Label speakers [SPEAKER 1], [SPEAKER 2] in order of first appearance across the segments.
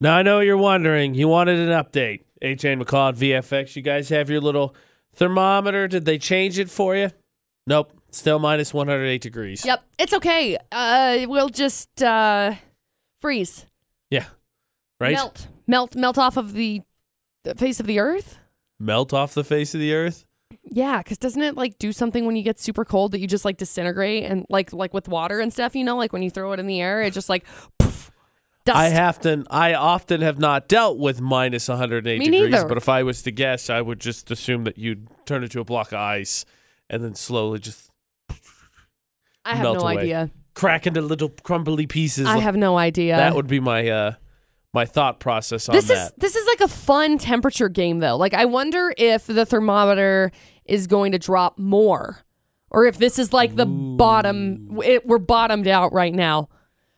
[SPEAKER 1] Now I know you're wondering. You wanted an update. HN McCall at VFX. You guys have your little thermometer. Did they change it for you? Nope. Still minus 108 degrees.
[SPEAKER 2] Yep, it's okay. Uh, we'll just uh, freeze,
[SPEAKER 1] Yeah. Right?
[SPEAKER 2] melt, melt, melt off of the, the face of the earth.
[SPEAKER 1] Melt off the face of the earth?
[SPEAKER 2] Yeah, because doesn't it like do something when you get super cold that you just like disintegrate and like like with water and stuff? You know, like when you throw it in the air, it just like poof, dust.
[SPEAKER 1] I often I often have not dealt with minus 108
[SPEAKER 2] Me
[SPEAKER 1] degrees,
[SPEAKER 2] neither.
[SPEAKER 1] but if I was to guess, I would just assume that you'd turn it to a block of ice and then slowly just
[SPEAKER 2] I have
[SPEAKER 1] melt
[SPEAKER 2] no
[SPEAKER 1] away.
[SPEAKER 2] idea.
[SPEAKER 1] crack into little crumbly pieces.
[SPEAKER 2] I
[SPEAKER 1] Like,
[SPEAKER 2] have no idea.
[SPEAKER 1] that would be my uh my thought process on
[SPEAKER 2] this
[SPEAKER 1] that.
[SPEAKER 2] is this is like a fun temperature game though. Like I wonder if the thermometer is going to drop more, or if this is like the bottom. It, we're bottomed out right now.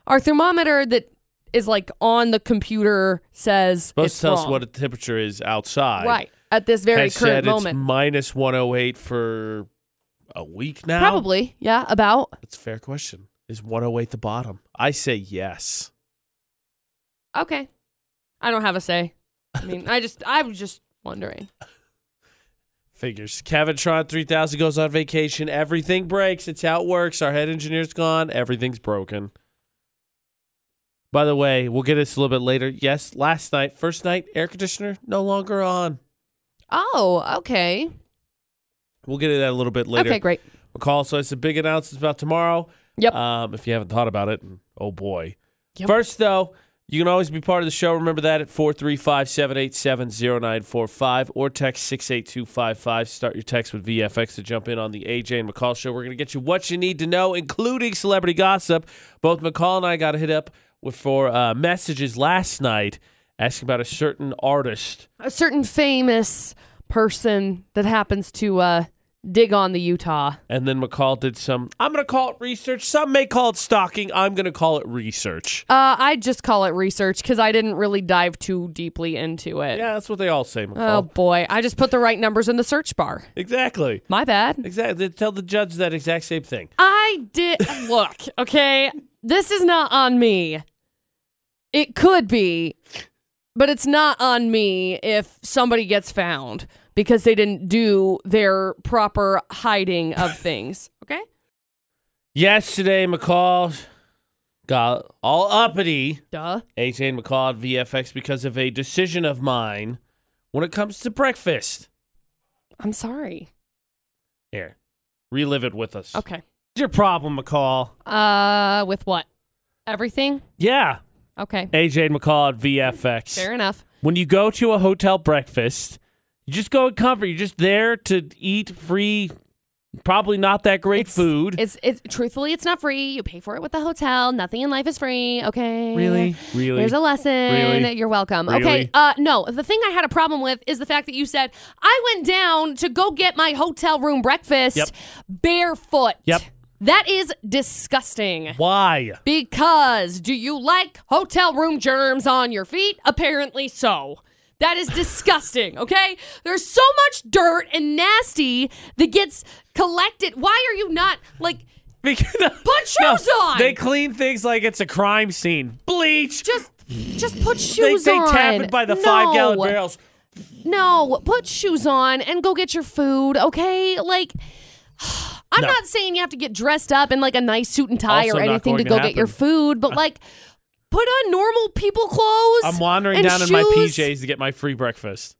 [SPEAKER 2] Our thermometer that is like on the computer says
[SPEAKER 1] supposed
[SPEAKER 2] it's
[SPEAKER 1] to tell us
[SPEAKER 2] wrong.
[SPEAKER 1] what the temperature is outside.
[SPEAKER 2] right at this very
[SPEAKER 1] has said
[SPEAKER 2] current moment.
[SPEAKER 1] it's minus 108 for a week now.
[SPEAKER 2] Probably, yeah, about.
[SPEAKER 1] That's a fair question. Is 108 the bottom? I say yes.
[SPEAKER 2] Okay. I don't have a say. I mean, I just, I was just wondering.
[SPEAKER 1] Figures. Cavitron 3000 goes on vacation. Everything breaks. It's how it works. Our head engineer's gone. Everything's broken. By the way, we'll get this a little bit later. Yes, last night, first night, air conditioner no longer on.
[SPEAKER 2] Oh, okay.
[SPEAKER 1] We'll get to that a little bit later.
[SPEAKER 2] Okay, great.
[SPEAKER 1] McCall so it's a big announcement about tomorrow.
[SPEAKER 2] Yep.
[SPEAKER 1] Um, if you haven't thought about it, and oh boy.
[SPEAKER 2] Yep.
[SPEAKER 1] First, though, you can always be part of the show. Remember that at 435 787 0945 or text 68255. Start your text with VFX to jump in on the AJ and McCall show. We're going to get you what you need to know, including celebrity gossip. Both McCall and I got hit up with, for uh, messages last night asking about a certain artist.
[SPEAKER 2] A certain famous person that happens to uh, dig on the Utah.
[SPEAKER 1] And then McCall did some, I'm going to call it research. Some may call it stalking. I'm going to call it research.
[SPEAKER 2] Uh, I just call it research because I didn't really dive too deeply into it.
[SPEAKER 1] Yeah, that's what they all say, McCall.
[SPEAKER 2] Oh boy, I just put the right numbers in the search bar.
[SPEAKER 1] Exactly.
[SPEAKER 2] My bad.
[SPEAKER 1] Exactly. Tell the judge that exact same thing.
[SPEAKER 2] I did. Look, okay, this is not on me. It could be, but it's not on me if somebody gets found because they didn't do their proper hiding of things. Okay?
[SPEAKER 1] Yesterday, McCall got all uppity,
[SPEAKER 2] Duh.
[SPEAKER 1] AJ and McCall at VFX, because of a decision of mine when it comes to breakfast.
[SPEAKER 2] I'm sorry.
[SPEAKER 1] Here, relive it with us.
[SPEAKER 2] Okay.
[SPEAKER 1] What's your problem, McCall?
[SPEAKER 2] Uh, with what? Everything?
[SPEAKER 1] Yeah,
[SPEAKER 2] Okay.
[SPEAKER 1] AJ and McCall at VFX.
[SPEAKER 2] Fair enough.
[SPEAKER 1] When you go to a hotel breakfast, you just go in comfort. You're just there to eat free, probably not that great
[SPEAKER 2] It's-
[SPEAKER 1] food.
[SPEAKER 2] It's it's truthfully, it's not free. You pay for it with the hotel. Nothing in life is free. Okay.
[SPEAKER 1] really? Really?
[SPEAKER 2] There's a lesson.
[SPEAKER 1] Really?
[SPEAKER 2] You're welcome.
[SPEAKER 1] Really?
[SPEAKER 2] Okay. Uh, no, the thing I had a problem with is the fact that you said I went down to go get my hotel room breakfast
[SPEAKER 1] Yep.
[SPEAKER 2] barefoot.
[SPEAKER 1] Yep.
[SPEAKER 2] That is disgusting.
[SPEAKER 1] Why?
[SPEAKER 2] Because do you like hotel room germs on your feet? Apparently so. That is disgusting, okay? There's so much dirt and nasty that gets collected. Why are you not like
[SPEAKER 1] Because
[SPEAKER 2] put shoes on?
[SPEAKER 1] They clean things like it's a crime scene. Bleach.
[SPEAKER 2] just just put
[SPEAKER 1] They,
[SPEAKER 2] shoes
[SPEAKER 1] they
[SPEAKER 2] on.
[SPEAKER 1] tap it by the
[SPEAKER 2] No.
[SPEAKER 1] five gallon barrels.
[SPEAKER 2] No, put shoes on and go get your food, okay? Like, I'm
[SPEAKER 1] No.
[SPEAKER 2] not saying you have to get dressed up in like a nice suit and tie
[SPEAKER 1] Also
[SPEAKER 2] or
[SPEAKER 1] not
[SPEAKER 2] anything to
[SPEAKER 1] going to
[SPEAKER 2] go get your
[SPEAKER 1] happen.
[SPEAKER 2] food, but like, put on normal people clothes.
[SPEAKER 1] I'm wandering
[SPEAKER 2] and
[SPEAKER 1] down in my
[SPEAKER 2] shoes.
[SPEAKER 1] PJs to get my free breakfast.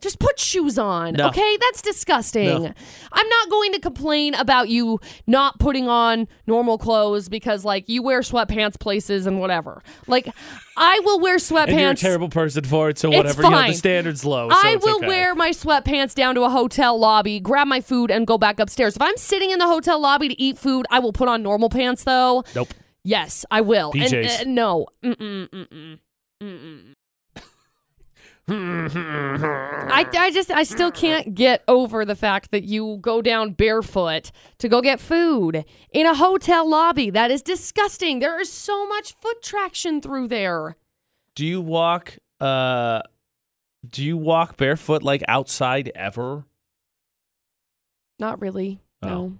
[SPEAKER 2] Just put shoes on,
[SPEAKER 1] No.
[SPEAKER 2] okay? That's disgusting.
[SPEAKER 1] No.
[SPEAKER 2] I'm not going to complain about you not putting on normal clothes because like you wear sweatpants places and whatever. Like, I will wear sweatpants.
[SPEAKER 1] And you're a terrible person for it, so whatever. You know,
[SPEAKER 2] fine.
[SPEAKER 1] the standard's low. so
[SPEAKER 2] I
[SPEAKER 1] it's
[SPEAKER 2] will
[SPEAKER 1] okay.
[SPEAKER 2] wear my sweatpants down to a hotel lobby, grab my food, and go back upstairs. If I'm sitting in the hotel lobby to eat food, I will put on normal pants, though.
[SPEAKER 1] Nope.
[SPEAKER 2] Yes, I will. And,
[SPEAKER 1] PJs.
[SPEAKER 2] uh, no. Mm-mm, mm-mm, mm-mm. I, I just, I still can't get over the fact that you go down barefoot to go get food in a hotel lobby. That is disgusting. There is so much foot traction through there.
[SPEAKER 1] Do you walk? Uh, do you walk barefoot like outside ever?
[SPEAKER 2] Not really. No.
[SPEAKER 1] Oh.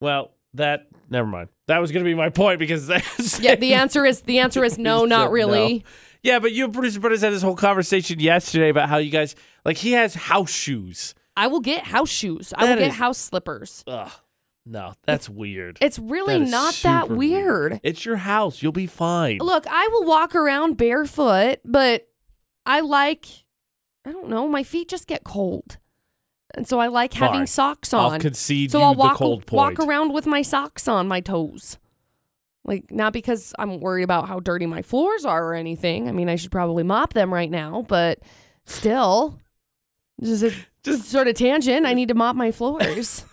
[SPEAKER 1] Well, that never mind. That was going to be my point because that's
[SPEAKER 2] Yeah, the answer is the answer is no,
[SPEAKER 1] Please
[SPEAKER 2] not
[SPEAKER 1] don't
[SPEAKER 2] really.
[SPEAKER 1] know. Yeah, but you and producer brothers had this whole conversation yesterday about how you guys like he has house shoes.
[SPEAKER 2] I will get house shoes. I
[SPEAKER 1] That
[SPEAKER 2] will get
[SPEAKER 1] is-
[SPEAKER 2] house slippers.
[SPEAKER 1] Ugh, no, that's weird.
[SPEAKER 2] It's really
[SPEAKER 1] is
[SPEAKER 2] not that
[SPEAKER 1] super
[SPEAKER 2] weird.
[SPEAKER 1] It's your house. You'll be fine.
[SPEAKER 2] Look, I will walk around barefoot, but I like I don't know, my feet just get cold. And so I like having
[SPEAKER 1] Fine.
[SPEAKER 2] socks
[SPEAKER 1] I'll
[SPEAKER 2] on.
[SPEAKER 1] concede
[SPEAKER 2] so
[SPEAKER 1] you
[SPEAKER 2] I'll
[SPEAKER 1] the
[SPEAKER 2] walk
[SPEAKER 1] cold point.
[SPEAKER 2] walk around with my socks on my toes. Like not because I'm worried about how dirty my floors are or anything. I mean, I should probably mop them right now, but still just a
[SPEAKER 1] Just-
[SPEAKER 2] sort of tangent. I need to mop my floors.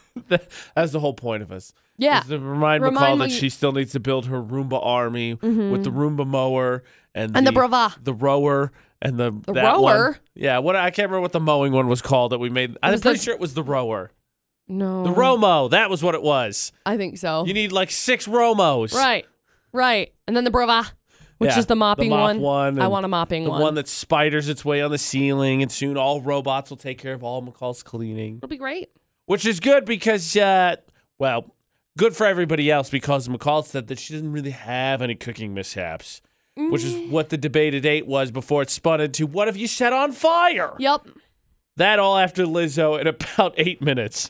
[SPEAKER 1] That's the whole point of us.
[SPEAKER 2] Yeah.
[SPEAKER 1] Is to remind, McCall
[SPEAKER 2] Remind
[SPEAKER 1] that
[SPEAKER 2] me- Mm-hmm.
[SPEAKER 1] she still needs to build her Roomba army with the Roomba mower and,
[SPEAKER 2] And the Brava.
[SPEAKER 1] the rower, and the,
[SPEAKER 2] The
[SPEAKER 1] that one.
[SPEAKER 2] rower?
[SPEAKER 1] Yeah, what I can't remember what the mowing one was called that we made. I'm
[SPEAKER 2] was
[SPEAKER 1] pretty
[SPEAKER 2] the- Mm.
[SPEAKER 1] sure it was the rower,
[SPEAKER 2] No.
[SPEAKER 1] the Romo. That was what it was.
[SPEAKER 2] I think so.
[SPEAKER 1] You need like six Romos,
[SPEAKER 2] Right. Right. And then the Brava, which
[SPEAKER 1] Yeah,
[SPEAKER 2] is the mopping
[SPEAKER 1] the mop
[SPEAKER 2] one.
[SPEAKER 1] one
[SPEAKER 2] I
[SPEAKER 1] and
[SPEAKER 2] want a mopping
[SPEAKER 1] The one. that spiders its way on the ceiling, and soon all robots will take care of all McCall's cleaning,
[SPEAKER 2] It'll be great.
[SPEAKER 1] which is good because, uh, well, good for everybody else because McCall said that she doesn't really have any cooking mishaps, which is what the debated eight was before it spun into what have you set on fire?
[SPEAKER 2] Yep.
[SPEAKER 1] That all after Lizzo in about eight minutes.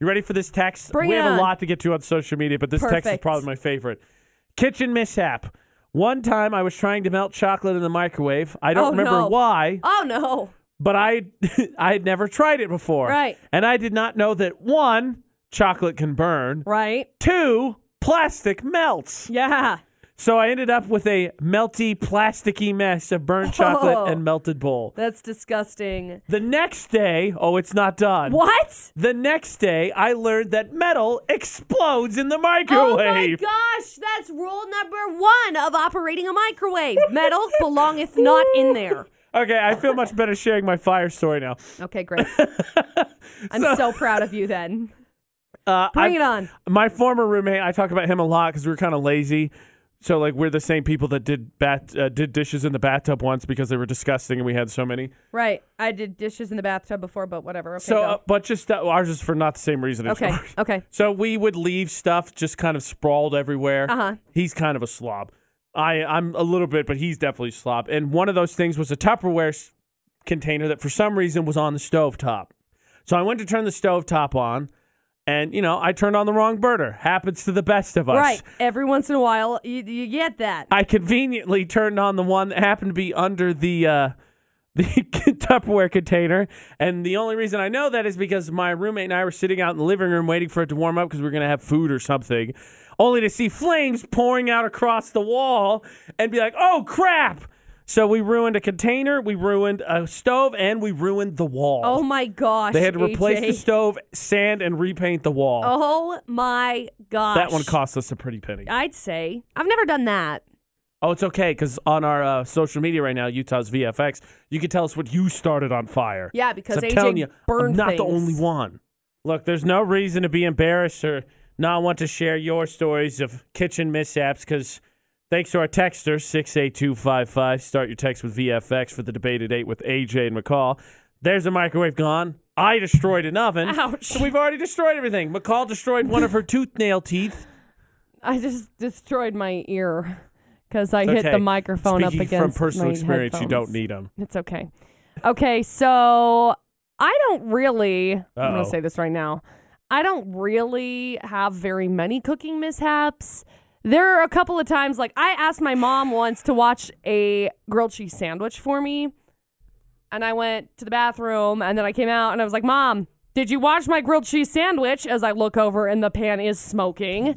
[SPEAKER 1] You ready for this text?
[SPEAKER 2] Bring
[SPEAKER 1] we
[SPEAKER 2] it
[SPEAKER 1] have
[SPEAKER 2] on.
[SPEAKER 1] a lot to get to on social media, but this text is
[SPEAKER 2] Perfect.
[SPEAKER 1] probably my favorite. Kitchen mishap. One time I was trying to melt chocolate in the microwave. I don't
[SPEAKER 2] Oh,
[SPEAKER 1] remember
[SPEAKER 2] no.
[SPEAKER 1] why,
[SPEAKER 2] Oh no.
[SPEAKER 1] but I I had never tried it before.
[SPEAKER 2] Right.
[SPEAKER 1] And I did not know that one, chocolate can burn.
[SPEAKER 2] Right.
[SPEAKER 1] Two, plastic melts.
[SPEAKER 2] Yeah.
[SPEAKER 1] So I ended up with a melty, plasticky mess of burnt chocolate
[SPEAKER 2] Oh.
[SPEAKER 1] and melted bowl.
[SPEAKER 2] That's disgusting.
[SPEAKER 1] The next day, oh, it's not done.
[SPEAKER 2] What?
[SPEAKER 1] The next day, I learned that metal explodes in the
[SPEAKER 3] Oh
[SPEAKER 2] Oh
[SPEAKER 1] microwave.
[SPEAKER 2] gosh, that's rule number one of operating a microwave. Metal belongeth not in there.
[SPEAKER 1] okay, I feel much better sharing my fire story now.
[SPEAKER 2] Okay, great. I'm so, proud of you then.
[SPEAKER 1] Uh,
[SPEAKER 2] Bring
[SPEAKER 1] I-
[SPEAKER 2] it on.
[SPEAKER 1] My former roommate, I talk about him a lot because we were kind of lazy. So like we're the same people that did bat uh, did dishes in the bathtub once because they were disgusting and we had so many.
[SPEAKER 3] Right. I did dishes in the bathtub before, but whatever. Okay.
[SPEAKER 1] so,
[SPEAKER 3] go.
[SPEAKER 1] uh, but just uh, ours is for not the same reason. as
[SPEAKER 3] okay.
[SPEAKER 1] yours.
[SPEAKER 3] Okay.
[SPEAKER 1] So we would leave stuff just kind of sprawled everywhere.
[SPEAKER 3] Uh-huh.
[SPEAKER 1] He's kind of a slob. I I'm a little bit, but he's definitely a slob. And one of those things was a Tupperware s- container that for some reason was on the stove top. So I went to turn the stove top on, and you know I turned on the wrong burner. Happens to the best of us.
[SPEAKER 3] Right. Every once in a while, you, you get that.
[SPEAKER 1] I conveniently turned on the one that happened to be under the uh, the Tupperware container, and the only reason I know that is because my roommate and I were sitting out in the living room waiting for it to warm up because we were gonna have food or something, only to see flames pouring out across the wall and be like, "Oh crap!" So we ruined a container, we ruined a stove, and we ruined the wall.
[SPEAKER 3] oh my gosh.
[SPEAKER 1] they had to replace
[SPEAKER 3] AJ.
[SPEAKER 1] the stove, sand, and repaint the wall.
[SPEAKER 3] Oh my Oh, gosh.
[SPEAKER 1] That one cost us a pretty penny.
[SPEAKER 3] I'd say I've never done that.
[SPEAKER 1] Oh, it's okay because on our uh, social media right now, Utah's VFX, you can tell us what you started on fire.
[SPEAKER 3] Yeah, because
[SPEAKER 1] 'Cause I'm
[SPEAKER 3] AJ
[SPEAKER 1] telling you, I'm
[SPEAKER 3] burned
[SPEAKER 1] not the
[SPEAKER 3] things.
[SPEAKER 1] only one. Look, there's no reason to be embarrassed or not want to share your stories of kitchen mishaps because thanks to our texter, 68255, start your text with VFX for the debated eight with AJ and McCall. There's a microwave gone. I destroyed an oven.
[SPEAKER 3] Ouch.
[SPEAKER 1] So we've already destroyed everything. McCall destroyed one of her tooth nail teeth.
[SPEAKER 3] I just destroyed my ear because I hit the
[SPEAKER 1] Okay.
[SPEAKER 3] microphone
[SPEAKER 1] Speaking
[SPEAKER 3] up against
[SPEAKER 1] from personal
[SPEAKER 3] my
[SPEAKER 1] experience, you don't
[SPEAKER 3] headphones.
[SPEAKER 1] need them.
[SPEAKER 3] It's okay. Okay, so I don't really. I'm
[SPEAKER 1] Uh-oh.
[SPEAKER 3] gonna say this right now. I don't really have very many cooking mishaps. There are a couple of times, like I asked my mom once to watch a grilled cheese sandwich for me, and I went to the bathroom, and then I came out, and I was like, "Mom, did you watch my grilled cheese sandwich?" As I look over, and the pan is smoking,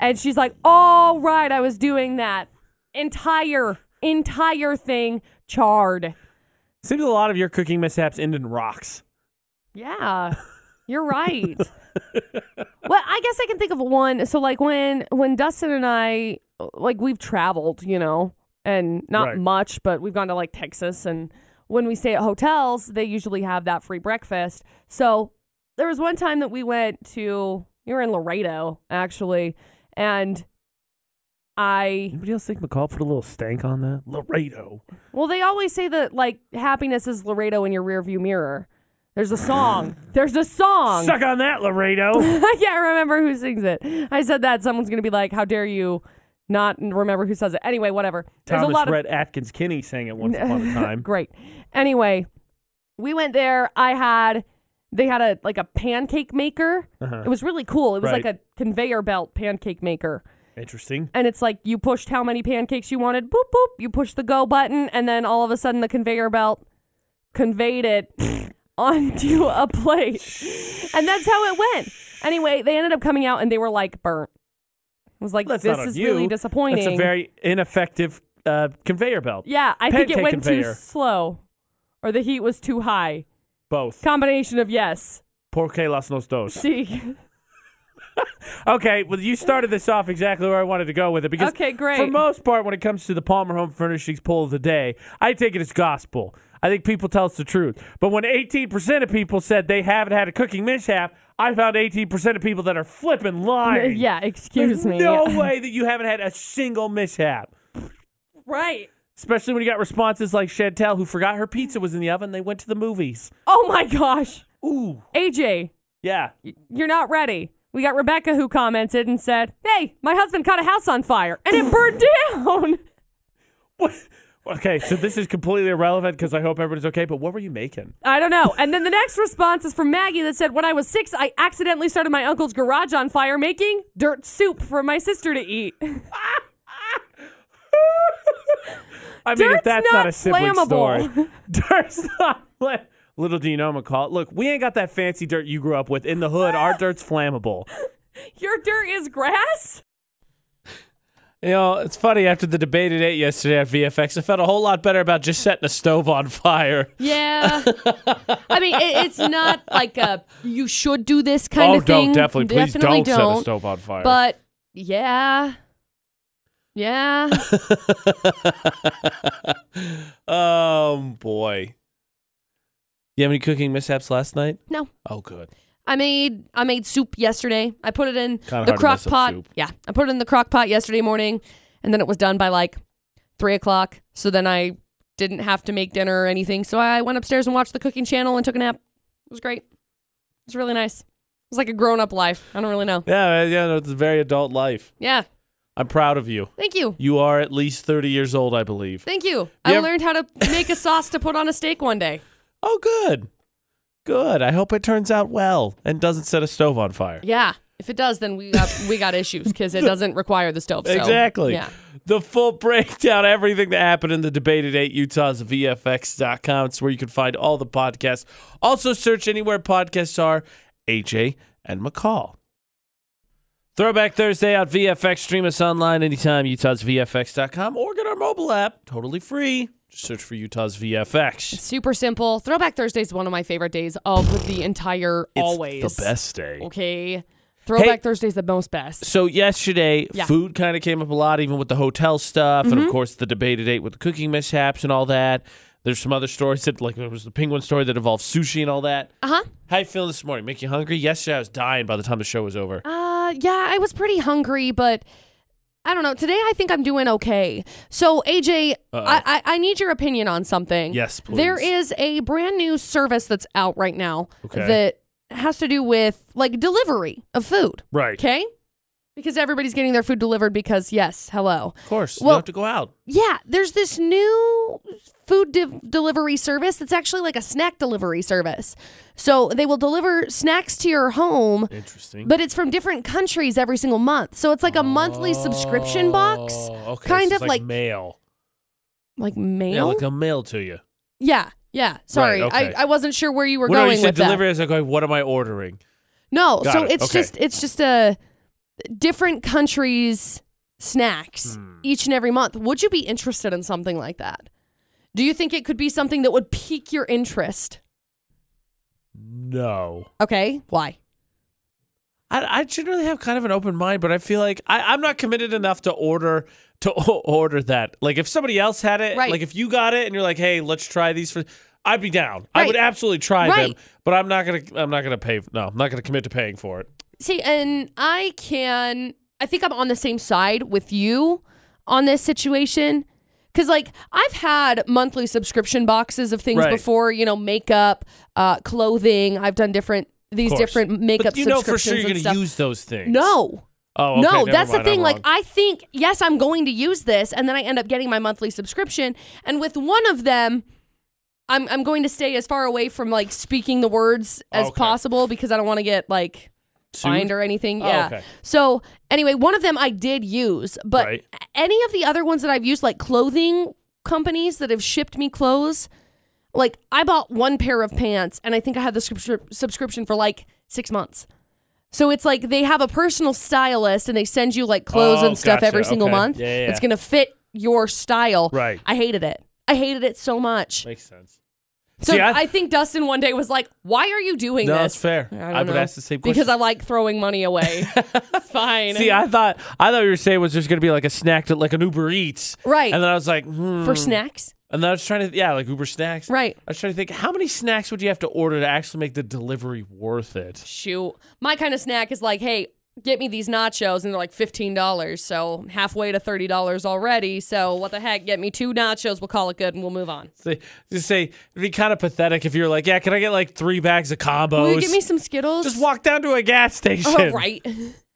[SPEAKER 3] and she's like, "All right, I was doing that entire entire thing charred."
[SPEAKER 1] Seems a lot of your cooking mishaps end in rocks.
[SPEAKER 3] Yeah, you're right. well, I guess I can think of one. So, like when when Dustin and I, like we've traveled, you know, and not
[SPEAKER 1] Right.
[SPEAKER 3] much, but we've gone to like Texas, and when we stay at hotels, they usually have that free breakfast. So there was one time that we went to you were in Laredo actually, and I
[SPEAKER 1] Anybody else think McCall put a little stank on that? Laredo.
[SPEAKER 3] Well, they always say that like happiness is Laredo in your rearview mirror. There's a song. There's a song.
[SPEAKER 1] Suck on that, Laredo.
[SPEAKER 3] I can't remember who sings it. I said that someone's gonna be like, "How dare you?" Not remember who says it. Anyway, whatever. There's a
[SPEAKER 1] Thomas
[SPEAKER 3] lot of
[SPEAKER 1] Rhett Atkins Kinney sang it once upon a time.
[SPEAKER 3] Great. Anyway, we went there. I had they had a like a pancake maker.
[SPEAKER 1] Uh-huh.
[SPEAKER 3] It was really cool. It was like
[SPEAKER 1] Right.
[SPEAKER 3] a conveyor belt pancake maker.
[SPEAKER 1] Interesting.
[SPEAKER 3] And it's like you pushed how many pancakes you wanted, boop boop, you push the go button and then all of a sudden the conveyor belt conveyed it onto a plate. And that's how it went. Anyway, they ended up coming out and they were like burnt. It was like
[SPEAKER 1] That's
[SPEAKER 3] this
[SPEAKER 1] not on
[SPEAKER 3] is
[SPEAKER 1] you.
[SPEAKER 3] really disappointing.
[SPEAKER 1] That's a very ineffective uh, conveyor belt.
[SPEAKER 3] yeah, I think it
[SPEAKER 1] pancake
[SPEAKER 3] went
[SPEAKER 1] conveyor.
[SPEAKER 3] too slow or the heat was too high.
[SPEAKER 1] Both.
[SPEAKER 3] Combination of yes.
[SPEAKER 1] Por qué las nos dos?
[SPEAKER 3] See,
[SPEAKER 1] Okay, well, you started this off exactly where I wanted to go with it because,
[SPEAKER 3] Okay, great.
[SPEAKER 1] For most part, when it comes to the Palmer Home Furnishings poll of the day, I take it as gospel. I think people tell us the truth. But when 18% of people said they haven't had a cooking mishap, I found 18% of people that are flipping lying.
[SPEAKER 3] yeah, excuse
[SPEAKER 1] There's
[SPEAKER 3] me.
[SPEAKER 1] no way that you haven't had a single mishap.
[SPEAKER 3] Right.
[SPEAKER 1] Especially when you got responses like Chantel, who forgot her pizza was in the oven. They went to the movies.
[SPEAKER 3] Oh my gosh.
[SPEAKER 1] Ooh,
[SPEAKER 3] AJ,
[SPEAKER 1] yeah.
[SPEAKER 3] you're not ready. We got Rebecca who commented and said, Hey, my husband caught a house on fire and it burned down.
[SPEAKER 1] What? Okay, so this is completely irrelevant because I hope everybody's okay. But what were you making?
[SPEAKER 3] I don't know. And then the next response is from Maggie that said, When I was six, I accidentally started my uncle's garage on fire making dirt soup for my sister to eat.
[SPEAKER 1] I mean, if
[SPEAKER 3] Dirt's
[SPEAKER 1] that's not,
[SPEAKER 3] not
[SPEAKER 1] a sibling
[SPEAKER 3] flammable.
[SPEAKER 1] story, dirt's not. fla- Little do you know, McCall. Look, we ain't got that fancy dirt you grew up with in the hood. Our dirt's flammable.
[SPEAKER 3] Your dirt is grass?
[SPEAKER 1] You know, it's funny. After the debate at eight yesterday at VFX, I felt a whole lot better about just setting a stove on fire.
[SPEAKER 2] Yeah. I mean, it, it's not like a you should do this kind
[SPEAKER 1] Oh,
[SPEAKER 2] of thing. Oh, Definitely don't.
[SPEAKER 1] stove on fire.
[SPEAKER 2] But yeah. Yeah.
[SPEAKER 1] um, boy. You have any cooking mishaps last night?
[SPEAKER 2] No.
[SPEAKER 1] Oh, good.
[SPEAKER 2] I made I made soup yesterday. I put it in
[SPEAKER 1] Kinda
[SPEAKER 2] the
[SPEAKER 1] hard to
[SPEAKER 2] crock
[SPEAKER 1] mess up
[SPEAKER 2] pot.
[SPEAKER 1] soup.
[SPEAKER 2] Yeah, I put it in the crock pot yesterday morning, and then it was done by like three o'clock. So then I didn't have to make dinner or anything. So I went upstairs and watched the cooking channel and took a nap. It was great. It was really nice. It's like a grown up life. I don't really know.
[SPEAKER 1] Yeah, yeah, no, it's a very adult life.
[SPEAKER 2] Yeah.
[SPEAKER 1] I'm proud of you.
[SPEAKER 2] Thank you.
[SPEAKER 1] You are at least 30 years old, I believe.
[SPEAKER 2] Thank you.
[SPEAKER 1] You
[SPEAKER 2] I
[SPEAKER 1] ever-
[SPEAKER 2] learned how to make a sauce to put on a steak one day.
[SPEAKER 1] Oh, good. Good. I hope it turns out well and doesn't set a stove on fire.
[SPEAKER 2] Yeah. If it does, then we got, we got issues because it doesn't require the stove. So,
[SPEAKER 1] Exactly.
[SPEAKER 2] Yeah.
[SPEAKER 1] The full breakdown, everything that happened in the debate at 8 Utah's VFX.com. It's where you can find all the podcasts. Also, search anywhere podcasts are AJ and McCall. Throwback Thursday on VFX. Stream us online anytime, Utah's VFX.com, or get our mobile app totally free. Just search for Utah's VFX.
[SPEAKER 2] Super simple. Throwback Thursday is one of my favorite days of the entire always.
[SPEAKER 1] It's the best day.
[SPEAKER 2] Okay. Throwback
[SPEAKER 1] Hey.
[SPEAKER 2] Thursday's the most best.
[SPEAKER 1] So yesterday,
[SPEAKER 2] Yeah. Mm-hmm.
[SPEAKER 1] food kind of came up a lot, even with the hotel stuff, and of course the debate at eight with the cooking mishaps and all that. There's some other stories that, like, there was the penguin story that involved sushi and all that.
[SPEAKER 2] Uh huh.
[SPEAKER 1] How you feeling this morning? Make you hungry? Yesterday I was dying by the time the show was over.
[SPEAKER 2] Uh yeah, I was pretty hungry, but I don't know. Today I think I'm doing okay. So AJ, I, I I need your opinion on something.
[SPEAKER 1] Yes, please.
[SPEAKER 2] There is a brand new service that's out right now
[SPEAKER 1] Okay.
[SPEAKER 2] that has to do with like delivery of food.
[SPEAKER 1] Right.
[SPEAKER 2] Okay? Because everybody's getting their food delivered because yes, hello.
[SPEAKER 1] Of course. you
[SPEAKER 2] Well-
[SPEAKER 1] don't have to go out.
[SPEAKER 2] Yeah, there's this new food de- delivery service that's actually like a snack delivery service. So they will deliver snacks to your home,
[SPEAKER 1] Interesting.
[SPEAKER 2] but it's from different countries every single month. So it's like a monthly subscription box,
[SPEAKER 1] Oh, okay.
[SPEAKER 2] kind
[SPEAKER 1] so
[SPEAKER 2] of
[SPEAKER 1] it's like,
[SPEAKER 2] like-
[SPEAKER 1] mail.
[SPEAKER 2] like
[SPEAKER 1] Yeah,
[SPEAKER 2] mail.
[SPEAKER 1] like a mail to you.
[SPEAKER 2] Yeah, yeah. Sorry,
[SPEAKER 1] okay.
[SPEAKER 2] I, I wasn't sure where you were
[SPEAKER 1] When
[SPEAKER 2] going
[SPEAKER 1] you said
[SPEAKER 2] with that.
[SPEAKER 1] delivery, I was like, okay, what am I ordering?
[SPEAKER 2] No,
[SPEAKER 1] Got
[SPEAKER 2] so
[SPEAKER 1] it,
[SPEAKER 2] it's
[SPEAKER 1] okay.
[SPEAKER 2] just it's just a different countries snacks
[SPEAKER 1] Hmm.
[SPEAKER 2] each and every month. Would you be interested in something like that? Do you think it could be something that would pique your interest?
[SPEAKER 1] No.
[SPEAKER 2] Okay, why?
[SPEAKER 1] I, I generally have kind of an open mind, but I feel like I, I'm not committed enough to order to o- order that. Like if somebody else had it,
[SPEAKER 2] Right.
[SPEAKER 1] like if you got it and you're like, hey, let's try these for, I'd be down. I
[SPEAKER 2] Right.
[SPEAKER 1] would absolutely try
[SPEAKER 2] Right.
[SPEAKER 1] them, but I'm not gonna I'm not gonna pay. No, I'm not gonna commit to paying for it.
[SPEAKER 2] See, and I can, I think I'm on the same side with you on this situation Cause like I've had monthly subscription boxes of things
[SPEAKER 1] Right.
[SPEAKER 2] before, you know, makeup, uh, clothing. I've done different these
[SPEAKER 1] course.
[SPEAKER 2] different makeup
[SPEAKER 1] But you know for
[SPEAKER 2] subscriptions
[SPEAKER 1] sure you're
[SPEAKER 2] and
[SPEAKER 1] gonna
[SPEAKER 2] stuff.
[SPEAKER 1] use those things.
[SPEAKER 2] no,
[SPEAKER 1] Oh, okay,
[SPEAKER 2] no,
[SPEAKER 1] never
[SPEAKER 2] that's the
[SPEAKER 1] mind, I'm
[SPEAKER 2] thing. Like,
[SPEAKER 1] wrong.
[SPEAKER 2] I think, yes, I'm going to use this. And then I end up getting my monthly subscription. And with one of them, I'm, I'm going to stay as far away from like speaking the words as
[SPEAKER 1] Okay.
[SPEAKER 2] possible because I don't want to get like
[SPEAKER 1] Sued?
[SPEAKER 2] fined or anything.
[SPEAKER 1] Oh,
[SPEAKER 2] yeah.
[SPEAKER 1] okay.
[SPEAKER 2] So, anyway, one of them I did use, but
[SPEAKER 1] Right.
[SPEAKER 2] any of the other ones that I've used, like clothing companies that have shipped me clothes, like I bought one pair of pants and I think I had the subscri- subscription for like six months. So it's like they have a personal stylist and they send you like clothes
[SPEAKER 1] Oh,
[SPEAKER 2] and stuff
[SPEAKER 1] gotcha.
[SPEAKER 2] every single
[SPEAKER 1] Okay.
[SPEAKER 2] month.
[SPEAKER 1] Yeah, yeah,
[SPEAKER 2] It's
[SPEAKER 1] yeah.
[SPEAKER 2] going to fit your style.
[SPEAKER 1] Right.
[SPEAKER 2] I hated it. I hated it so much.
[SPEAKER 1] Makes sense.
[SPEAKER 2] so
[SPEAKER 1] See, I-
[SPEAKER 2] I, think Dustin one day was like, "Why are you doing
[SPEAKER 1] No,
[SPEAKER 2] this?"
[SPEAKER 1] it's fair.
[SPEAKER 2] I,
[SPEAKER 1] I,
[SPEAKER 2] don't
[SPEAKER 1] would
[SPEAKER 2] know.
[SPEAKER 1] ask the same question.
[SPEAKER 2] because I like throwing money away. it's fine.
[SPEAKER 1] See, I thought I thought you were saying was there's gonna be like a snack that like an Uber Eats,
[SPEAKER 2] Right.
[SPEAKER 1] And then I was like, hmm.
[SPEAKER 2] for snacks.
[SPEAKER 1] and then I was trying to yeah, like Uber snacks,
[SPEAKER 2] Right.
[SPEAKER 1] I was trying to think how many snacks would you have to order to actually make the delivery worth it.
[SPEAKER 2] shoot. My kind of snack is like, hey, get me these nachos, and they're like fifteen dollars. So halfway to thirty dollars already. So what the heck? Get me two nachos. We'll call it good, and we'll move on.
[SPEAKER 1] Say, just say it'd be kind of pathetic if you were like, yeah, can I get like three bags of combos?
[SPEAKER 2] Will you give me some Skittles?
[SPEAKER 1] just walk down to a gas station.
[SPEAKER 2] Oh, right.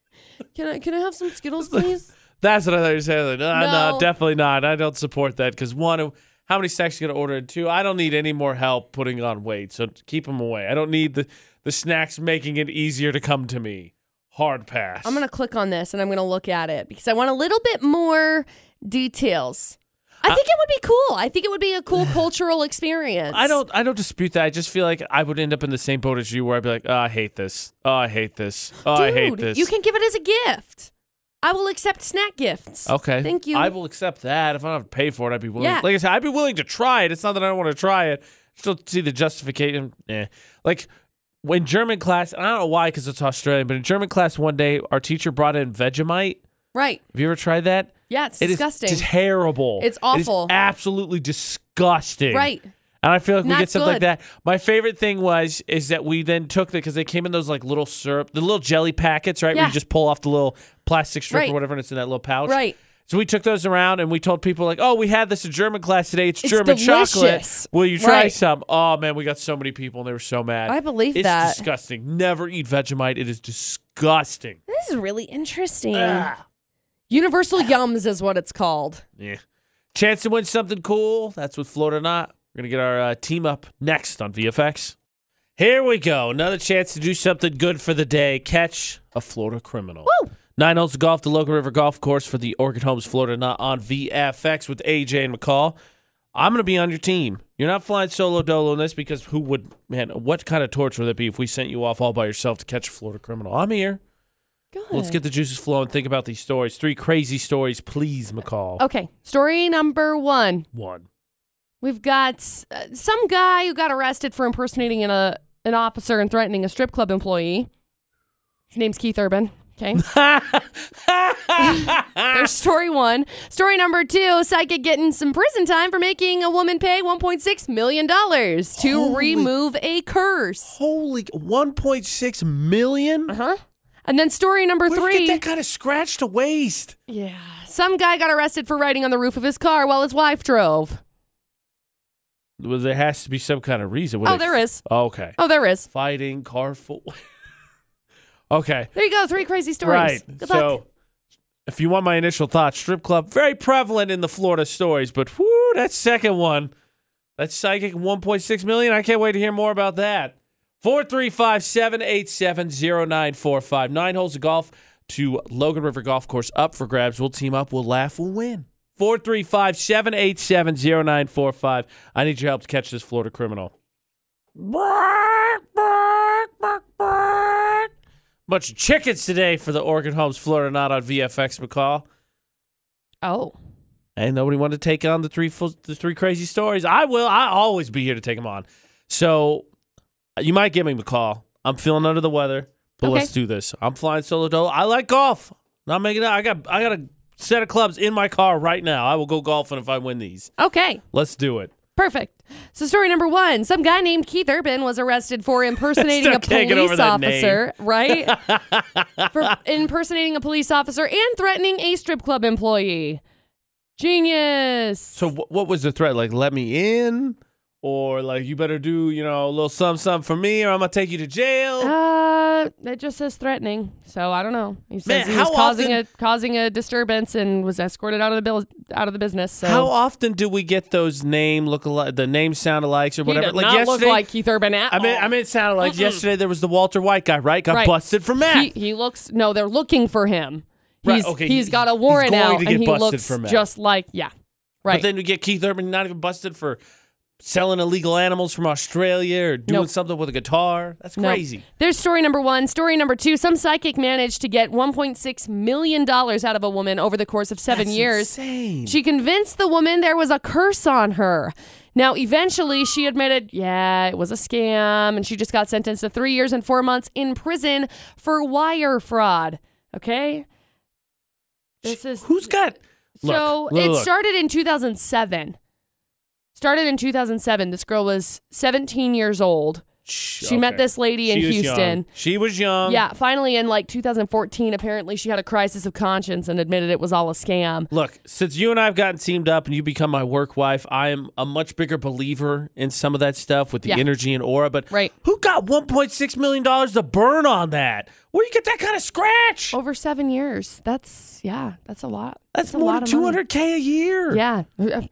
[SPEAKER 2] can I can I have some Skittles, please?
[SPEAKER 1] That's what I thought you were saying. Like, no, no.
[SPEAKER 2] No.
[SPEAKER 1] definitely not. I don't support that because one, uh, how many snacks you gonna order? And two, I don't need any more help putting on weight, so keep them away. I don't need the the snacks making it easier to come to me. Hard pass.
[SPEAKER 2] I'm gonna click on this and I'm gonna look at it because I want a little bit more details. I think it would be cool. I think it would be a cool cultural experience.
[SPEAKER 1] I don't. I don't dispute that. I just feel like I would end up in the same boat as you, where I'd be like, "Oh, I hate this. Oh, I hate this. Oh, I hate
[SPEAKER 2] Dude,
[SPEAKER 1] this."
[SPEAKER 2] You can give it as a gift. I will accept snack gifts.
[SPEAKER 1] Okay.
[SPEAKER 2] Thank you.
[SPEAKER 1] I will accept that. If I don't have to pay for it, I'd be willing.
[SPEAKER 2] Yeah.
[SPEAKER 1] Like I said, I'd be willing to try it. It's not that I don't want to try it. Still see the justification. Eh. Like when German class, and I don't know why because it's Australian, but in German class one day, our teacher brought in Vegemite.
[SPEAKER 2] Right.
[SPEAKER 1] Have you ever tried that?
[SPEAKER 2] Yeah, it's
[SPEAKER 1] It is
[SPEAKER 2] disgusting.
[SPEAKER 1] terrible.
[SPEAKER 2] It's
[SPEAKER 1] It is
[SPEAKER 2] awful.
[SPEAKER 1] absolutely disgusting.
[SPEAKER 2] Right.
[SPEAKER 1] And I feel like we
[SPEAKER 2] Not
[SPEAKER 1] get stuff like
[SPEAKER 2] good.
[SPEAKER 1] that. My favorite thing was is that we then took the because they came in those like little syrup, the little jelly packets, right? Where
[SPEAKER 2] Yeah.
[SPEAKER 1] you just pull off the little plastic strip
[SPEAKER 2] Right.
[SPEAKER 1] or whatever, and it's in that little pouch.
[SPEAKER 2] Right.
[SPEAKER 1] So we took those around and we told people like, "Oh, we had this in German class today. It's,
[SPEAKER 2] It's
[SPEAKER 1] German chocolate.
[SPEAKER 2] delicious."
[SPEAKER 1] Will you try
[SPEAKER 2] Right.
[SPEAKER 1] some?" Oh man, we got so many people and they were so mad.
[SPEAKER 2] I believe
[SPEAKER 1] it's
[SPEAKER 2] that.
[SPEAKER 1] disgusting. Never eat Vegemite. It is disgusting.
[SPEAKER 2] This is really interesting.
[SPEAKER 1] Ah.
[SPEAKER 2] Universal Yums is what it's called.
[SPEAKER 1] Yeah. Chance to win something cool. That's with Float or Not. We're going to get our uh, team up next on VFX. Here we go. Another chance to do something good for the day. Catch a Florida criminal.
[SPEAKER 2] Woo!
[SPEAKER 1] Nine holes of golf, the local river golf course for the Orchid Homes Florida or Not on VFX with AJ and McCall. I'm going to be on your team. You're not flying solo dolo in this because who would, man, what kind of torture would it be if we sent you off all by yourself to catch a Florida criminal? I'm here.
[SPEAKER 2] Good.
[SPEAKER 1] Let's get the juices flowing. Think about these stories. Three crazy stories, please, McCall.
[SPEAKER 2] Okay, story number one.
[SPEAKER 1] One.
[SPEAKER 2] We've got uh, some guy who got arrested for impersonating an, uh, an officer and threatening a strip club employee. His name's Keith Urban. Okay. There's story one. Story number two psychic getting some prison time for making a woman pay $1.6 million to remove a curse.
[SPEAKER 1] Holy 1.6 million?
[SPEAKER 2] Uh huh. And then story number
[SPEAKER 1] Where do
[SPEAKER 2] three.
[SPEAKER 1] Uh-huh. you get that kind of scratch to waste?
[SPEAKER 2] Yeah. Some guy got arrested for riding on the roof of his car while his wife drove.
[SPEAKER 1] Well, there has to be some kind of reason. What
[SPEAKER 2] Oh,
[SPEAKER 1] if-
[SPEAKER 2] there is.
[SPEAKER 1] Okay.
[SPEAKER 2] Oh, there is.
[SPEAKER 1] Fighting, car full. okay.
[SPEAKER 2] There you go. Three crazy stories.
[SPEAKER 1] Right.
[SPEAKER 2] Good
[SPEAKER 1] so,
[SPEAKER 2] luck.
[SPEAKER 1] if you want my initial thoughts, strip club, very prevalent in the Florida stories, but whoo, that second one, that psychic 1.6 million, I can't wait to hear more about that. 435 787 0945. Nine holes of golf to Logan River Golf Course up for grabs. We'll team up, we'll laugh, we'll win. 435 787 0945. I need your help to catch this Florida criminal. Bunch of chickens today for the Oregon Homes Florida Not on VFX McCall.
[SPEAKER 2] Oh.
[SPEAKER 1] And nobody wanted to take on the three full- the three crazy stories. I will. I always be here to take them on. So you might give me McCall. I'm feeling under the weather, but
[SPEAKER 2] Okay.
[SPEAKER 1] let's do this. I'm flying solo dolo. I like golf. Not making it. I got I got a set of clubs in my car right now. I will go golfing if I win these.
[SPEAKER 2] Okay.
[SPEAKER 1] Let's do it.
[SPEAKER 2] Perfect. So, story number one some guy named Keith Urban was arrested for impersonating
[SPEAKER 1] Still
[SPEAKER 2] a
[SPEAKER 1] can't get over
[SPEAKER 2] police
[SPEAKER 1] that name.
[SPEAKER 2] officer, right? for impersonating a police officer and threatening a strip club employee. Genius.
[SPEAKER 1] So wh- what was the threat? Like, let me in, or like you better do you know a little something, something for me, or I'm gonna take you to jail.
[SPEAKER 2] Uh, it just says threatening, so I don't know. He says
[SPEAKER 1] Man,
[SPEAKER 2] he was
[SPEAKER 1] how
[SPEAKER 2] causing
[SPEAKER 1] often-
[SPEAKER 2] a causing a disturbance and was escorted out of the bill out of the business. So
[SPEAKER 1] How often do we get those name look alike, the name sound alikes or
[SPEAKER 2] he
[SPEAKER 1] whatever?
[SPEAKER 2] did not look like Keith Urban at
[SPEAKER 1] I mean,
[SPEAKER 2] all.
[SPEAKER 1] I mean, it sounded like yesterday there was the Walter White guy, right? Got
[SPEAKER 2] Oh. Right.
[SPEAKER 1] busted for meth.
[SPEAKER 2] he, he looks. No, they're looking for him.
[SPEAKER 1] Right,
[SPEAKER 2] He's,
[SPEAKER 1] okay,
[SPEAKER 2] he's
[SPEAKER 1] he-
[SPEAKER 2] got a
[SPEAKER 1] he's
[SPEAKER 2] warrant
[SPEAKER 1] going
[SPEAKER 2] out,
[SPEAKER 1] to get
[SPEAKER 2] and he
[SPEAKER 1] busted
[SPEAKER 2] looks
[SPEAKER 1] for meth.
[SPEAKER 2] just like yeah, right.
[SPEAKER 1] But then we get Keith Urban not even busted for selling illegal animals from Australia or doing
[SPEAKER 2] Nope.
[SPEAKER 1] something with a guitar. That's
[SPEAKER 2] No.
[SPEAKER 1] crazy.
[SPEAKER 2] There's story number one. Story number two some psychic managed to get $1.6 million out of a woman over the course of seven
[SPEAKER 1] That's
[SPEAKER 2] years.
[SPEAKER 1] insane.
[SPEAKER 2] She convinced the woman there was a curse on her. Now, eventually, she admitted, yeah, it was a scam, and she just got sentenced to three years and four months in prison for wire fraud. Okay? This is.
[SPEAKER 1] Who's got? Look,
[SPEAKER 2] So
[SPEAKER 1] look,
[SPEAKER 2] it
[SPEAKER 1] look.
[SPEAKER 2] started in 2007. Started in 2007. This girl was 17 years old.
[SPEAKER 1] Shh,
[SPEAKER 2] She met
[SPEAKER 1] okay.
[SPEAKER 2] this lady in
[SPEAKER 1] She was young.
[SPEAKER 2] Houston.
[SPEAKER 1] She was young.
[SPEAKER 2] Yeah, finally in like 2014, apparently she had a crisis of conscience and admitted it was all a scam.
[SPEAKER 1] Look, since you and I have gotten teamed up and you become my work wife, I am a much bigger believer in some of that stuff with the
[SPEAKER 2] Yeah.
[SPEAKER 1] energy and aura. But
[SPEAKER 2] Right.
[SPEAKER 1] who got $1.6 million to burn on that? Where you get that kind of scratch?
[SPEAKER 2] Over seven years. That's, yeah, that's a lot.
[SPEAKER 1] That's
[SPEAKER 2] a
[SPEAKER 1] more
[SPEAKER 2] lot
[SPEAKER 1] than
[SPEAKER 2] of money.
[SPEAKER 1] 200K a year.
[SPEAKER 2] Yeah,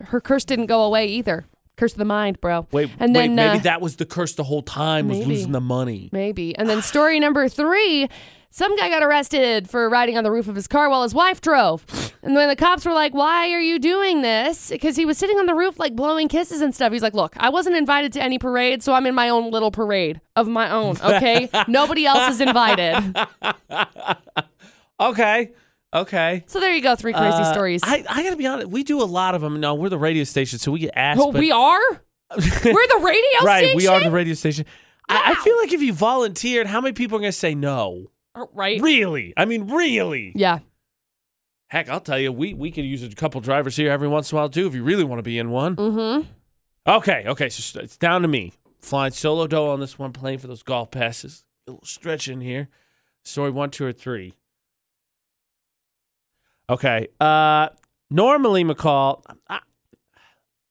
[SPEAKER 2] her curse didn't go away either. Curse of the mind, bro.
[SPEAKER 1] Wait,
[SPEAKER 2] and then
[SPEAKER 1] wait, maybe
[SPEAKER 2] uh,
[SPEAKER 1] that was the curse the whole time was
[SPEAKER 2] maybe.
[SPEAKER 1] losing the money.
[SPEAKER 2] Maybe. And then story number three some guy got arrested for riding on the roof of his car while his wife drove. And then the cops were like, Why are you doing this? Because he was sitting on the roof, like blowing kisses and stuff. He's like, Look, I wasn't invited to any parade, so I'm in my own little parade of my own, okay? Nobody else is invited.
[SPEAKER 1] Okay. Okay.
[SPEAKER 2] So there you go, three crazy
[SPEAKER 1] Uh,
[SPEAKER 2] stories.
[SPEAKER 1] I, I gotta be honest. We do a lot of them. No, we're the radio station, so we get asked.
[SPEAKER 2] oh,
[SPEAKER 1] but-
[SPEAKER 2] we are? We're the radio
[SPEAKER 1] right.
[SPEAKER 2] station?
[SPEAKER 1] We are the radio station. I, I feel like if you volunteered, how many people are gonna say no?
[SPEAKER 2] Oh, Right.
[SPEAKER 1] Really? I mean, really?
[SPEAKER 2] Yeah.
[SPEAKER 1] Heck, I'll tell you, we we could use a couple drivers here every once in a while too, if you really want to be in one.
[SPEAKER 2] Mm hmm.
[SPEAKER 1] Okay, okay. So it's down to me. Flying solo dough on this one, playing for those golf passes. A little stretch in here. Story one, two, or three. Okay. Uh normally McCall I,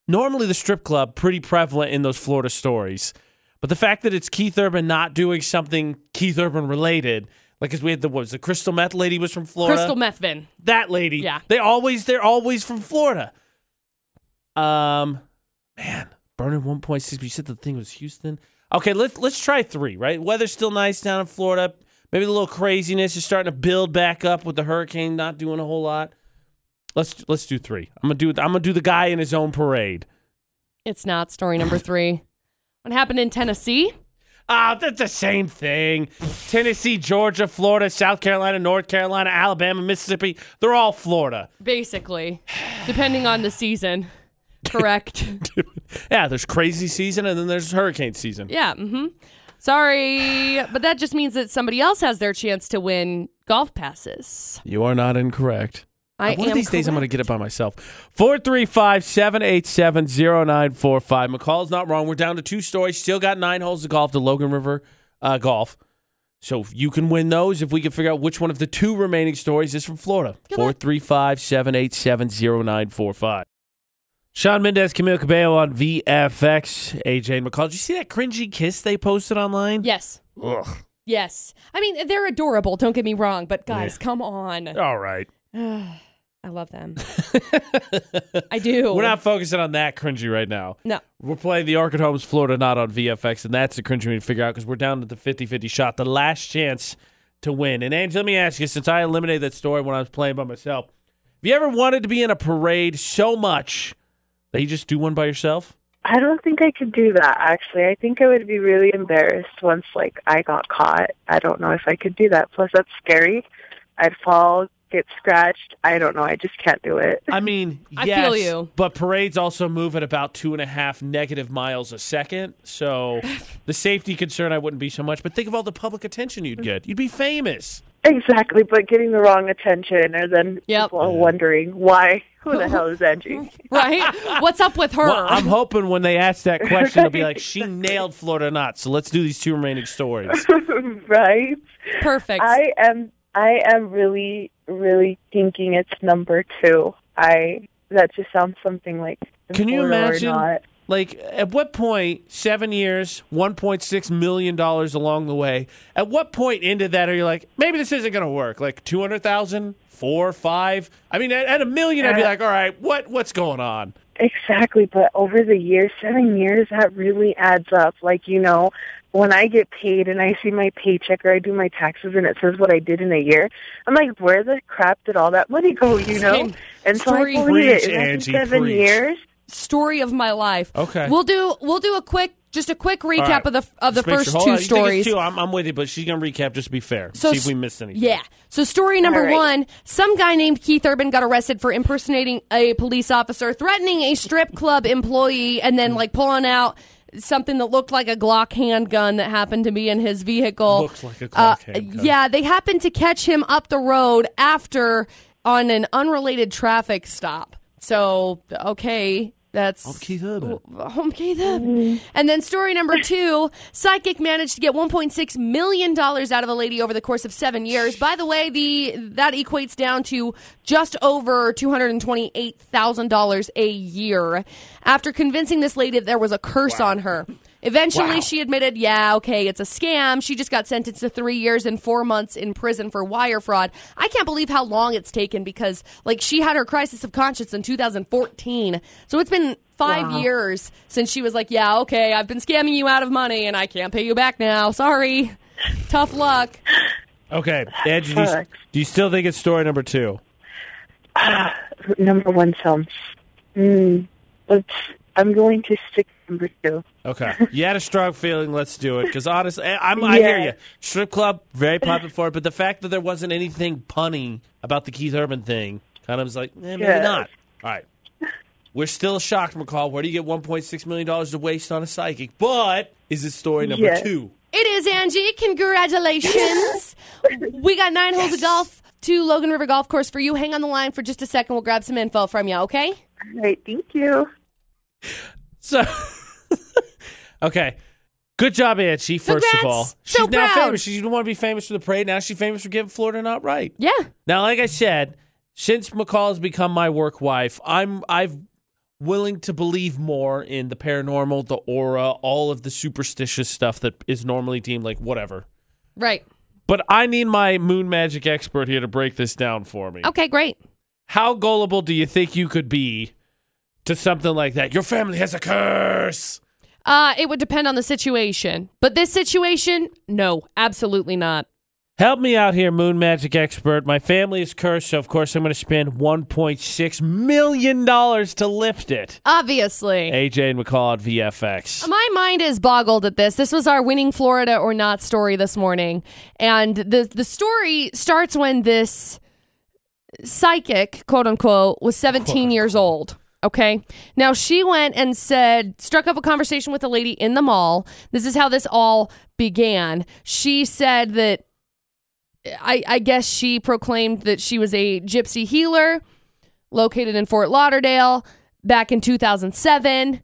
[SPEAKER 1] normally the strip club pretty prevalent in those Florida stories. But the fact that it's Keith Urban not doing something Keith Urban related, like because we had the what was the crystal meth lady was from Florida
[SPEAKER 2] Crystal Methvin.
[SPEAKER 1] that lady.
[SPEAKER 2] Yeah.
[SPEAKER 1] They always they're always from Florida. Um man, burning 1.6. But you said the thing was Houston. Okay, let's let's try three, right? Weather's still nice down in Florida. Maybe the little craziness is starting to build back up with the hurricane not doing a whole lot. Let's let's do three. I'm gonna do I'm gonna do the guy in his own parade.
[SPEAKER 2] It's not story number three. What happened in Tennessee?
[SPEAKER 1] Ah, that's the same thing. Tennessee, Georgia, Florida, South Carolina, North Carolina, Alabama, Mississippi. They're all Florida.
[SPEAKER 2] Basically, depending on the season. Correct.
[SPEAKER 1] yeah, there's crazy season and then there's hurricane season.
[SPEAKER 2] yeah. hmm Sorry, but that just means that somebody else has their chance to win golf passes.
[SPEAKER 1] You are not incorrect.
[SPEAKER 2] I
[SPEAKER 1] One
[SPEAKER 2] am
[SPEAKER 1] of these days, I'm going to
[SPEAKER 2] correct.
[SPEAKER 1] get it by myself. 435 787 0945. McCall's not wrong. We're down to two stories. Still got nine holes of golf to Logan River uh, Golf. So you can win those if we can figure out which one of the two remaining stories is from Florida.
[SPEAKER 2] Good luck.
[SPEAKER 1] 435 787 0945. Sean Mendez, Camille Cabello on VFX. AJ and McCall. Did you see that cringy kiss they posted online?
[SPEAKER 2] Yes.
[SPEAKER 1] Ugh.
[SPEAKER 2] Yes. I mean, they're adorable. Don't get me wrong, but guys, come on.
[SPEAKER 1] All right.
[SPEAKER 2] I love them. I do.
[SPEAKER 1] We're not focusing on that cringy right now.
[SPEAKER 2] No.
[SPEAKER 1] We're playing the Arc at Homes Florida Not on VFX, and that's the cringe we need to figure out because we're down to the 50 50 shot, the last chance to win. And Angie, let me ask you since I eliminated that story when I was playing by myself, have you ever wanted to be in a parade so much that you just do one by yourself?
[SPEAKER 4] I don't think I could do that actually. I think I would be really embarrassed once like I got caught. I don't know if I could do that. Plus that's scary. I'd fall, get scratched. I don't know. I just can't do it.
[SPEAKER 1] I mean,
[SPEAKER 2] I
[SPEAKER 1] yes,
[SPEAKER 2] feel you.
[SPEAKER 1] But parades also move at about two and a half negative miles a second. So the safety concern I wouldn't be so much. But think of all the public attention you'd get. You'd be famous.
[SPEAKER 4] Exactly, but getting the wrong attention and then
[SPEAKER 2] Yep.
[SPEAKER 4] people are wondering why who the hell is Angie?
[SPEAKER 2] right? What's up with her?
[SPEAKER 1] Well, I'm hoping when they ask that question, they'll be like, she nailed Florida or not. So let's do these two remaining stories.
[SPEAKER 4] right?
[SPEAKER 2] Perfect.
[SPEAKER 4] I am I am really, really thinking it's number two. I that just sounds something like
[SPEAKER 1] Can you
[SPEAKER 4] important or
[SPEAKER 1] imagine-
[SPEAKER 4] not.
[SPEAKER 1] Like, at what point, seven years, $1.6 million along the way, at what point into that are you like, maybe this isn't going to work? Like, 200,000, four, five? I mean, at, at a million, I'd be
[SPEAKER 4] Yeah.
[SPEAKER 1] like, all right, what what's going on?
[SPEAKER 4] Exactly, but over the years, seven years, that really adds up. Like, you know, when I get paid and I see my paycheck or I do my taxes and it says what I did in a year, I'm like, where the crap did all that money go, you know?
[SPEAKER 2] Same
[SPEAKER 4] And so I
[SPEAKER 2] story.
[SPEAKER 4] believe
[SPEAKER 1] Preach,
[SPEAKER 4] it. And that's
[SPEAKER 1] Angie,
[SPEAKER 4] in seven
[SPEAKER 1] preach.
[SPEAKER 4] years.
[SPEAKER 2] Story of my life.
[SPEAKER 1] Okay.
[SPEAKER 2] We'll do we'll do a quick just a quick recap
[SPEAKER 1] right.
[SPEAKER 2] of the of the
[SPEAKER 1] Just make
[SPEAKER 2] first
[SPEAKER 1] sure- hold
[SPEAKER 2] two
[SPEAKER 1] on, you think it's
[SPEAKER 2] stories.
[SPEAKER 1] two, I'm, I'm with you, but she's going to recap just to be fair.
[SPEAKER 2] So
[SPEAKER 1] see if
[SPEAKER 2] s-
[SPEAKER 1] we missed anything.
[SPEAKER 2] Yeah. So story number
[SPEAKER 4] All right.
[SPEAKER 2] one: some guy named Keith Urban got arrested for impersonating a police officer, threatening a strip club employee, and then like pulling out something that looked like a Glock handgun that happened to be in his vehicle. Uh,
[SPEAKER 1] Looked like a Glock handgun.
[SPEAKER 2] Yeah, they happened to catch him up the road after on an unrelated traffic stop. So okay, that's
[SPEAKER 1] Keith Urban.
[SPEAKER 2] home key them. And then story number two Psychic managed to get $1.6 million out of a lady over the course of seven years. By the way, the that equates down to just over $228,000 a year after convincing this lady that there was a curse on her. Eventually,
[SPEAKER 1] Wow.
[SPEAKER 2] she admitted, yeah, okay, it's a scam. She just got sentenced to three years and four months in prison for wire fraud. I can't believe how long it's taken because, like, she had her crisis of conscience in 2014. So it's been five years since she was like, yeah, okay, I've been scamming you out of money and I can't pay you back now. Sorry. Tough luck.
[SPEAKER 1] Okay. Ed, do you,
[SPEAKER 4] Fuck.
[SPEAKER 1] do you still think it's story number two?
[SPEAKER 4] Number one sounds. Mm, let's, I'm going to stick to number two.
[SPEAKER 1] Okay. You had a strong feeling. Let's do it. Because honestly, I, I'm, I hear
[SPEAKER 4] Yeah.
[SPEAKER 1] you. Strip club, very popular for it. But the fact that there wasn't anything punny about the Keith Urban thing kind of was like, eh, maybe
[SPEAKER 4] Yes.
[SPEAKER 1] not. All right. We're still shocked, McCall. Where do you get $1.6 million to waste on a psychic? But is it story number
[SPEAKER 4] Yes.
[SPEAKER 1] two?
[SPEAKER 2] It is Angie. Congratulations. we got nine holes of golf to Logan River Golf Course for you. Hang on the line for just a second. We'll grab some info from you, okay?
[SPEAKER 4] All right, thank you.
[SPEAKER 1] So, okay. Good job, Angie, first
[SPEAKER 2] Congrats.
[SPEAKER 1] of all. She's
[SPEAKER 2] So
[SPEAKER 1] now
[SPEAKER 2] proud.
[SPEAKER 1] famous. She didn't want to be famous for the parade. Now she's famous for getting Florida not right.
[SPEAKER 2] Yeah.
[SPEAKER 1] Now, like I said, since McCall has become my work wife, I'm I've willing to believe more in the paranormal, the aura, all of the superstitious stuff that is normally deemed like whatever.
[SPEAKER 2] Right.
[SPEAKER 1] But I need my moon magic expert here to break this down for me.
[SPEAKER 2] Okay, great.
[SPEAKER 1] How gullible do you think you could be to something like that? Your family has a curse.
[SPEAKER 2] Uh, it would depend on the situation. But this situation, no, absolutely not.
[SPEAKER 1] Help me out here, Moon Magic Expert. My family is cursed, so of course I'm going to spend $1.6 million to lift it.
[SPEAKER 2] Obviously.
[SPEAKER 1] AJ and McCall at VFX.
[SPEAKER 2] My mind is boggled at this. This was our winning Florida or not story this morning. And the the story starts when this psychic, quote unquote, was 17 years old. Okay. Now she went and said, struck up a conversation with a lady in the mall. This is how this all began. She said that I, I guess she proclaimed that she was a gypsy healer located in Fort Lauderdale back in 2007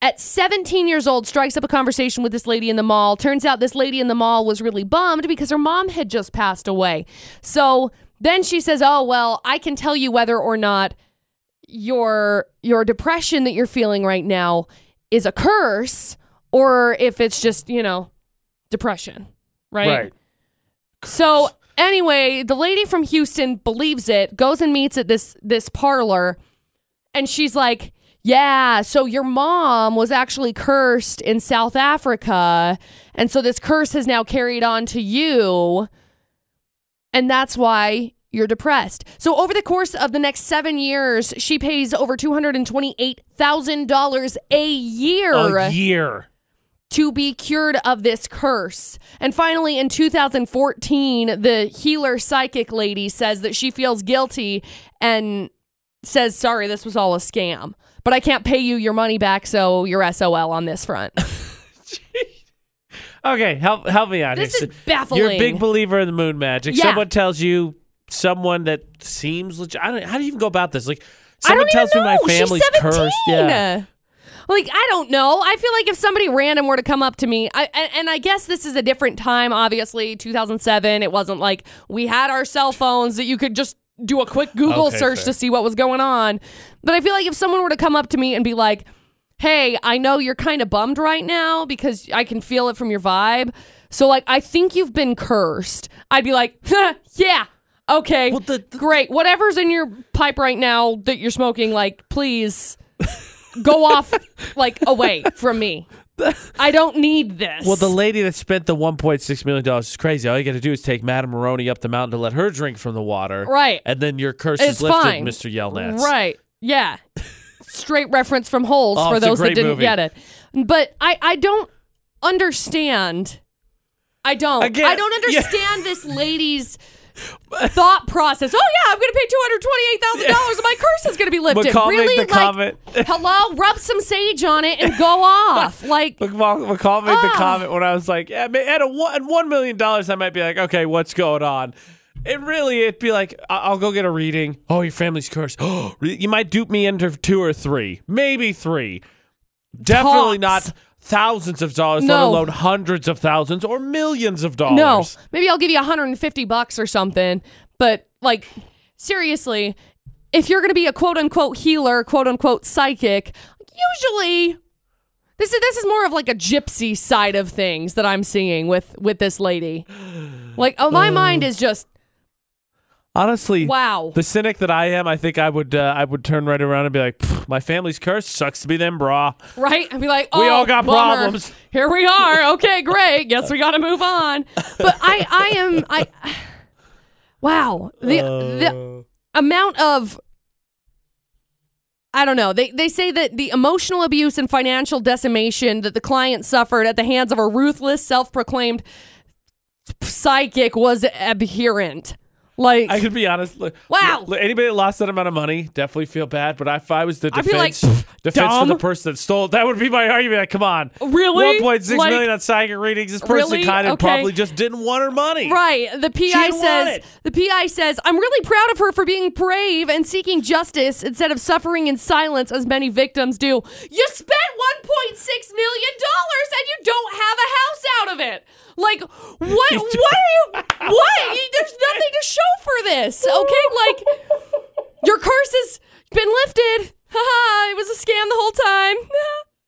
[SPEAKER 2] at 17 years old strikes up a conversation with this lady in the mall turns out this lady in the mall was really bummed because her mom had just passed away so then she says oh well i can tell you whether or not your your depression that you're feeling right now is a curse or if it's just you know depression right. So anyway, the lady from Houston believes it, goes and meets at this this parlor, and she's like, "Yeah, so your mom was actually cursed in South Africa, and so this curse has now carried on to you, and that's why." You're depressed. So, over the course of the next seven years, she pays over $228,000 a year
[SPEAKER 1] A year.
[SPEAKER 2] to be cured of this curse. And finally, in 2014, the healer psychic lady says that she feels guilty and says, Sorry, this was all a scam, but I can't pay you your money back, so you're SOL on this front.
[SPEAKER 1] Okay, help help me out
[SPEAKER 2] This
[SPEAKER 1] here.
[SPEAKER 2] is
[SPEAKER 1] So
[SPEAKER 2] baffling.
[SPEAKER 1] You're a big believer in the moon magic.
[SPEAKER 2] Yeah.
[SPEAKER 1] Someone tells you someone that seems legit. I don't. How do you even go about this? Like
[SPEAKER 2] I
[SPEAKER 1] someone
[SPEAKER 2] don't even
[SPEAKER 1] tells
[SPEAKER 2] know.
[SPEAKER 1] me my family's
[SPEAKER 2] She's 17.
[SPEAKER 1] cursed. Yeah.
[SPEAKER 2] Like I don't know. I feel like if somebody random were to come up to me, I and, and I guess this is a different time. Obviously, 2007. It wasn't like we had our cell phones that you could just do a quick Google
[SPEAKER 1] Okay,
[SPEAKER 2] search
[SPEAKER 1] fair.
[SPEAKER 2] to see what was going on. But I feel like if someone were to come up to me and be like, hey, I know you're kind of bummed right now because I can feel it from your vibe. So, like, I think you've been cursed. I'd be like, "Huh, yeah, okay,
[SPEAKER 1] Well, the- the-
[SPEAKER 2] great. Whatever's in your pipe right now that you're smoking, like, please go off, like, away from me. I don't need this.
[SPEAKER 1] Well, the lady that spent the $1.6 million is crazy. All you got to do is take Madame Maroney up the mountain to let her drink from the water.
[SPEAKER 2] Right.
[SPEAKER 1] And then your curse
[SPEAKER 2] It's
[SPEAKER 1] is lifted,
[SPEAKER 2] fine.
[SPEAKER 1] Mr. Yelnats.
[SPEAKER 2] Right. Yeah. Straight reference from Holes
[SPEAKER 1] Oh,
[SPEAKER 2] for
[SPEAKER 1] it's a
[SPEAKER 2] those that
[SPEAKER 1] great
[SPEAKER 2] didn't
[SPEAKER 1] movie.
[SPEAKER 2] get it. But I, I don't understand. I don't.
[SPEAKER 1] Again,
[SPEAKER 2] I don't
[SPEAKER 1] yeah.
[SPEAKER 2] understand this lady's thought process. Oh yeah, I'm going to pay two hundred twenty-eight thousand dollars, and my curse is going to be lifted.
[SPEAKER 1] McCall made
[SPEAKER 2] really?
[SPEAKER 1] the
[SPEAKER 2] like,
[SPEAKER 1] comment.
[SPEAKER 2] hello, rub some sage on it and go off. Like,
[SPEAKER 1] McCall, McCall made
[SPEAKER 2] Ah.
[SPEAKER 1] the comment when I was like, yeah, man, at, a one, at $1 million, I might be like, okay, what's going on? And really, it'd be like, I- I'll go get a reading. Oh, your family's cursed. Oh, you might dupe me into two or three, maybe three. Definitely
[SPEAKER 2] Tops.
[SPEAKER 1] not thousands of dollars, let
[SPEAKER 2] No.
[SPEAKER 1] alone hundreds of thousands or millions of dollars.
[SPEAKER 2] no, maybe I'll give you 150 bucks or something. But like, seriously, if you're going to be a quote unquote healer, quote unquote psychic, usually this is this is more of like a gypsy side of things that I'm seeing with with this lady. Like, oh, my mind is just
[SPEAKER 1] Honestly,
[SPEAKER 2] wow.
[SPEAKER 1] The cynic that I am, I think I would uh, I would turn right around and be like, "Pfft, "My family's cursed. Sucks to be them, brah."
[SPEAKER 2] right? I'd be like, oh,
[SPEAKER 1] We all got
[SPEAKER 2] bummer.
[SPEAKER 1] problems.
[SPEAKER 2] Here we are. Okay, great. Guess we got to move on. But I, I am, I. Wow, the the
[SPEAKER 1] Uh.
[SPEAKER 2] amount of. I don't know. They they say that the emotional abuse and financial decimation that the client suffered at the hands of a ruthless, self-proclaimed psychic was abhorrent. Like
[SPEAKER 1] I could be honest. Look,
[SPEAKER 2] Wow.
[SPEAKER 1] look, anybody that lost that amount of money definitely feel bad. But if I was the
[SPEAKER 2] I'd be like,
[SPEAKER 1] defense, defense for
[SPEAKER 2] dumb.
[SPEAKER 1] the person that stole, that would be my argument. Like, come on,
[SPEAKER 2] Really?
[SPEAKER 1] one point six million
[SPEAKER 2] Like-
[SPEAKER 1] on psychic readings. This person
[SPEAKER 2] Really?
[SPEAKER 1] kind of
[SPEAKER 2] Okay.
[SPEAKER 1] probably just didn't want her money.
[SPEAKER 2] Right. The PI
[SPEAKER 1] didn't want
[SPEAKER 2] says
[SPEAKER 1] it.
[SPEAKER 2] the PI says I'm really proud of her for being brave and seeking justice instead of suffering in silence as many victims do. You spent 1.6 million dollars and you don't have a house out of it. Like what? what are you? What? There's nothing to show for this. Okay, like your curse has been lifted. Haha, it was a scam the whole time.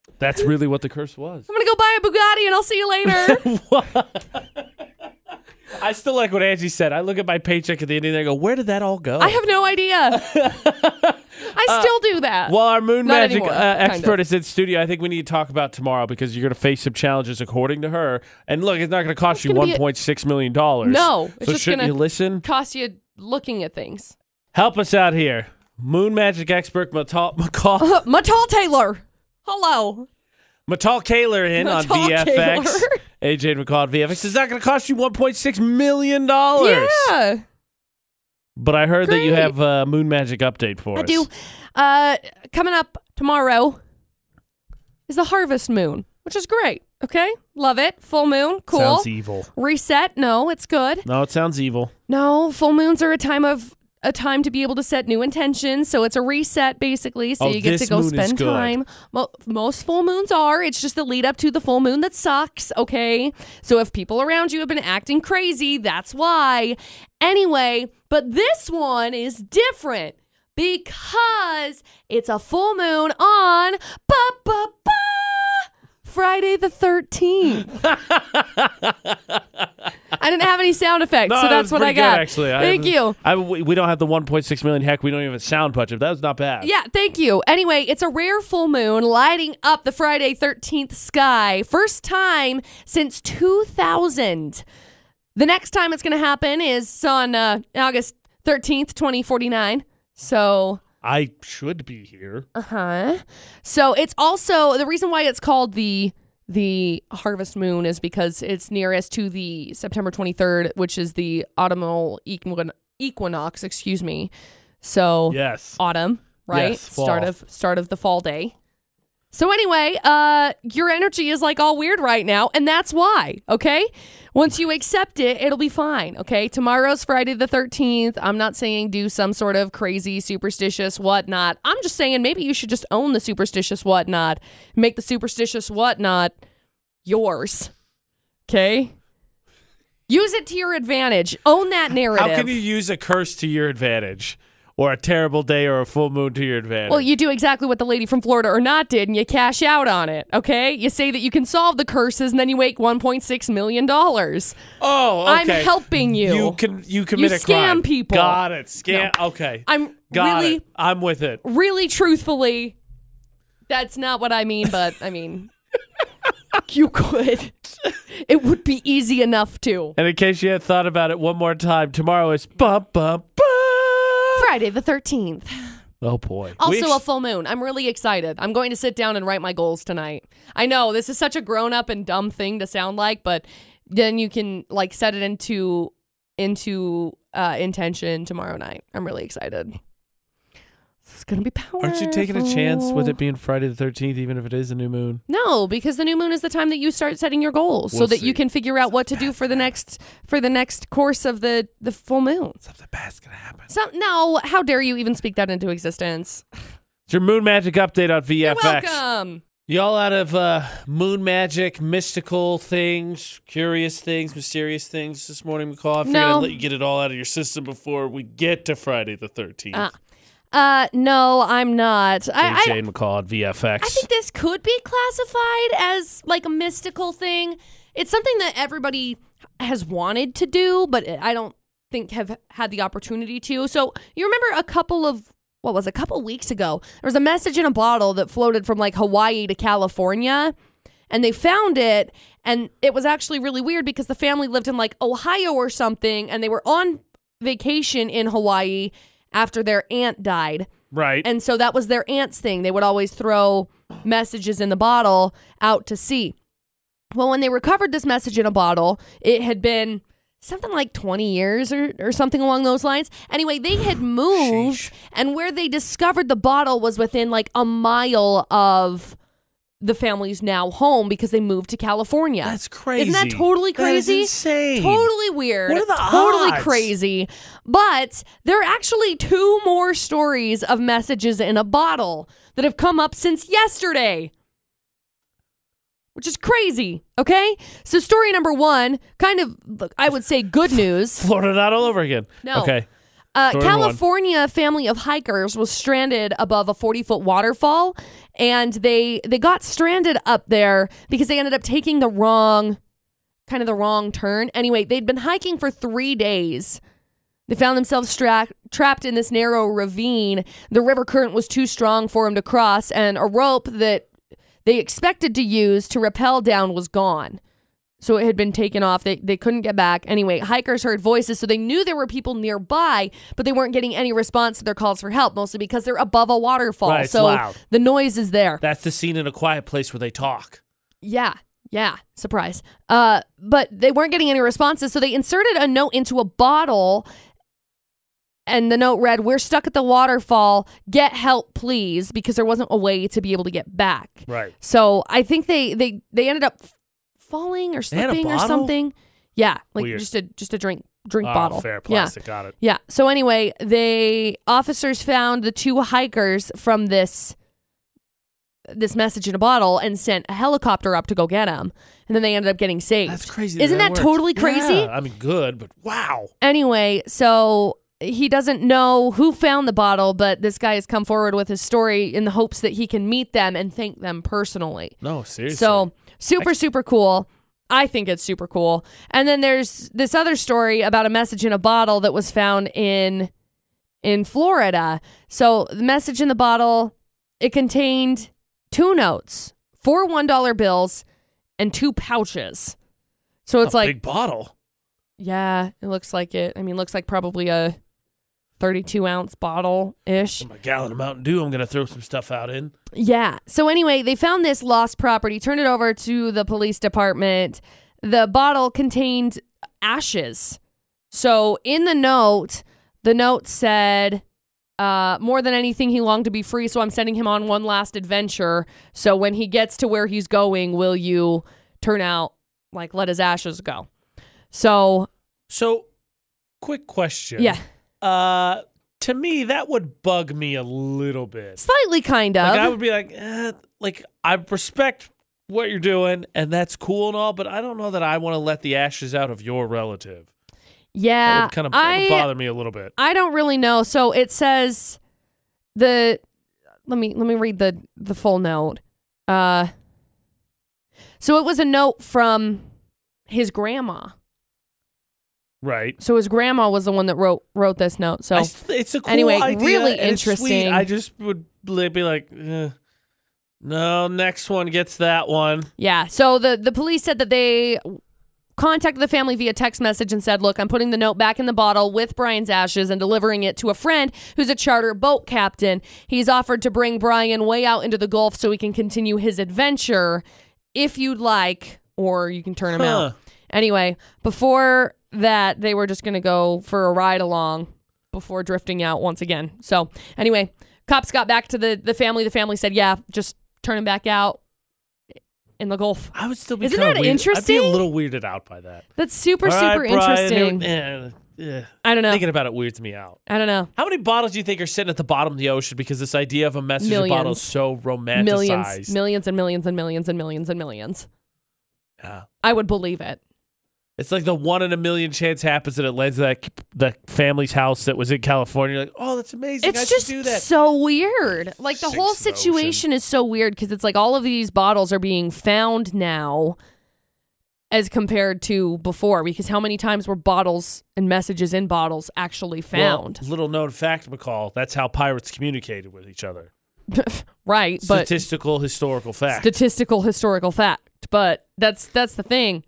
[SPEAKER 2] I'm
[SPEAKER 1] That's really what the curse was.
[SPEAKER 2] gonna go buy a Bugatti and I'll see you later.
[SPEAKER 1] I still like what Angie said. I look at my paycheck at the end and I go, "Where did that all go?"
[SPEAKER 2] I have no idea. I
[SPEAKER 1] Uh,
[SPEAKER 2] still do that.
[SPEAKER 1] Well, our moon
[SPEAKER 2] Not
[SPEAKER 1] magic
[SPEAKER 2] anymore,
[SPEAKER 1] uh,
[SPEAKER 2] kind
[SPEAKER 1] expert
[SPEAKER 2] of.
[SPEAKER 1] is in studio. I think we need to talk about tomorrow because you're going to face some challenges according to her. And look, it's not going to cost you
[SPEAKER 2] gonna be a-
[SPEAKER 1] one point six million dollars.
[SPEAKER 2] No, it's
[SPEAKER 1] so
[SPEAKER 2] just
[SPEAKER 1] shouldn't
[SPEAKER 2] gonna-
[SPEAKER 1] you listen?
[SPEAKER 2] cost you looking at things.
[SPEAKER 1] Help us out here, moon magic expert Matal McCall
[SPEAKER 2] Matal Taylor. Hello.
[SPEAKER 1] Matal Kaler in on
[SPEAKER 2] Matal
[SPEAKER 1] VFX.
[SPEAKER 2] Kaler.
[SPEAKER 1] AJ and McCall at VFX. It's not going to cost you one point six million dollars.
[SPEAKER 2] Yeah,
[SPEAKER 1] But I heard that you
[SPEAKER 2] Great.
[SPEAKER 1] have a moon magic update for
[SPEAKER 2] I
[SPEAKER 1] us.
[SPEAKER 2] do. Uh, coming up tomorrow is the harvest moon, which is great. Okay, love it. Full moon, cool.
[SPEAKER 1] Sounds e- evil.
[SPEAKER 2] Reset. No, it's good.
[SPEAKER 1] No, it sounds evil.
[SPEAKER 2] No, full moons are a time of a time to be able to set new intentions. So it's a reset basically. So
[SPEAKER 1] Oh,
[SPEAKER 2] you get to
[SPEAKER 1] this
[SPEAKER 2] go
[SPEAKER 1] moon is
[SPEAKER 2] spend
[SPEAKER 1] good.
[SPEAKER 2] time. Mo- most full moons are. It's just the lead up to the full moon that sucks. Okay. So if people around you have been acting crazy, that's why. Anyway, but this one is different because it's a full moon on ba ba ba Friday the 13th. I didn't have any sound effects,
[SPEAKER 1] No,
[SPEAKER 2] so
[SPEAKER 1] that
[SPEAKER 2] that's
[SPEAKER 1] was
[SPEAKER 2] what I
[SPEAKER 1] pretty good,
[SPEAKER 2] got.
[SPEAKER 1] actually, I-
[SPEAKER 2] Thank you.
[SPEAKER 1] I, we we don't have the 1.6 million. Heck, we don't even have a sound budget. That was not bad.
[SPEAKER 2] Yeah, thank you. Anyway, it's a rare full moon lighting up the Friday 13th sky. First time since 2000. The next time it's going to happen is on uh, August 13th, 2049. So,
[SPEAKER 1] I should be here.
[SPEAKER 2] uh-huh. So it's also the reason why it's called the the harvest moon is because it's nearest to the September 23rd, which is the autumnal equin- equinox, excuse me. So
[SPEAKER 1] Yes.
[SPEAKER 2] autumn, right?
[SPEAKER 1] Yes, fall.
[SPEAKER 2] Start of start of the fall day. So anyway, uh your energy is like all weird right now, and that's why, okay? Once you accept it, it'll be fine, okay? Tomorrow's Friday the 13th. I'm not saying do some sort of crazy superstitious whatnot. I'm just saying maybe you should just own the superstitious whatnot, make the superstitious whatnot yours, okay? Use it to your advantage. Own that narrative.
[SPEAKER 1] How can you use a curse to your advantage, or a terrible day, or a full moon to your advantage?
[SPEAKER 2] Well, you do exactly what the lady from Florida or not did, and you cash out on it. Okay, you say that you can solve the curses, and then you make 1.6 million dollars.
[SPEAKER 1] oh,
[SPEAKER 2] I'm
[SPEAKER 1] okay.
[SPEAKER 2] helping you.
[SPEAKER 1] You can you commit a
[SPEAKER 2] scam
[SPEAKER 1] crime.
[SPEAKER 2] people.
[SPEAKER 1] Got it. Scam. Okay.
[SPEAKER 2] I'm
[SPEAKER 1] Got
[SPEAKER 2] really,
[SPEAKER 1] it. I'm with it.
[SPEAKER 2] really, truthfully, that's not what I mean. But I mean, you could. It would be easy enough to.
[SPEAKER 1] And in case you had thought about it one more time, tomorrow is bum bum bum.
[SPEAKER 2] Friday the 13th.
[SPEAKER 1] Oh boy.
[SPEAKER 2] Also,
[SPEAKER 1] We ex-
[SPEAKER 2] a full moon. I'm really excited. I'm going to sit down and write my goals tonight. I know this is such a grown up and dumb thing to sound like, but then you can like set it into into uh, intention tomorrow night. I'm really excited. It's gonna be powerful.
[SPEAKER 1] Aren't you taking a chance with it being Friday the 13th, even if it is a new moon?
[SPEAKER 2] No, because the new moon is the time that you start setting your goals, so
[SPEAKER 1] We'll
[SPEAKER 2] that
[SPEAKER 1] see.
[SPEAKER 2] you can figure out what to do for the next for the next course of the the full moon.
[SPEAKER 1] Something bad's going to happen.
[SPEAKER 2] So no, how dare you even speak that into existence?
[SPEAKER 1] It's your Moon Magic update on VFX.
[SPEAKER 2] Welcome.
[SPEAKER 1] Y'all out of uh, Moon Magic, mystical things, curious things, mysterious things this morning, McCall? I figured
[SPEAKER 2] No.
[SPEAKER 1] I'd let you get it all out of your system before we get to Friday the 13th.
[SPEAKER 2] Ah. Uh, no, I'm not. I, I,
[SPEAKER 1] AJ McCall at VFX.
[SPEAKER 2] I think this could be classified as like a mystical thing. It's something that everybody has wanted to do, but I don't think have had the opportunity to. So you remember a couple of what was it, a couple weeks ago? There was a message in a bottle that floated from like Hawaii to California, and they found it, and it was actually really weird because the family lived in like Ohio or something, and they were on vacation in Hawaii after their aunt died.
[SPEAKER 1] right.
[SPEAKER 2] And so that was their aunt's thing. They would always throw messages in the bottle out to sea. Well, when they recovered this message in a bottle, it had been something like 20 years or, or something along those lines. Anyway, they had moved,
[SPEAKER 1] Sheesh.
[SPEAKER 2] and where they discovered the bottle was within like a mile of the family's now home because they moved to California.
[SPEAKER 1] That's crazy.
[SPEAKER 2] Isn't that totally
[SPEAKER 1] That is
[SPEAKER 2] crazy?
[SPEAKER 1] insane.
[SPEAKER 2] Totally weird.
[SPEAKER 1] What are the
[SPEAKER 2] totally
[SPEAKER 1] odds?
[SPEAKER 2] crazy. But there are actually two more stories of messages in a bottle that have come up since yesterday. Which is crazy, okay? So story number 1, kind of look, I would say good news.
[SPEAKER 1] Florida not all over again.
[SPEAKER 2] No.
[SPEAKER 1] Okay.
[SPEAKER 2] Uh,
[SPEAKER 1] Story number one.
[SPEAKER 2] California family of hikers was stranded above a 40 foot waterfall, and they they got stranded up there because they ended up taking the wrong kind of the wrong turn. Anyway, they'd been hiking for three days. They found themselves stra- trapped in this narrow ravine. The river current was too strong for them to cross, and a rope that they expected to use to rappel down was gone. So it had been taken off. They, they couldn't get back. Anyway, hikers heard voices, so they knew there were people nearby, but they weren't getting any response to their calls for help, mostly because they're above a waterfall.
[SPEAKER 1] Right, it's
[SPEAKER 2] so
[SPEAKER 1] loud.
[SPEAKER 2] the noise is there.
[SPEAKER 1] That's the scene in a quiet place where they talk.
[SPEAKER 2] Yeah. Yeah. Surprise. Uh, but they weren't getting any responses. So they inserted a note into a bottle. And the note read, We're stuck at the waterfall. Get help, please, because there wasn't a way to be able to get back.
[SPEAKER 1] Right.
[SPEAKER 2] So I think they they, they ended up f- falling or
[SPEAKER 1] They had a
[SPEAKER 2] slipping or
[SPEAKER 1] bottle?
[SPEAKER 2] something. Yeah. Like
[SPEAKER 1] Weird.
[SPEAKER 2] just a just a drink drink bottle.
[SPEAKER 1] Ah, Fair
[SPEAKER 2] Yeah.
[SPEAKER 1] plastic. Got it.
[SPEAKER 2] Yeah. So anyway, they officers found the two hikers from this this message in a bottle and sent a helicopter up to go get them, and then they ended up getting saved.
[SPEAKER 1] That's crazy.
[SPEAKER 2] Isn't that,
[SPEAKER 1] worked.
[SPEAKER 2] totally crazy?
[SPEAKER 1] Yeah, I mean, good, but wow.
[SPEAKER 2] Anyway, so he doesn't know who found the bottle, but this guy has come forward with his story in the hopes that he can meet them and thank them personally.
[SPEAKER 1] No, seriously.
[SPEAKER 2] So super, super cool. I think it's super cool. And then there's this other story about a message in a bottle that was found in in Florida. So the message in the bottle, it contained two notes, four one dollar bills, and two pouches. So it's
[SPEAKER 1] a
[SPEAKER 2] like
[SPEAKER 1] big bottle.
[SPEAKER 2] yeah, it looks like it. I mean, looks like probably a thirty two ounce bottle ish.
[SPEAKER 1] My gallon of Mountain Dew. I'm gonna throw some stuff out in.
[SPEAKER 2] Yeah. So anyway, they found this lost property, turned it over to the police department. The bottle contained ashes. So in the note, the note said, uh, more than anything, he longed to be free, so I'm sending him on one last adventure. So when he gets to where he's going, will you turn out, like, let his ashes go? So,
[SPEAKER 1] So, quick question.
[SPEAKER 2] yeah,
[SPEAKER 1] Uh, to me, that would bug me a little bit.
[SPEAKER 2] slightly kind of.
[SPEAKER 1] Like I would be like, eh, like I respect what you're doing, and that's cool and all, but I don't know that I want to let the ashes out of your relative. That
[SPEAKER 2] Yeah,
[SPEAKER 1] would kind of
[SPEAKER 2] I
[SPEAKER 1] bother me a little bit.
[SPEAKER 2] I don't really know. So it says the let me let me read the the full note. Uh So it was a note from his grandma.
[SPEAKER 1] Right.
[SPEAKER 2] So his grandma was the one that wrote wrote this note. So
[SPEAKER 1] I s- it's a cool
[SPEAKER 2] Anyway,
[SPEAKER 1] idea
[SPEAKER 2] really
[SPEAKER 1] and it's sweet.
[SPEAKER 2] interesting.
[SPEAKER 1] I just would li- be like, eh, no, next one gets that one.
[SPEAKER 2] Yeah. So the the police said that they contacted the family via text message and said, "Look, I'm putting the note back in the bottle with Brian's ashes and delivering it to a friend who's a charter boat captain. He's offered to bring Brian way out into the Gulf so he can continue his adventure if you'd like or you can turn him out."
[SPEAKER 1] Huh.
[SPEAKER 2] Anyway, before that, they were just going to go for a ride along before drifting out once again. So, anyway, cops got back to the the family. The family said, "Yeah, just turn him back out in the Gulf."
[SPEAKER 1] I would still be
[SPEAKER 2] Isn't
[SPEAKER 1] kinda
[SPEAKER 2] that
[SPEAKER 1] weird- I'd be
[SPEAKER 2] interesting?
[SPEAKER 1] a little weirded out by that.
[SPEAKER 2] That's super,
[SPEAKER 1] All right,
[SPEAKER 2] super
[SPEAKER 1] Brian,
[SPEAKER 2] interesting.
[SPEAKER 1] it- eh, eh,
[SPEAKER 2] I don't know.
[SPEAKER 1] Thinking about it weirds me out.
[SPEAKER 2] I don't know.
[SPEAKER 1] How many bottles do you think are sitting at the bottom of the ocean because this idea of a messenger bottle is so
[SPEAKER 2] Millions.
[SPEAKER 1] romanticized?
[SPEAKER 2] Millions, millions and millions and millions and millions and millions.
[SPEAKER 1] Yeah.
[SPEAKER 2] I would believe it.
[SPEAKER 1] It's like the one in a million chance happens that it lands at that the family's house that was in California. You're like, oh, that's amazing. I
[SPEAKER 2] it's
[SPEAKER 1] should
[SPEAKER 2] just
[SPEAKER 1] do that.
[SPEAKER 2] so weird. Like the
[SPEAKER 1] Sinks in
[SPEAKER 2] whole
[SPEAKER 1] the ocean.
[SPEAKER 2] situation is so weird because it's like all of these bottles are being found now as compared to before because how many times were bottles and messages in bottles actually
[SPEAKER 1] Well,
[SPEAKER 2] found?
[SPEAKER 1] little known fact, McCall. That's how pirates communicated with each other.
[SPEAKER 2] right, but
[SPEAKER 1] Statistical, historical fact.
[SPEAKER 2] statistical historical fact. But that's that's the thing.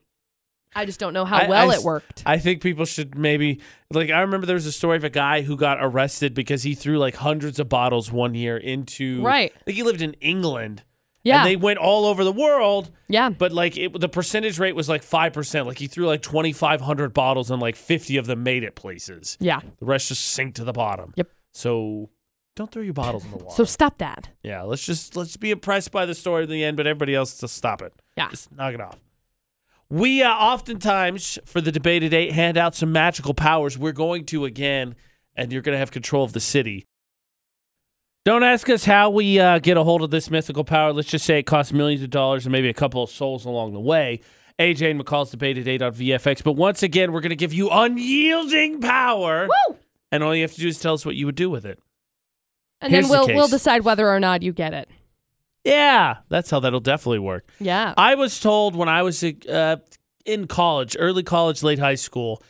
[SPEAKER 2] I just don't know how
[SPEAKER 1] I-
[SPEAKER 2] well
[SPEAKER 1] I
[SPEAKER 2] it
[SPEAKER 1] s-
[SPEAKER 2] worked.
[SPEAKER 1] I think people should maybe like. I remember there was a story of a guy who got arrested because he threw like hundreds of bottles one year into.
[SPEAKER 2] Right.
[SPEAKER 1] Like he lived in England.
[SPEAKER 2] yeah.
[SPEAKER 1] And they went all over the world,
[SPEAKER 2] yeah.
[SPEAKER 1] but like it, the percentage rate was like five percent. Like he threw like twenty five hundred bottles, and like fifty of them made it places.
[SPEAKER 2] Yeah.
[SPEAKER 1] The rest just sink to the bottom.
[SPEAKER 2] Yep.
[SPEAKER 1] So don't throw your bottles in the water.
[SPEAKER 2] So stop that.
[SPEAKER 1] Yeah, let's just let's be impressed by the story in the end, but everybody else just stop it.
[SPEAKER 2] Yeah.
[SPEAKER 1] just knock it off. We uh, oftentimes for the debate today hand out some magical powers. We're going to again, and you're going to have control of the city. Don't ask us how we uh, get a hold of this mythical power. Let's just say it costs millions of dollars and maybe a couple of souls along the way. AJ and McCall's debate today on VFX. But once again, we're going to give you unyielding power,
[SPEAKER 2] Woo!
[SPEAKER 1] and all you have to do is tell us what you would do with it.
[SPEAKER 2] And
[SPEAKER 1] Here's
[SPEAKER 2] then
[SPEAKER 1] the
[SPEAKER 2] we'll we'll
[SPEAKER 1] case.
[SPEAKER 2] decide whether or not you get it.
[SPEAKER 1] Yeah, that's how that'll definitely work.
[SPEAKER 2] Yeah.
[SPEAKER 1] I was told when I was uh, in college, early college, late high school,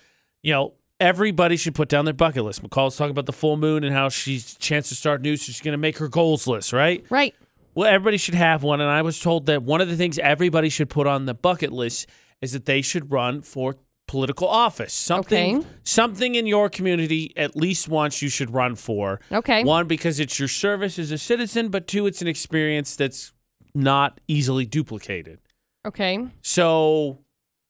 [SPEAKER 1] you know, everybody should put down their bucket list. McCall's talking about the full moon and how she's chance to start new, so she's going to make her goals list, right?
[SPEAKER 2] right.
[SPEAKER 1] Well, everybody should have one. And I was told that one of the things everybody should put on the bucket list is that they should run for political office. Something,
[SPEAKER 2] Okay.
[SPEAKER 1] something in your community, at least once, you should run for.
[SPEAKER 2] Okay.
[SPEAKER 1] One, because it's your service as a citizen, but two, it's an experience that's not easily duplicated.
[SPEAKER 2] Okay.
[SPEAKER 1] So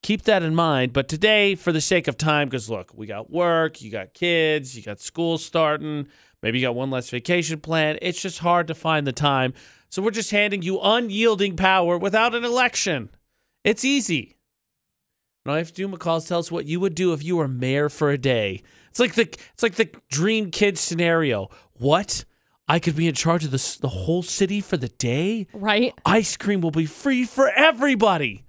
[SPEAKER 1] keep that in mind. But today, for the sake of time, because look, we got work, you got kids, you got school starting, maybe you got one less vacation plan. It's just hard to find the time. So we're just handing you unyielding power without an election. It's easy. And all you have to do, McCall, is tell us what you would do if you were mayor for a day. It's like the it's like the dream kid scenario. What? I could be in charge of this, the whole city for the day.
[SPEAKER 2] Right.
[SPEAKER 1] Ice cream will be free for everybody.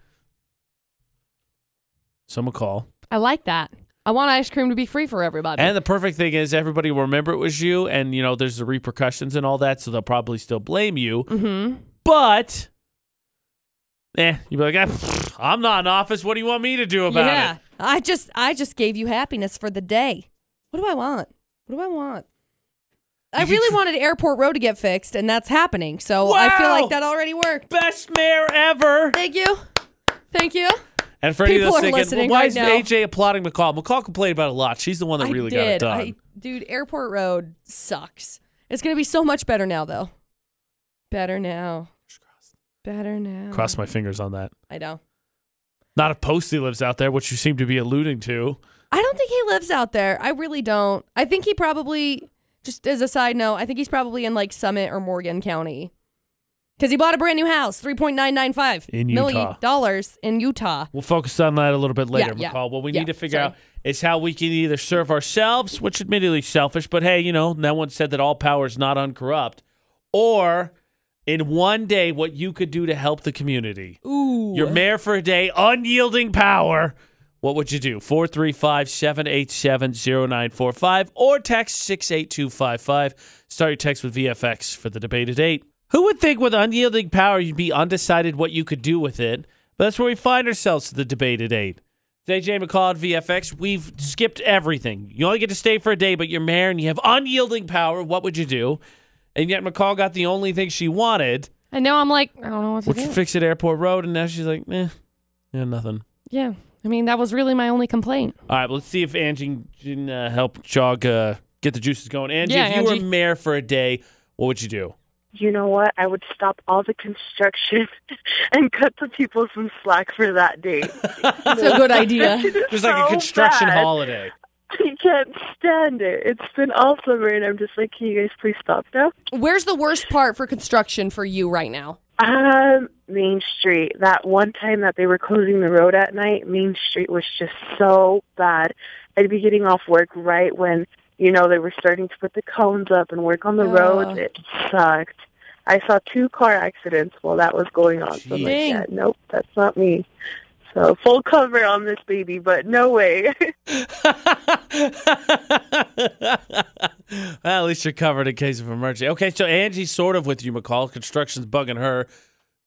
[SPEAKER 1] So McCall.
[SPEAKER 2] I like that. I want ice cream to be free for everybody.
[SPEAKER 1] And the perfect thing is everybody will remember it was you and you know there's the repercussions and all that, so they'll probably still blame you.
[SPEAKER 2] mm-hmm.
[SPEAKER 1] But eh, you'll be like, "Ah, pfft, I'm not in office. What do you want me to do about
[SPEAKER 2] yeah.
[SPEAKER 1] it?
[SPEAKER 2] I just I just gave you happiness for the day. What do I want? What do I want? I
[SPEAKER 1] You could
[SPEAKER 2] really
[SPEAKER 1] tr-
[SPEAKER 2] wanted Airport Road to get fixed, and that's happening. So I feel
[SPEAKER 1] Wow!
[SPEAKER 2] like that already worked.
[SPEAKER 1] Best mayor ever.
[SPEAKER 2] Thank you. Thank you.
[SPEAKER 1] And for any of
[SPEAKER 2] People
[SPEAKER 1] those
[SPEAKER 2] are
[SPEAKER 1] thinking, well,
[SPEAKER 2] listening
[SPEAKER 1] why
[SPEAKER 2] right
[SPEAKER 1] is
[SPEAKER 2] now.
[SPEAKER 1] AJ applauding McCall? McCall complained about it a lot. She's the one Oh, that really
[SPEAKER 2] I
[SPEAKER 1] got it
[SPEAKER 2] did.
[SPEAKER 1] done.
[SPEAKER 2] I, dude, Airport Road sucks. It's gonna be so much better now, though. Better now. Better now.
[SPEAKER 1] Cross my fingers on that.
[SPEAKER 2] I know.
[SPEAKER 1] Not if Posty lives out there, which you seem to be alluding to.
[SPEAKER 2] I don't think he lives out there. I really don't. I think he probably, just as a side note, I think he's probably in like Summit or Morgan County. Because he bought a brand new house, three point nine nine five
[SPEAKER 1] In Utah.
[SPEAKER 2] million dollars in Utah.
[SPEAKER 1] We'll focus on that a little bit later,
[SPEAKER 2] yeah.
[SPEAKER 1] McCall. What we
[SPEAKER 2] Yeah,
[SPEAKER 1] need to figure
[SPEAKER 2] sorry.
[SPEAKER 1] out is how we can either serve ourselves, which admittedly is selfish, but hey, you know, no one said that all power is not uncorrupt, or in one day what you could do to help the community.
[SPEAKER 2] Ooh.
[SPEAKER 1] You're mayor for a day, unyielding power. What would you do? 435 787 0945 or text 68255. Start your text with VFX for the debate at 8. Who would think with unyielding power you'd be undecided what you could do with it? But that's where we find ourselves to the debate at 8. It's AJ McCall at VFX. We've skipped everything. You only get to stay for a day, but you're mayor and you have unyielding power. What would you do? And yet McCall got the only thing she wanted,
[SPEAKER 2] And now I'm like, I don't know what to
[SPEAKER 1] which
[SPEAKER 2] do.
[SPEAKER 1] fix at Airport Road, and now she's like, eh, yeah, nothing.
[SPEAKER 2] yeah. I mean, that was really my only complaint.
[SPEAKER 1] All right, well, let's see if Angie can uh, help jog uh, get the juices going. Angie,
[SPEAKER 2] Yeah,
[SPEAKER 1] if you
[SPEAKER 2] Angie.
[SPEAKER 1] were mayor for a day, what would you do?
[SPEAKER 4] You know what? I would stop all the construction and cut the people some slack for that day.
[SPEAKER 2] That's a good idea.
[SPEAKER 1] Just like a construction
[SPEAKER 4] bad.
[SPEAKER 1] holiday.
[SPEAKER 4] I can't stand it. It's been all summer, and I'm just like, can you guys please stop now?
[SPEAKER 2] Where's the worst part for construction for you right now?
[SPEAKER 4] Um, Main Street. That one time that they were closing the road at night, Main Street was just so bad. I'd be getting off work right when, you know, they were starting to put the cones up and work on the
[SPEAKER 2] Ugh.
[SPEAKER 4] roads. It sucked. I saw two car accidents while that was going on. So I'm like,
[SPEAKER 2] Dang.
[SPEAKER 4] yeah, nope, that's not me. So full cover on this baby, but no way.
[SPEAKER 1] well, at least you're covered in case of emergency. Okay, so Angie's sort of with you, McCall. Construction's bugging her.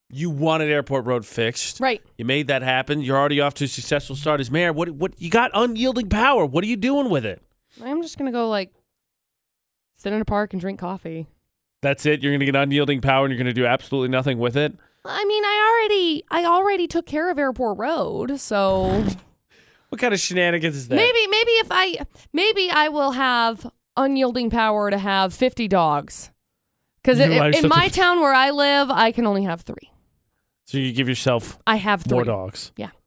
[SPEAKER 1] You wanted Airport Road fixed.
[SPEAKER 2] Right.
[SPEAKER 1] You made that happen. You're already off to a successful start as mayor. What? What? You got unyielding power. What are you doing with it?
[SPEAKER 2] I'm just gonna go like sit in a park and drink coffee.
[SPEAKER 1] That's it. You're going to get unyielding power, and you're going to do absolutely nothing with it.
[SPEAKER 2] I mean, I already I already took care of Airport Road, so
[SPEAKER 1] What kind of shenanigans is that?
[SPEAKER 2] maybe maybe if I maybe I will have unyielding power to have 50 dogs. Because
[SPEAKER 1] Your life's
[SPEAKER 2] in
[SPEAKER 1] such a-
[SPEAKER 2] my town where I live, I can only have three.
[SPEAKER 1] So you give yourself
[SPEAKER 2] I have three.
[SPEAKER 1] more dogs.
[SPEAKER 2] Yeah.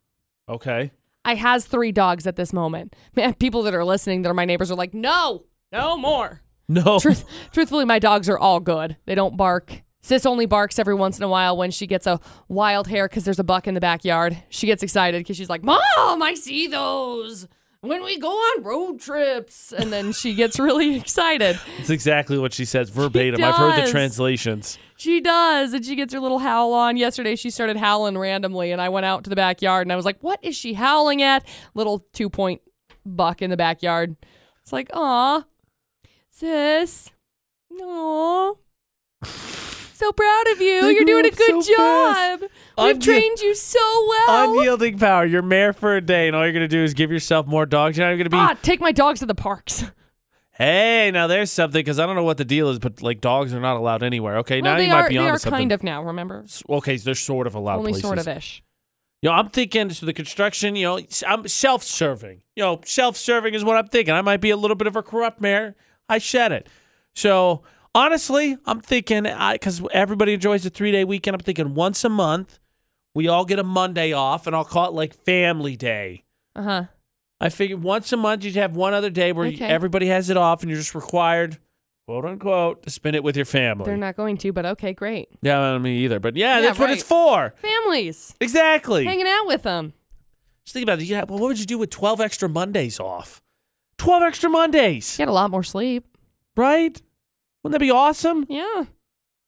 [SPEAKER 1] Okay.
[SPEAKER 2] I has three dogs at this moment. Man, people that are listening that are my neighbors are like, no, no more.
[SPEAKER 1] No.
[SPEAKER 2] Truth, truthfully, my dogs are all good. They don't bark. Sis only barks every once in a while when she gets a wild hair because there's a buck in the backyard. She gets excited because she's like, Mom, I see those when we go on road trips. And then she gets really excited.
[SPEAKER 1] That's exactly what she says verbatim. I've heard the
[SPEAKER 2] does.
[SPEAKER 1] translations.
[SPEAKER 2] She does. And she gets her little howl on. Yesterday, she started howling randomly. And I went out to the backyard and I was like, What is she howling at? Little two point buck in the backyard. It's like, Aw, sis. Aw. So proud of you.
[SPEAKER 1] They
[SPEAKER 2] You're
[SPEAKER 1] grew
[SPEAKER 2] doing a
[SPEAKER 1] up
[SPEAKER 2] good
[SPEAKER 1] so fast.
[SPEAKER 2] job. We've
[SPEAKER 1] Unyie-
[SPEAKER 2] trained you so well.
[SPEAKER 1] Unyielding power. You're mayor for a day, and all you're going to do is give yourself more dogs. You're not going to be,
[SPEAKER 2] Ah, take my dogs to the parks.
[SPEAKER 1] hey, now there's something, because I don't know what the deal is, but like dogs are not allowed anywhere. Okay.
[SPEAKER 2] well,
[SPEAKER 1] now
[SPEAKER 2] they
[SPEAKER 1] you
[SPEAKER 2] are,
[SPEAKER 1] might be
[SPEAKER 2] they
[SPEAKER 1] onto
[SPEAKER 2] are
[SPEAKER 1] something.
[SPEAKER 2] kind of now, remember?
[SPEAKER 1] S- Okay, so they're sort of allowed
[SPEAKER 2] Only
[SPEAKER 1] places.
[SPEAKER 2] sort of ish.
[SPEAKER 1] You know, I'm thinking so the construction, you know, s- I'm self serving. You know, self serving is what I'm thinking. I might be a little bit of a corrupt mayor. I shed it. So honestly, I'm thinking, because everybody enjoys a three day weekend, I'm thinking once a month, we all get a Monday off, and I'll call it like family day.
[SPEAKER 2] Uh huh.
[SPEAKER 1] I figure once a month, you'd have one other day where you-
[SPEAKER 2] Okay.
[SPEAKER 1] everybody has it off, and you're just required, quote unquote, to spend it with your family.
[SPEAKER 2] They're not going to, but okay, great.
[SPEAKER 1] yeah, I don't mean either. But yeah,
[SPEAKER 2] Yeah,
[SPEAKER 1] that's what it's for.
[SPEAKER 2] Families,
[SPEAKER 1] Exactly.
[SPEAKER 2] hanging out with them.
[SPEAKER 1] Just think about it. Yeah, well, what would you do with 12 extra Mondays off? 12 extra Mondays,
[SPEAKER 2] Get a lot more sleep.
[SPEAKER 1] right? Wouldn't that be awesome?
[SPEAKER 2] Yeah,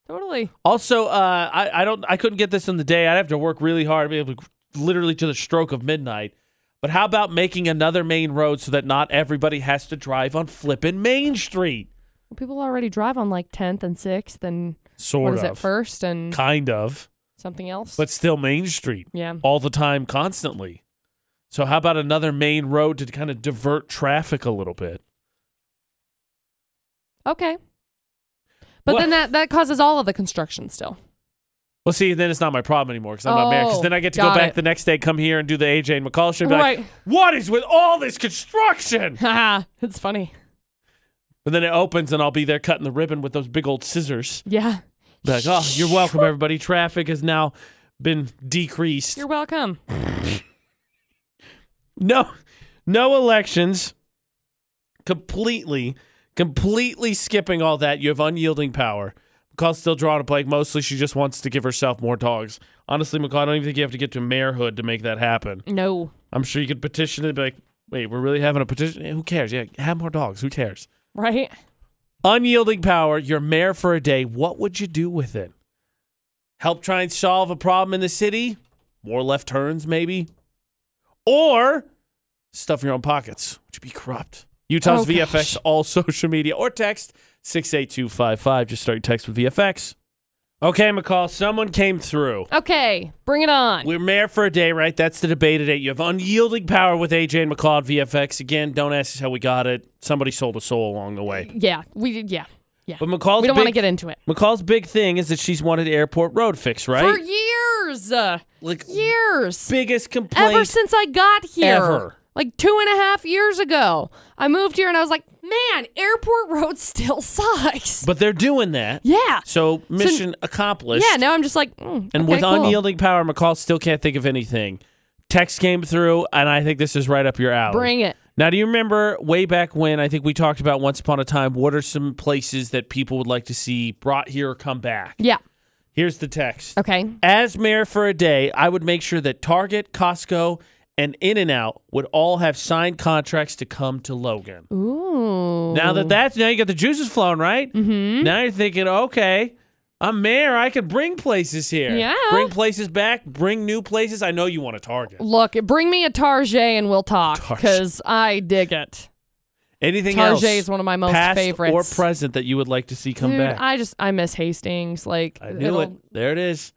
[SPEAKER 2] totally.
[SPEAKER 1] Also, uh, I, I don't I couldn't get this in the day. I'd have to work really hard, be able to, literally to the stroke of midnight. But how about making another main road so that not everybody has to drive on flippin' Main Street?
[SPEAKER 2] Well, people already drive on like 10th and 6th and
[SPEAKER 1] Sort
[SPEAKER 2] what is
[SPEAKER 1] of.
[SPEAKER 2] it, first and
[SPEAKER 1] Kind of.
[SPEAKER 2] something else.
[SPEAKER 1] But still Main Street.
[SPEAKER 2] yeah,
[SPEAKER 1] all the time, constantly. So, how about another main road to kind of divert traffic a little bit?
[SPEAKER 2] okay. But
[SPEAKER 1] What-
[SPEAKER 2] then that that causes all of the construction still.
[SPEAKER 1] Well, see, then it's not my problem anymore because I'm not married. Because
[SPEAKER 2] Oh,
[SPEAKER 1] then I get to go
[SPEAKER 2] got
[SPEAKER 1] back
[SPEAKER 2] it.
[SPEAKER 1] the next day, come here and do the AJ and McCall show. and Be
[SPEAKER 2] Right.
[SPEAKER 1] Like, what is with all this construction?
[SPEAKER 2] Haha, it's funny.
[SPEAKER 1] But then it opens and I'll be there cutting the ribbon with those big old scissors.
[SPEAKER 2] Yeah,
[SPEAKER 1] Be like, oh, you're welcome, everybody. Traffic has now been decreased.
[SPEAKER 2] you're welcome.
[SPEAKER 1] No, no elections. Completely, completely skipping all that. You have unyielding power. McCall's still drawing a blank. Mostly, she just wants to give herself more dogs. Honestly, McCall, I don't even think you have to get to mayorhood to make that happen.
[SPEAKER 2] No,
[SPEAKER 1] I'm sure you could petition it. and Be like, wait, we're really having a petition? Who cares? Yeah, have more dogs. Who cares?
[SPEAKER 2] right?
[SPEAKER 1] Unyielding power. You're mayor for a day. What would you do with it? help try and solve a problem in the city, more left turns maybe, or stuff in your own pockets, which would be corrupt. Utah's
[SPEAKER 2] Oh,
[SPEAKER 1] VFX
[SPEAKER 2] gosh.
[SPEAKER 1] all social media or text 68255. Just start your text with VFX. Okay, McCall, someone came through.
[SPEAKER 2] Okay, bring it on.
[SPEAKER 1] We're mayor for a day, right? That's the debate today. You have unyielding power with AJ and McCall at VFX. Again, don't ask us how we got it. Somebody sold a soul along the way.
[SPEAKER 2] yeah, we did. Yeah, yeah.
[SPEAKER 1] But McCall's
[SPEAKER 2] we don't
[SPEAKER 1] big,
[SPEAKER 2] want to get into it.
[SPEAKER 1] McCall's big thing is that she's wanted Airport Road fixed, right?
[SPEAKER 2] For years, uh,
[SPEAKER 1] like
[SPEAKER 2] years,
[SPEAKER 1] biggest complaint.
[SPEAKER 2] ever since I got here,
[SPEAKER 1] ever.
[SPEAKER 2] like two and a half years ago, I moved here and I was like, man, Airport Road still sucks.
[SPEAKER 1] but they're doing that.
[SPEAKER 2] yeah,
[SPEAKER 1] So mission accomplished.
[SPEAKER 2] yeah. Now I'm just like, mm,
[SPEAKER 1] and
[SPEAKER 2] okay,
[SPEAKER 1] with
[SPEAKER 2] cool.
[SPEAKER 1] unyielding power, McCall still can't think of anything. Text came through, and I think this is right up your alley.
[SPEAKER 2] bring it.
[SPEAKER 1] Now, do you remember way back when I think we talked about once upon a time? What are some places that people would like to see brought here or come back?
[SPEAKER 2] Yeah.
[SPEAKER 1] Here's the text.
[SPEAKER 2] Okay.
[SPEAKER 1] As mayor for a day, I would make sure that Target, Costco, and In N Out would all have signed contracts to come to Logan.
[SPEAKER 2] Ooh.
[SPEAKER 1] Now that that's now you got the juices flowing, right? Mm-hmm. Now you're thinking, okay, I'm mayor, I could bring places here.
[SPEAKER 2] Yeah.
[SPEAKER 1] Bring places back, bring new places. I know you want a Target.
[SPEAKER 2] Look, bring me a Target and we'll talk
[SPEAKER 1] Target.
[SPEAKER 2] because I dig it.
[SPEAKER 1] Anything else?
[SPEAKER 2] Target is one of my most
[SPEAKER 1] past
[SPEAKER 2] favorites.
[SPEAKER 1] or present that you would like to see come
[SPEAKER 2] Dude,
[SPEAKER 1] back?
[SPEAKER 2] I just I miss Hastings. Like
[SPEAKER 1] I knew it.
[SPEAKER 2] it'll-
[SPEAKER 1] There it is.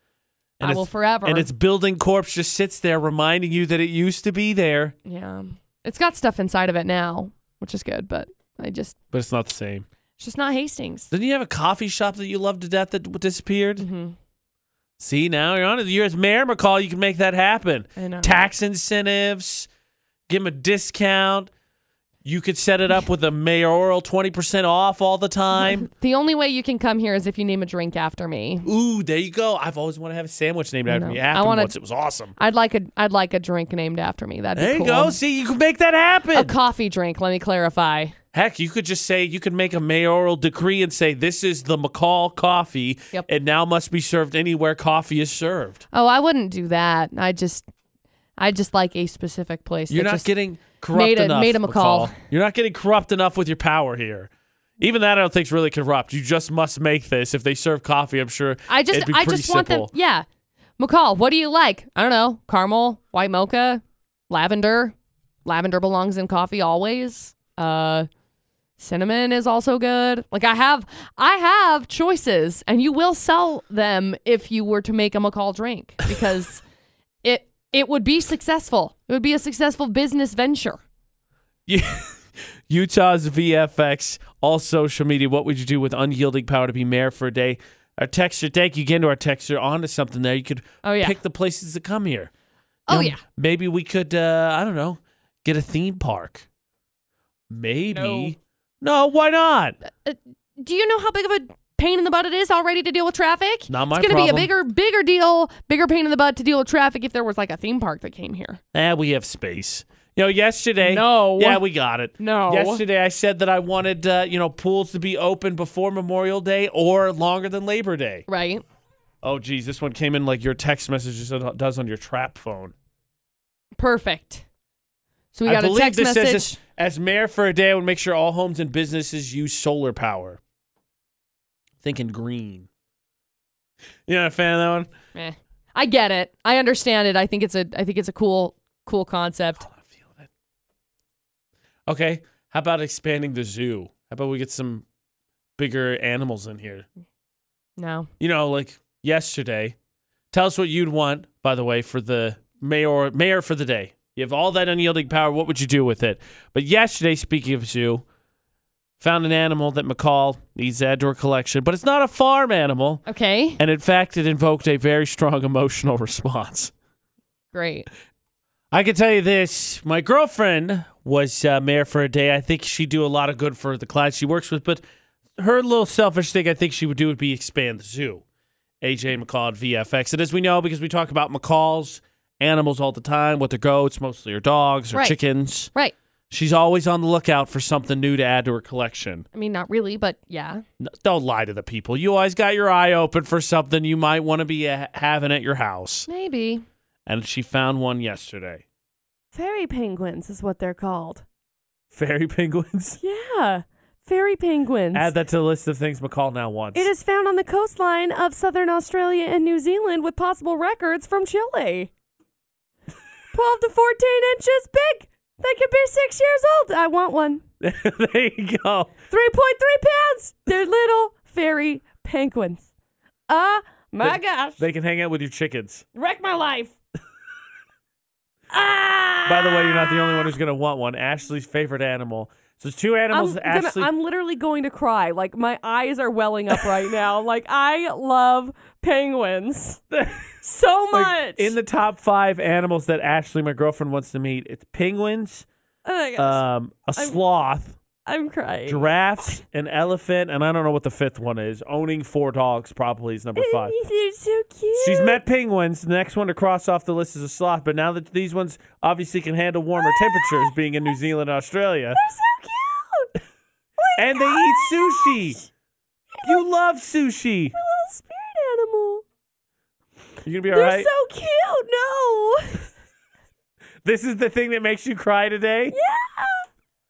[SPEAKER 2] I
[SPEAKER 1] it's-
[SPEAKER 2] will forever.
[SPEAKER 1] And its building corpse just sits there reminding you that it used to be there,
[SPEAKER 2] yeah, it's got stuff inside of it now, which is good. But I just
[SPEAKER 1] but it's not the same.
[SPEAKER 2] it's just not Hastings.
[SPEAKER 1] Didn't you have a coffee shop that you loved to death that w- disappeared?
[SPEAKER 2] hmm
[SPEAKER 1] See, now you're on it. You're as mayor, McCall. You can make that happen.
[SPEAKER 2] I know.
[SPEAKER 1] Tax incentives, give them a discount. You could set it up with a mayoral 20% off all the time.
[SPEAKER 2] The only way you can come here is if you name a drink after me.
[SPEAKER 1] Ooh, there you go. I've always wanted to have a sandwich named after
[SPEAKER 2] know.
[SPEAKER 1] me.
[SPEAKER 2] I
[SPEAKER 1] Happened
[SPEAKER 2] wanna-
[SPEAKER 1] once. It was awesome.
[SPEAKER 2] I'd like a I'd like a drink named after me. That'd be
[SPEAKER 1] There you
[SPEAKER 2] cool.
[SPEAKER 1] go. See, you can make that happen.
[SPEAKER 2] A coffee drink. Let me clarify.
[SPEAKER 1] Heck, you could just say you could make a mayoral decree and say this is the McCall coffee,
[SPEAKER 2] Yep.
[SPEAKER 1] and now must be served anywhere coffee is served.
[SPEAKER 2] Oh, I wouldn't do that. I just I just like a specific place.
[SPEAKER 1] You're
[SPEAKER 2] that
[SPEAKER 1] not
[SPEAKER 2] just-
[SPEAKER 1] getting corrupt
[SPEAKER 2] made a-
[SPEAKER 1] enough,
[SPEAKER 2] made a McCall.
[SPEAKER 1] You're not getting corrupt enough with your power here. Even that, I don't think is really corrupt. You just must make this. If they serve coffee, I'm sure.
[SPEAKER 2] I just
[SPEAKER 1] it'd be
[SPEAKER 2] I
[SPEAKER 1] pretty
[SPEAKER 2] just want
[SPEAKER 1] simple.
[SPEAKER 2] them. Yeah, McCall, what do you like? I don't know. Caramel, white mocha, lavender. Lavender belongs in coffee always. Uh, cinnamon is also good. Like I have I have choices, and you will sell them if you were to make a McCall drink because it it would be successful. It would be a successful business venture.
[SPEAKER 1] Utah's VFX, all social media. What would you do with unyielding power to be mayor for a day? Our texter, thank you again to our texter. Onto something there. You could
[SPEAKER 2] Oh, yeah.
[SPEAKER 1] pick the places to come here.
[SPEAKER 2] Oh,
[SPEAKER 1] know,
[SPEAKER 2] yeah.
[SPEAKER 1] Maybe we could, uh, I don't know, get a theme park. Maybe. No, why not?
[SPEAKER 2] Uh, do you know how big of a pain in the butt it is already to deal with traffic?
[SPEAKER 1] Not my
[SPEAKER 2] It's gonna
[SPEAKER 1] problem.
[SPEAKER 2] be a bigger, bigger deal, bigger pain in the butt to deal with traffic if there was like a theme park that came here.
[SPEAKER 1] Eh, we have space. You know, yesterday.
[SPEAKER 2] No.
[SPEAKER 1] Yeah, we got it.
[SPEAKER 2] No.
[SPEAKER 1] Yesterday, I said that I wanted, uh, you know, pools to be open before Memorial Day or longer than Labor Day.
[SPEAKER 2] Right?
[SPEAKER 1] Oh, geez, this one came in like your text message just does on your trap phone.
[SPEAKER 2] Perfect. So we got
[SPEAKER 1] I
[SPEAKER 2] a
[SPEAKER 1] believe
[SPEAKER 2] text
[SPEAKER 1] this
[SPEAKER 2] message.
[SPEAKER 1] says as mayor for a day, I would make sure all homes and businesses use solar power. Thinking green. You're not a fan of that one?
[SPEAKER 2] Eh. I get it. I understand it. I think it's a I think it's a cool cool concept.
[SPEAKER 1] I'm feeling it. Okay. How about expanding the zoo? How about we get some bigger animals in here?
[SPEAKER 2] No.
[SPEAKER 1] You know, like yesterday. Tell us what you'd want, by the way, for the mayor mayor for the day. You have all that unyielding power. What would you do with it? But yesterday, speaking of zoo, found an animal that McCall needs to add to her collection, but it's not a farm animal.
[SPEAKER 2] Okay.
[SPEAKER 1] And in fact, it invoked a very strong emotional response.
[SPEAKER 2] Great.
[SPEAKER 1] I can tell you this. My girlfriend was uh, mayor for a day. I think she'd do a lot of good for the clients she works with, but her little selfish thing I think she would do would be expand the zoo. AJ McCall at VFX. And as we know, because we talk about McCall's animals all the time, what they're goats, mostly her dogs or
[SPEAKER 2] Right.
[SPEAKER 1] chickens,
[SPEAKER 2] Right.
[SPEAKER 1] she's always on the lookout for something new to add to her collection.
[SPEAKER 2] I mean, not really, but yeah.
[SPEAKER 1] N- Don't lie to the people. You always got your eye open for something you might want to be uh, having at your house.
[SPEAKER 2] Maybe.
[SPEAKER 1] And she found one yesterday.
[SPEAKER 3] Fairy penguins is what they're called.
[SPEAKER 1] Fairy penguins.
[SPEAKER 3] Yeah. fairy penguins.
[SPEAKER 1] Add that to the list of things McCall now wants.
[SPEAKER 3] It is found on the coastline of southern Australia and New Zealand with possible records from Chile. 12 to 14 inches big. They could be six years old. I want one.
[SPEAKER 1] there you go.
[SPEAKER 3] 3.3 pounds. They're little fairy penguins. Ah, my gosh.
[SPEAKER 1] They can hang out with your chickens.
[SPEAKER 3] Wreck my life. ah!
[SPEAKER 1] By the way, you're not the only one who's going to want one. Ashley's favorite animal. So there's two
[SPEAKER 3] I'm,
[SPEAKER 1] animals. that
[SPEAKER 3] gonna-
[SPEAKER 1] Ashley,
[SPEAKER 3] I'm literally going to cry. Like, my eyes are welling up right now. like, I love penguins so much.
[SPEAKER 1] like, in the top five animals that Ashley, my girlfriend, wants to meet, it's penguins,
[SPEAKER 3] oh my gosh,
[SPEAKER 1] um, a sloth,
[SPEAKER 3] I'm crying.
[SPEAKER 1] giraffes, an elephant, and I don't know what the fifth one is. Owning four dogs probably is number five.
[SPEAKER 3] They're so cute.
[SPEAKER 1] She's met penguins. The next one to cross off the list is a sloth. But now that these ones obviously can handle warmer temperatures, being in New Zealand and Australia,
[SPEAKER 3] so cute.
[SPEAKER 1] and they eat sushi. You love sushi.
[SPEAKER 3] A little spirit animal.
[SPEAKER 1] You're gonna be all
[SPEAKER 3] They're
[SPEAKER 1] right.
[SPEAKER 3] so cute. No.
[SPEAKER 1] This is the thing that makes you cry today.
[SPEAKER 3] Yeah.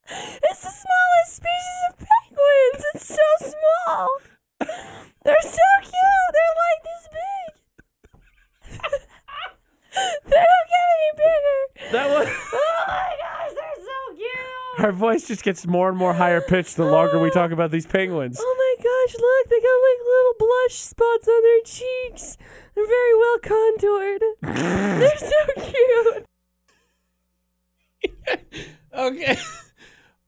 [SPEAKER 3] It's the smallest species of penguins. It's so small. They're so cute. They're like this big. they don't get any bigger.
[SPEAKER 1] That was
[SPEAKER 3] Oh my gosh, they're so cute.
[SPEAKER 1] her voice just gets more and more higher pitched the longer we talk about these penguins.
[SPEAKER 3] Oh my gosh, look, they got like little blush spots on their cheeks. They're very well contoured. They're so cute.
[SPEAKER 1] Okay.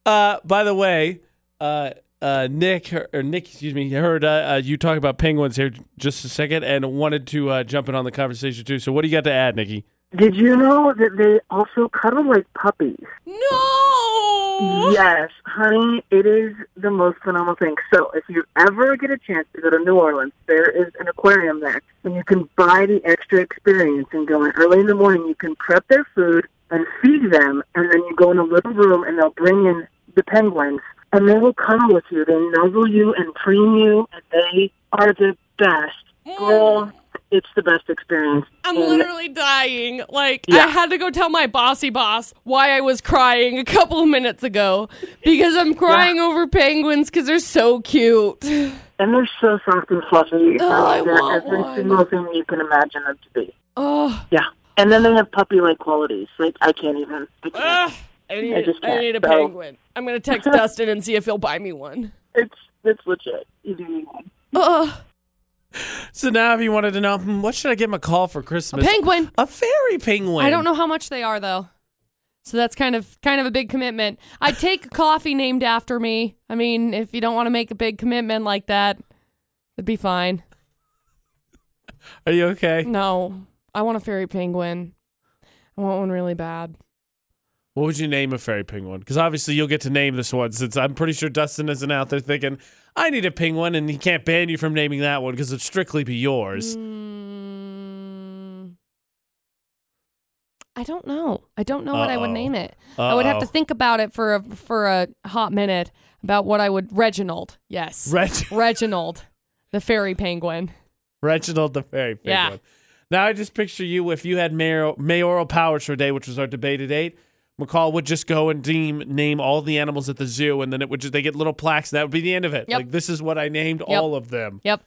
[SPEAKER 1] Uh, by the way, uh, uh, Nick her, or Nick, excuse me, heard uh, uh, you talk about penguins here just a second and wanted to uh, jump in on the conversation too. So what do you got to add, Nikki?
[SPEAKER 4] Did you know that they also cuddle like puppies?
[SPEAKER 2] No.
[SPEAKER 4] Yes, honey, it is the most phenomenal thing. So if you ever get a chance to go to New Orleans, there is an aquarium there, and you can buy the extra experience and go in early in the morning. You can prep their food and feed them, and then you go in a little room, and they'll bring in the penguins, and they will cuddle with you. They nuzzle you and preen you, and they are the best. Girl, it's the best experience.
[SPEAKER 2] I'm
[SPEAKER 4] And
[SPEAKER 2] literally dying. Like I
[SPEAKER 4] Yeah.
[SPEAKER 2] had to go tell my bossy boss why I was crying a couple of minutes ago because I'm crying over penguins because they're so cute.
[SPEAKER 4] And they're so soft and fluffy.
[SPEAKER 2] Oh, I
[SPEAKER 4] they're
[SPEAKER 2] want
[SPEAKER 4] every
[SPEAKER 2] one.
[SPEAKER 4] single thing you can imagine them to be.
[SPEAKER 2] Oh,
[SPEAKER 4] Yeah. And then they have puppy like qualities. Like I can't even I can't.
[SPEAKER 2] ugh. I need,
[SPEAKER 4] just
[SPEAKER 2] I
[SPEAKER 4] can't.
[SPEAKER 2] need a
[SPEAKER 4] So-
[SPEAKER 2] penguin. I'm gonna text Dustin and see if he'll buy me one.
[SPEAKER 4] it's it's legit. Either you want.
[SPEAKER 2] Ugh.
[SPEAKER 1] So now, if you wanted to know, hmm, what should I get McCall for Christmas?
[SPEAKER 2] penguin.
[SPEAKER 1] A fairy penguin.
[SPEAKER 2] I don't know how much they are though. So that's kind of kind of a big commitment. I'd take a coffee named after me. I mean, if you don't want to make a big commitment like that, it'd be fine.
[SPEAKER 1] Are you okay?
[SPEAKER 2] No. I want a fairy penguin. I want one really bad.
[SPEAKER 1] What would you name a fairy penguin? Because obviously you'll get to name this one since I'm pretty sure Dustin isn't out there thinking, I need a penguin, and he can't ban you from naming that one because it'd strictly be yours.
[SPEAKER 2] Mm, I don't know. I don't know what I would
[SPEAKER 1] Uh-oh.
[SPEAKER 2] name it. I would have to
[SPEAKER 1] Uh-oh.
[SPEAKER 2] think about it for a for a hot minute about what I would Reginald. Yes.
[SPEAKER 1] Reg-
[SPEAKER 2] Reginald, the fairy penguin.
[SPEAKER 1] Reginald the Fairy Penguin.
[SPEAKER 2] Yeah.
[SPEAKER 1] Now I just picture you if you had mayor- mayoral powers for a day, which was our debate at eight. McCall would just go and deem name all the animals at the zoo, and then it would just they get little plaques, and that would be the end of it.
[SPEAKER 2] Yep.
[SPEAKER 1] Like this is what I named
[SPEAKER 2] Yep.
[SPEAKER 1] all of them.
[SPEAKER 2] Yep.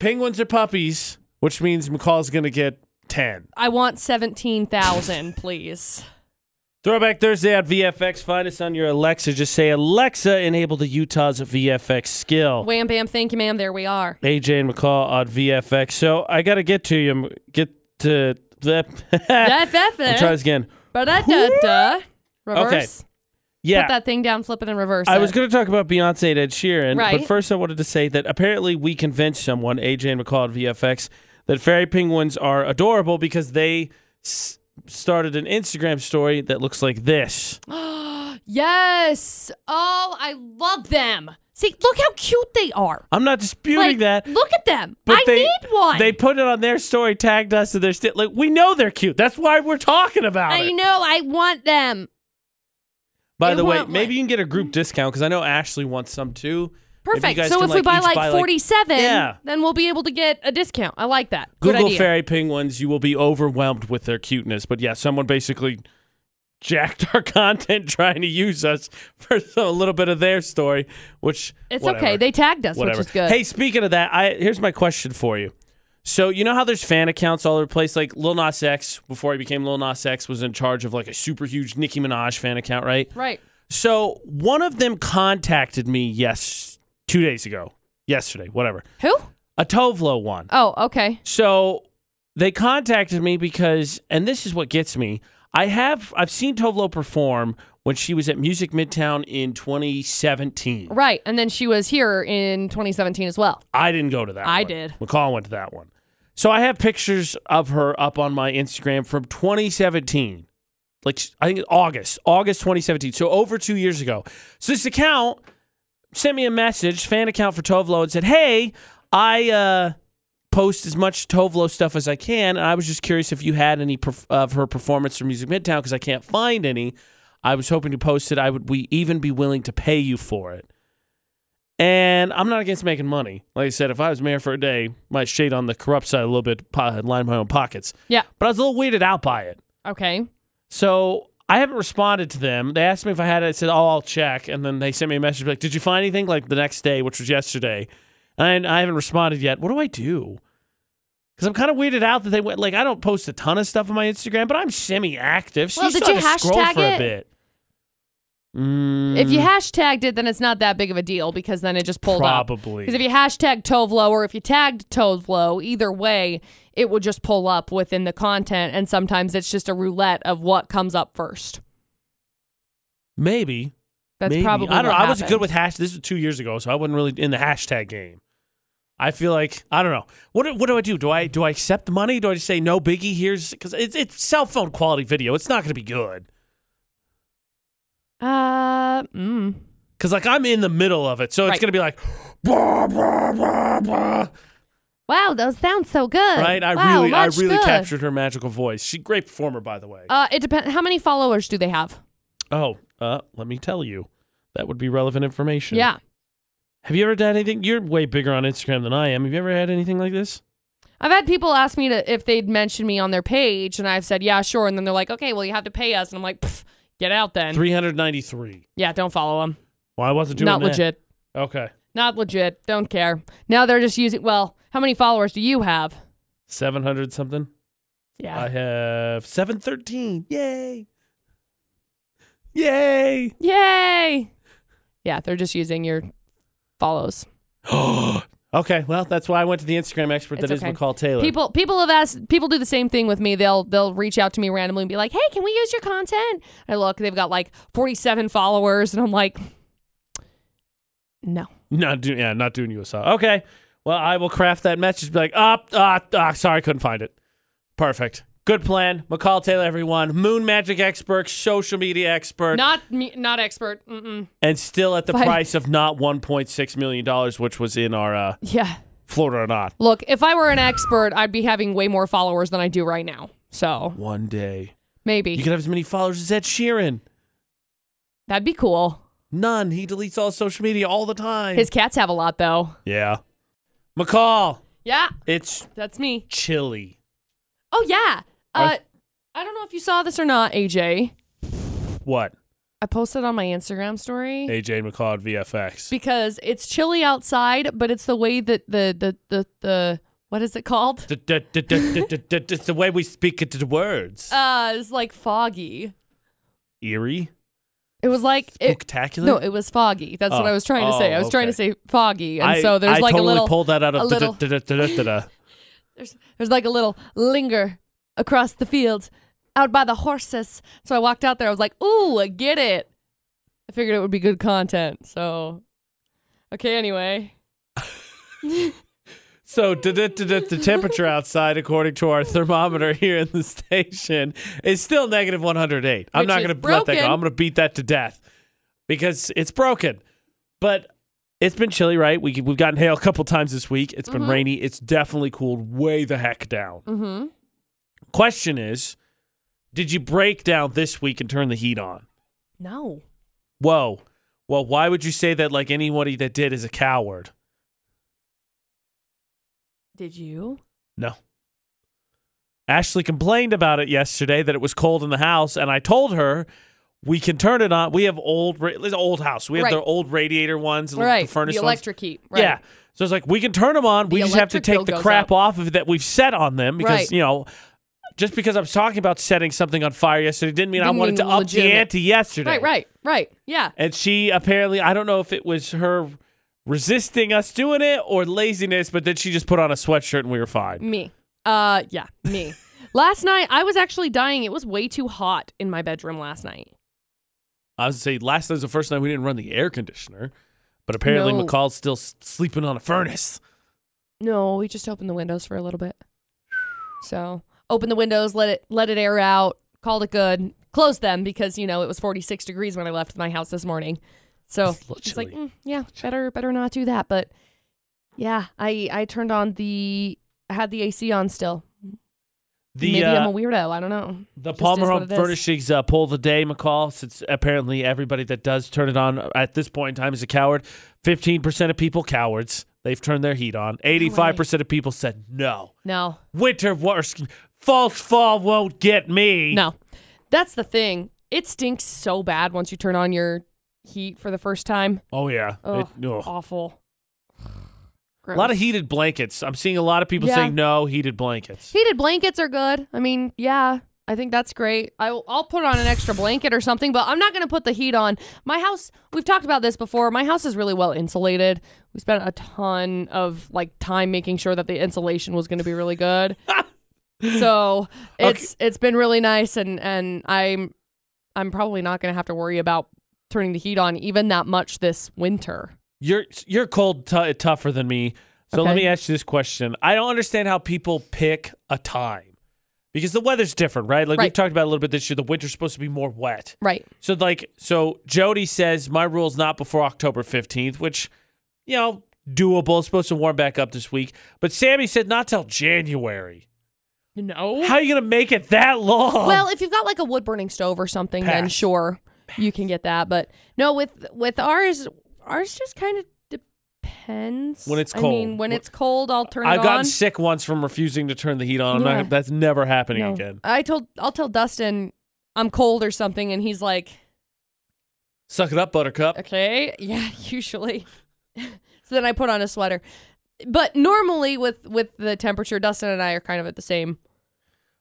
[SPEAKER 1] Penguins are puppies, which means McCall's gonna get ten.
[SPEAKER 2] I want 17,000, please.
[SPEAKER 1] Throwback Thursday at VFX. Find us on your Alexa. Just say Alexa, enable the Utah's VFX skill.
[SPEAKER 2] Wham bam, thank you ma'am, there we are.
[SPEAKER 1] AJ and McCall on VFX. So I gotta get to you. M- Get to the.
[SPEAKER 2] That that
[SPEAKER 1] We'll try this again.
[SPEAKER 2] Ba-da-da-da. Reverse.
[SPEAKER 1] Yeah.
[SPEAKER 2] Put that thing down, flip it and reverse
[SPEAKER 1] I
[SPEAKER 2] it.
[SPEAKER 1] was going to talk about Beyonce and Ed Sheeran,
[SPEAKER 2] Right.
[SPEAKER 1] but first I wanted to say that apparently we convinced someone, AJ and McCall at VFX, that fairy penguins are adorable because they s- started an Instagram story that looks like this.
[SPEAKER 2] Yes. Oh, I love them. See, look how cute they are.
[SPEAKER 1] I'm not disputing
[SPEAKER 2] Like,
[SPEAKER 1] that.
[SPEAKER 2] Look at them.
[SPEAKER 1] But
[SPEAKER 2] I
[SPEAKER 1] they,
[SPEAKER 2] need one.
[SPEAKER 1] They put it on their story, tagged us to their st- like we know they're cute. That's why we're talking about
[SPEAKER 2] I
[SPEAKER 1] it.
[SPEAKER 2] know. I want them.
[SPEAKER 1] By
[SPEAKER 2] I
[SPEAKER 1] the way,
[SPEAKER 2] want
[SPEAKER 1] maybe
[SPEAKER 2] one.
[SPEAKER 1] you can get a group discount because I know Ashley wants some too. Maybe you
[SPEAKER 2] Perfect.
[SPEAKER 1] guys
[SPEAKER 2] So
[SPEAKER 1] can,
[SPEAKER 2] if we buy
[SPEAKER 1] each
[SPEAKER 2] like 47,
[SPEAKER 1] Yeah.
[SPEAKER 2] then we'll be able to get a discount. I like that. Good
[SPEAKER 1] Google
[SPEAKER 2] idea.
[SPEAKER 1] fairy penguins, you will be overwhelmed with their cuteness. But yeah, someone basically jacked our content trying to use us for a little bit of their story, which
[SPEAKER 2] It's
[SPEAKER 1] whatever.
[SPEAKER 2] okay. They tagged us,
[SPEAKER 1] whatever.
[SPEAKER 2] which is good.
[SPEAKER 1] Hey, speaking of that, I here's my question for you. So you know how there's fan accounts all over the place. Like Lil Nas X, before he became Lil Nas X, was in charge of like a super huge Nicki Minaj fan account, right?
[SPEAKER 2] right.
[SPEAKER 1] So one of them contacted me yes two days ago, yesterday, whatever.
[SPEAKER 2] Who?
[SPEAKER 1] A Tovlo one.
[SPEAKER 2] Oh, okay.
[SPEAKER 1] So they contacted me because, and this is what gets me. I have I've seen Tovlo perform when she was at Music Midtown in 2017.
[SPEAKER 2] Right. And then she was here in 2017 as well.
[SPEAKER 1] I didn't go to that.
[SPEAKER 2] I
[SPEAKER 1] one.
[SPEAKER 2] did.
[SPEAKER 1] McCall went to that one. So I have pictures of her up on my Instagram from 2017, like I think August, August 2017. So over two years ago. So this account sent me a message, fan account for Tovlo, and said, "Hey, I uh, post as much Tovlo stuff as I can, and I was just curious if you had any perf- of her performance from Music Midtown because I can't find any. I was hoping to post it. I would we even be willing to pay you for it." And I'm not against making money. Like I said, if I was mayor for a day, might shade on the corrupt side a little bit, po- and line my own pockets.
[SPEAKER 2] Yeah.
[SPEAKER 1] But I was a little weirded out by it.
[SPEAKER 2] Okay.
[SPEAKER 1] So I haven't responded to them. They asked me if I had it. I said, oh, I'll check. And then they sent me a message like, did you find anything? Like the next day, which was yesterday. And I haven't responded yet. What do I do? Because I'm kind of weirded out that they went, like, I don't post a ton of stuff on my Instagram, but I'm semi active. So
[SPEAKER 2] Well,
[SPEAKER 1] you
[SPEAKER 2] did
[SPEAKER 1] still
[SPEAKER 2] you
[SPEAKER 1] have to scroll
[SPEAKER 2] hashtag
[SPEAKER 1] for a
[SPEAKER 2] it?
[SPEAKER 1] bit.
[SPEAKER 2] If you
[SPEAKER 1] Mm,
[SPEAKER 2] hashtagged it, then it's not that big of a deal because then it just pulled up.
[SPEAKER 1] Probably.
[SPEAKER 2] Because if you hashtag Tovlo or if you tagged Tovlo, either way, it will just pull up within the content. And sometimes it's just a roulette of what comes up first.
[SPEAKER 1] Maybe.
[SPEAKER 2] That's
[SPEAKER 1] Maybe.
[SPEAKER 2] probably
[SPEAKER 1] I don't know.
[SPEAKER 2] what
[SPEAKER 1] I wasn't good
[SPEAKER 2] happened.
[SPEAKER 1] with hash. This was two years ago, so I wasn't really in the hashtag game. I feel like I don't know. What do, what do I do? Do I do I accept the money? Do I just say no biggie? Here's because it's it's cell phone quality video. It's not going to be good
[SPEAKER 2] Uh, mm.
[SPEAKER 1] because like I'm in the middle of it, so it's
[SPEAKER 2] Right.
[SPEAKER 1] going to be like. Blah, blah, blah, blah.
[SPEAKER 2] Wow, those sound so good.
[SPEAKER 1] Right, I
[SPEAKER 2] Wow,
[SPEAKER 1] really, I
[SPEAKER 2] much
[SPEAKER 1] really
[SPEAKER 2] good.
[SPEAKER 1] captured her magical voice. She great performer, by the way.
[SPEAKER 2] Uh, it depends. How many followers do they have?
[SPEAKER 1] oh, uh, let me tell you, that would be relevant information.
[SPEAKER 2] Yeah.
[SPEAKER 1] Have you ever done anything? You're way bigger on Instagram than I am. Have you ever had anything like this?
[SPEAKER 2] I've had people ask me to if they'd mention me on their page, and I've said, yeah, sure. And then they're like, okay, well, you have to pay us. And I'm like, "Pff, get out then.
[SPEAKER 1] Three hundred ninety-three.
[SPEAKER 2] Yeah, don't follow them.
[SPEAKER 1] Well, I wasn't doing
[SPEAKER 2] Not
[SPEAKER 1] that.
[SPEAKER 2] legit.
[SPEAKER 1] Okay.
[SPEAKER 2] Not legit. Don't care. Now they're just using, well, how many followers do you have?
[SPEAKER 1] 700 something.
[SPEAKER 2] Yeah.
[SPEAKER 1] I have 713. Yay. Yay.
[SPEAKER 2] Yay. Yeah, they're just using your follows.
[SPEAKER 1] okay. Well, that's why I went to the Instagram expert that
[SPEAKER 2] It's
[SPEAKER 1] is
[SPEAKER 2] okay.
[SPEAKER 1] McCall Taylor.
[SPEAKER 2] People people have asked people do the same thing with me. They'll they'll reach out to me randomly and be like, "Hey, can we use your content?" I look, they've got like 47 followers and I'm like, "No."
[SPEAKER 1] not doing, yeah, not doing USL. Okay. Well, I will craft that message. Be like, up, ah, ah, sorry, couldn't find it. Perfect. Good plan. McCall Taylor, everyone. Moon magic expert, social media expert,
[SPEAKER 2] Not me, not expert. Mm-mm.
[SPEAKER 1] and still at the
[SPEAKER 2] Fine.
[SPEAKER 1] price of not $1.6 million, which was in our uh,
[SPEAKER 2] Yeah.
[SPEAKER 1] Florida or not.
[SPEAKER 2] Look, if I were an expert, I'd be having way more followers than I do right now. So,
[SPEAKER 1] One day.
[SPEAKER 2] maybe
[SPEAKER 1] You could have as many followers as Ed Sheeran.
[SPEAKER 2] that'd be cool.
[SPEAKER 1] None. He deletes all social media all the time.
[SPEAKER 2] His cats have a lot though.
[SPEAKER 1] yeah. McCall,
[SPEAKER 2] Yeah,
[SPEAKER 1] it's
[SPEAKER 2] that's me.
[SPEAKER 1] chilly.
[SPEAKER 2] Oh yeah. Uh
[SPEAKER 1] I-
[SPEAKER 2] I don't know if you saw this or not, AJ.
[SPEAKER 1] What?
[SPEAKER 2] I posted on my Instagram story.
[SPEAKER 1] AJ McCall at VFX.
[SPEAKER 2] because it's chilly outside, but it's the way that the the the the what is it called?
[SPEAKER 1] D- d- d- d- d- d- d- It's the way we speak it to the words.
[SPEAKER 2] Uh, it's like foggy.
[SPEAKER 1] Eerie?
[SPEAKER 2] It was like it,
[SPEAKER 1] Spectacular?
[SPEAKER 2] no, it was foggy. That's what
[SPEAKER 1] Oh,
[SPEAKER 2] I was trying to say. I was
[SPEAKER 1] oh,
[SPEAKER 2] trying to say foggy, and
[SPEAKER 1] I,
[SPEAKER 2] so there's
[SPEAKER 1] I
[SPEAKER 2] like
[SPEAKER 1] totally
[SPEAKER 2] a little
[SPEAKER 1] pulled that out
[SPEAKER 2] a
[SPEAKER 1] of
[SPEAKER 2] little-
[SPEAKER 1] da- da- da- da- da- da.
[SPEAKER 2] there's, there's like a little linger across the field out by the horses. So I walked out there. I was like, ooh, I get it. I figured it would be good content. So okay, anyway.
[SPEAKER 1] So da- da- da- da- the temperature outside, according to our thermometer here in the station, is still negative 108. I'm
[SPEAKER 2] Which
[SPEAKER 1] not
[SPEAKER 2] is
[SPEAKER 1] going to let that go.
[SPEAKER 2] broken.
[SPEAKER 1] I'm going to beat that to death because it's broken. But it's been chilly, right? We, we've gotten hail a couple times this week. It's been rainy. It's definitely cooled way the heck down.
[SPEAKER 2] Mm-hmm.
[SPEAKER 1] Question is, did you break down this week and turn the heat on?
[SPEAKER 2] No.
[SPEAKER 1] Whoa. Well, why would you say that like anybody that did is a coward?
[SPEAKER 2] Did you?
[SPEAKER 1] No. Ashley complained about it yesterday that it was cold in the house, and I told her we can turn it on. We have old, ra- it's an old house. We have the
[SPEAKER 2] Right.
[SPEAKER 1] old radiator ones, and
[SPEAKER 2] right.
[SPEAKER 1] the furnace
[SPEAKER 2] the
[SPEAKER 1] ones.
[SPEAKER 2] electric heat. Right.
[SPEAKER 1] Yeah. So it's like we can turn them on. we
[SPEAKER 2] The
[SPEAKER 1] just have to
[SPEAKER 2] electric bill
[SPEAKER 1] take the
[SPEAKER 2] goes
[SPEAKER 1] crap
[SPEAKER 2] up.
[SPEAKER 1] off of that we've set on them because
[SPEAKER 2] Right.
[SPEAKER 1] you know, just because I was talking about setting something on fire yesterday didn't mean I
[SPEAKER 2] Didn't
[SPEAKER 1] wanted
[SPEAKER 2] mean
[SPEAKER 1] to up the
[SPEAKER 2] legitimate.
[SPEAKER 1] ante yesterday.
[SPEAKER 2] Right, right, right. Yeah.
[SPEAKER 1] And she apparently, I don't know if it was her resisting us doing it or laziness, but then she just put on a sweatshirt and we were fine.
[SPEAKER 2] Me. Uh yeah, me. last night I was actually dying. It was way too hot in my bedroom last night.
[SPEAKER 1] I was gonna say last night's the first night we didn't run the air conditioner, but apparently
[SPEAKER 2] No.
[SPEAKER 1] McCall's still s- sleeping on a furnace.
[SPEAKER 2] No, we just opened the windows for a little bit. So, open the windows, let it let it air out, called it good. Close them because, you know, it was 46 degrees when I left my house this morning. So,
[SPEAKER 1] It's a little
[SPEAKER 2] it's like,
[SPEAKER 1] chilly.
[SPEAKER 2] mm, yeah, better better not do that, but yeah, I I turned on the I had the AC on still.
[SPEAKER 1] The
[SPEAKER 2] Maybe
[SPEAKER 1] uh,
[SPEAKER 2] I'm a weirdo. I don't know.
[SPEAKER 1] The
[SPEAKER 2] Just
[SPEAKER 1] Palmer
[SPEAKER 2] is what
[SPEAKER 1] Home
[SPEAKER 2] it is.
[SPEAKER 1] Furnishings uh, poll of the day, McCall, since apparently everybody that does turn it on at this point in time is a coward. 15% of people, cowards. They've turned their heat on. 85% of people said no.
[SPEAKER 2] No.
[SPEAKER 1] Winter worse. False fall won't get me.
[SPEAKER 2] No. That's the thing. It stinks so bad once you turn on your heat for the first time.
[SPEAKER 1] Oh, yeah.
[SPEAKER 2] Ugh,
[SPEAKER 1] It- ugh.
[SPEAKER 2] awful.
[SPEAKER 1] A lot of heated blankets. I'm seeing a lot of people
[SPEAKER 2] Yeah.
[SPEAKER 1] saying no, heated blankets.
[SPEAKER 2] Heated blankets are good. I mean, yeah, I think that's great. I, will- I'll put on an extra blanket or something, but I'm not going to put the heat on. My house, we've talked about this before. My house is really well insulated. We spent a ton of like time making sure that the insulation was going to be really good. so it's it's been really nice, and and I'm I'm probably not going to have to worry about turning the heat on even that much this winter.
[SPEAKER 1] You're, you're cold t- tougher than me. So let
[SPEAKER 2] Okay.
[SPEAKER 1] me ask you this question. I don't understand how people pick a time because the weather's different, right? Like we've
[SPEAKER 2] Right.
[SPEAKER 1] talked about a little bit this year. The winter's supposed to be more wet.
[SPEAKER 2] Right.
[SPEAKER 1] So like so Jody says my rule's not before October 15th, which you know, doable. It's supposed to warm back up this week. But Sammy said not till January.
[SPEAKER 2] No.
[SPEAKER 1] How are you gonna make it that long?
[SPEAKER 2] Well, if you've got like a wood burning stove or something, then
[SPEAKER 1] Oh. Pass.
[SPEAKER 2] sure you can get that. But no, with with ours, ours just kind of depends.
[SPEAKER 1] When it's
[SPEAKER 2] I mean,
[SPEAKER 1] cold.
[SPEAKER 2] when
[SPEAKER 1] Wh-
[SPEAKER 2] it's cold, I'll turn
[SPEAKER 1] I've
[SPEAKER 2] it
[SPEAKER 1] gotten
[SPEAKER 2] on.
[SPEAKER 1] sick once from refusing to turn the heat on. I'm
[SPEAKER 2] Yeah.
[SPEAKER 1] not that's never happening
[SPEAKER 2] No.
[SPEAKER 1] again.
[SPEAKER 2] I told I'll tell Dustin I'm cold or something, and he's like,
[SPEAKER 1] Suck it up, buttercup.
[SPEAKER 2] okay, yeah, usually. so then I put on a sweater. But normally with with the temperature, Dustin and I are kind of at the same.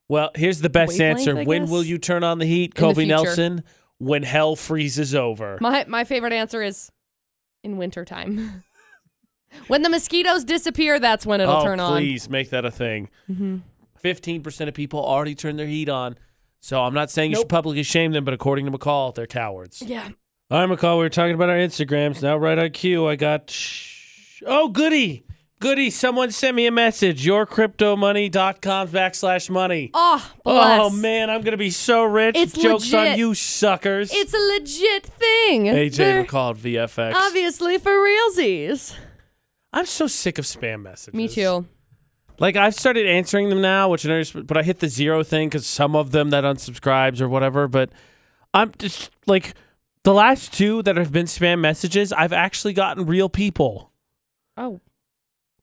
[SPEAKER 1] Well, here's the best
[SPEAKER 2] Wavelength,
[SPEAKER 1] answer.
[SPEAKER 2] I
[SPEAKER 1] When will
[SPEAKER 2] guess?
[SPEAKER 1] you turn on the heat,
[SPEAKER 2] the
[SPEAKER 1] Kobe
[SPEAKER 2] future.
[SPEAKER 1] Nelson? When hell freezes over.
[SPEAKER 2] My my favorite answer is in wintertime. when the mosquitoes disappear, that's when it'll
[SPEAKER 1] oh,
[SPEAKER 2] turn on. Mm-hmm.
[SPEAKER 1] Please make that a thing. Fifteen percent of people already turned their heat on. So I'm not saying you should publicly shame them, but according to McCall, they're cowards.
[SPEAKER 2] Yeah.
[SPEAKER 1] All right, McCall, we were talking about our Instagrams. Now, right on cue, I got. Shh. Oh, goody. Goody. Someone sent me a message. Yourcryptomoney.com backslash money.
[SPEAKER 2] Oh, bless.
[SPEAKER 1] Oh, man. I'm going to be so rich.
[SPEAKER 2] It's
[SPEAKER 1] Joke's on
[SPEAKER 2] legit.
[SPEAKER 1] you, suckers.
[SPEAKER 2] It's a legit thing.
[SPEAKER 1] AJ
[SPEAKER 2] They're
[SPEAKER 1] McCall at VFX.
[SPEAKER 2] obviously for realsies.
[SPEAKER 1] I'm so sick of spam messages.
[SPEAKER 2] Me too.
[SPEAKER 1] Like I've started answering them now, which I know, but I hit the zero thing because some of them that unsubscribes or whatever. But I'm just like the last two that have been spam messages. I've actually gotten real people.
[SPEAKER 2] Oh,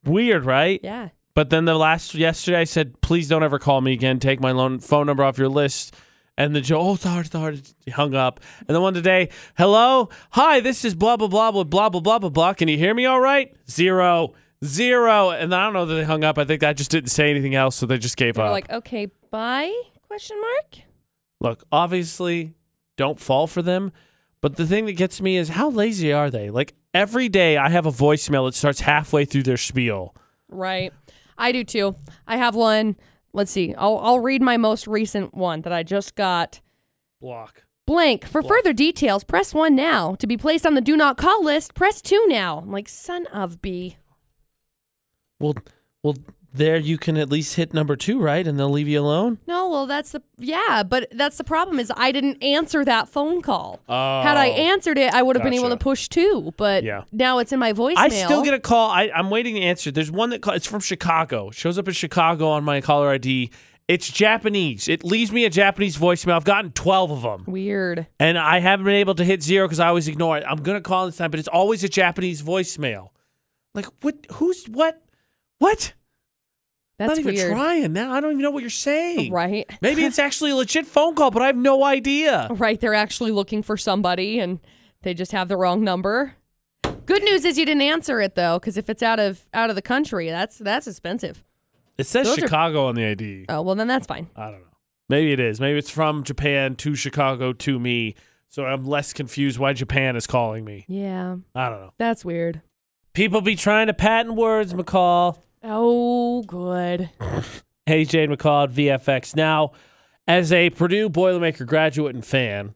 [SPEAKER 1] Weird, right?
[SPEAKER 2] yeah.
[SPEAKER 1] But then the last yesterday, I said, "Please don't ever call me again. Take my loan, phone number off your list." And the Joe, oh, sorry, sorry, hung up. And the one today, hello, hi, this is blah blah blah blah blah blah blah blah blah. Can you hear me? All right, zero, zero. And I don't know that they hung up. I think I just didn't say anything else, so they just gave
[SPEAKER 2] They're
[SPEAKER 1] up.
[SPEAKER 2] like, okay, bye? Question mark.
[SPEAKER 1] Look, obviously, don't fall for them. But the thing that gets me is how lazy are they? Like every day, I have a voicemail that starts halfway through their spiel.
[SPEAKER 2] Right. I do too. I have one. Let's see. I'll I'll read my most recent one that I just got.
[SPEAKER 1] Block.
[SPEAKER 2] Blank. For further details, press one now. To be placed on the do not call list, press two now. I'm like, son of B.
[SPEAKER 1] Well, well, there you can at least hit number two, right? And they'll leave you alone.
[SPEAKER 2] No, well, that's the yeah, but that's the problem is I didn't answer that phone call.
[SPEAKER 1] Oh.
[SPEAKER 2] Had I answered it, I would have been able
[SPEAKER 1] Gotcha.
[SPEAKER 2] to push two, but
[SPEAKER 1] Yeah.
[SPEAKER 2] now it's in my voicemail.
[SPEAKER 1] I still get a call. I, I'm waiting to answer. There's one that call, it's from Chicago. It Shows up in Chicago on my caller ID. It's Japanese. It leaves me a Japanese voicemail. I've gotten 12 of them,
[SPEAKER 2] weird.
[SPEAKER 1] and I haven't been able to hit zero because I always ignore it. I'm gonna call this time, but it's always a Japanese voicemail. Like what? Who's what? What?
[SPEAKER 2] That's
[SPEAKER 1] not even
[SPEAKER 2] weird.
[SPEAKER 1] trying now. I don't even know what you're saying.
[SPEAKER 2] Right.
[SPEAKER 1] Maybe it's actually a legit phone call, but I have no idea.
[SPEAKER 2] Right. They're actually looking for somebody and they just have the wrong number. Good news is you didn't answer it though, because if it's out of out of the country, that's that's expensive.
[SPEAKER 1] It says
[SPEAKER 2] Those are-
[SPEAKER 1] Chicago on the ID.
[SPEAKER 2] Oh well, then that's fine.
[SPEAKER 1] I don't know. Maybe it is. Maybe it's from Japan to Chicago to me. So I'm less confused why Japan is calling me.
[SPEAKER 2] Yeah,
[SPEAKER 1] I don't know.
[SPEAKER 2] that's weird.
[SPEAKER 1] People be trying to patent words, McCall.
[SPEAKER 2] Oh, good.
[SPEAKER 1] Hey, Jane McCall at VFX. Now, as a Purdue Boilermaker graduate and fan,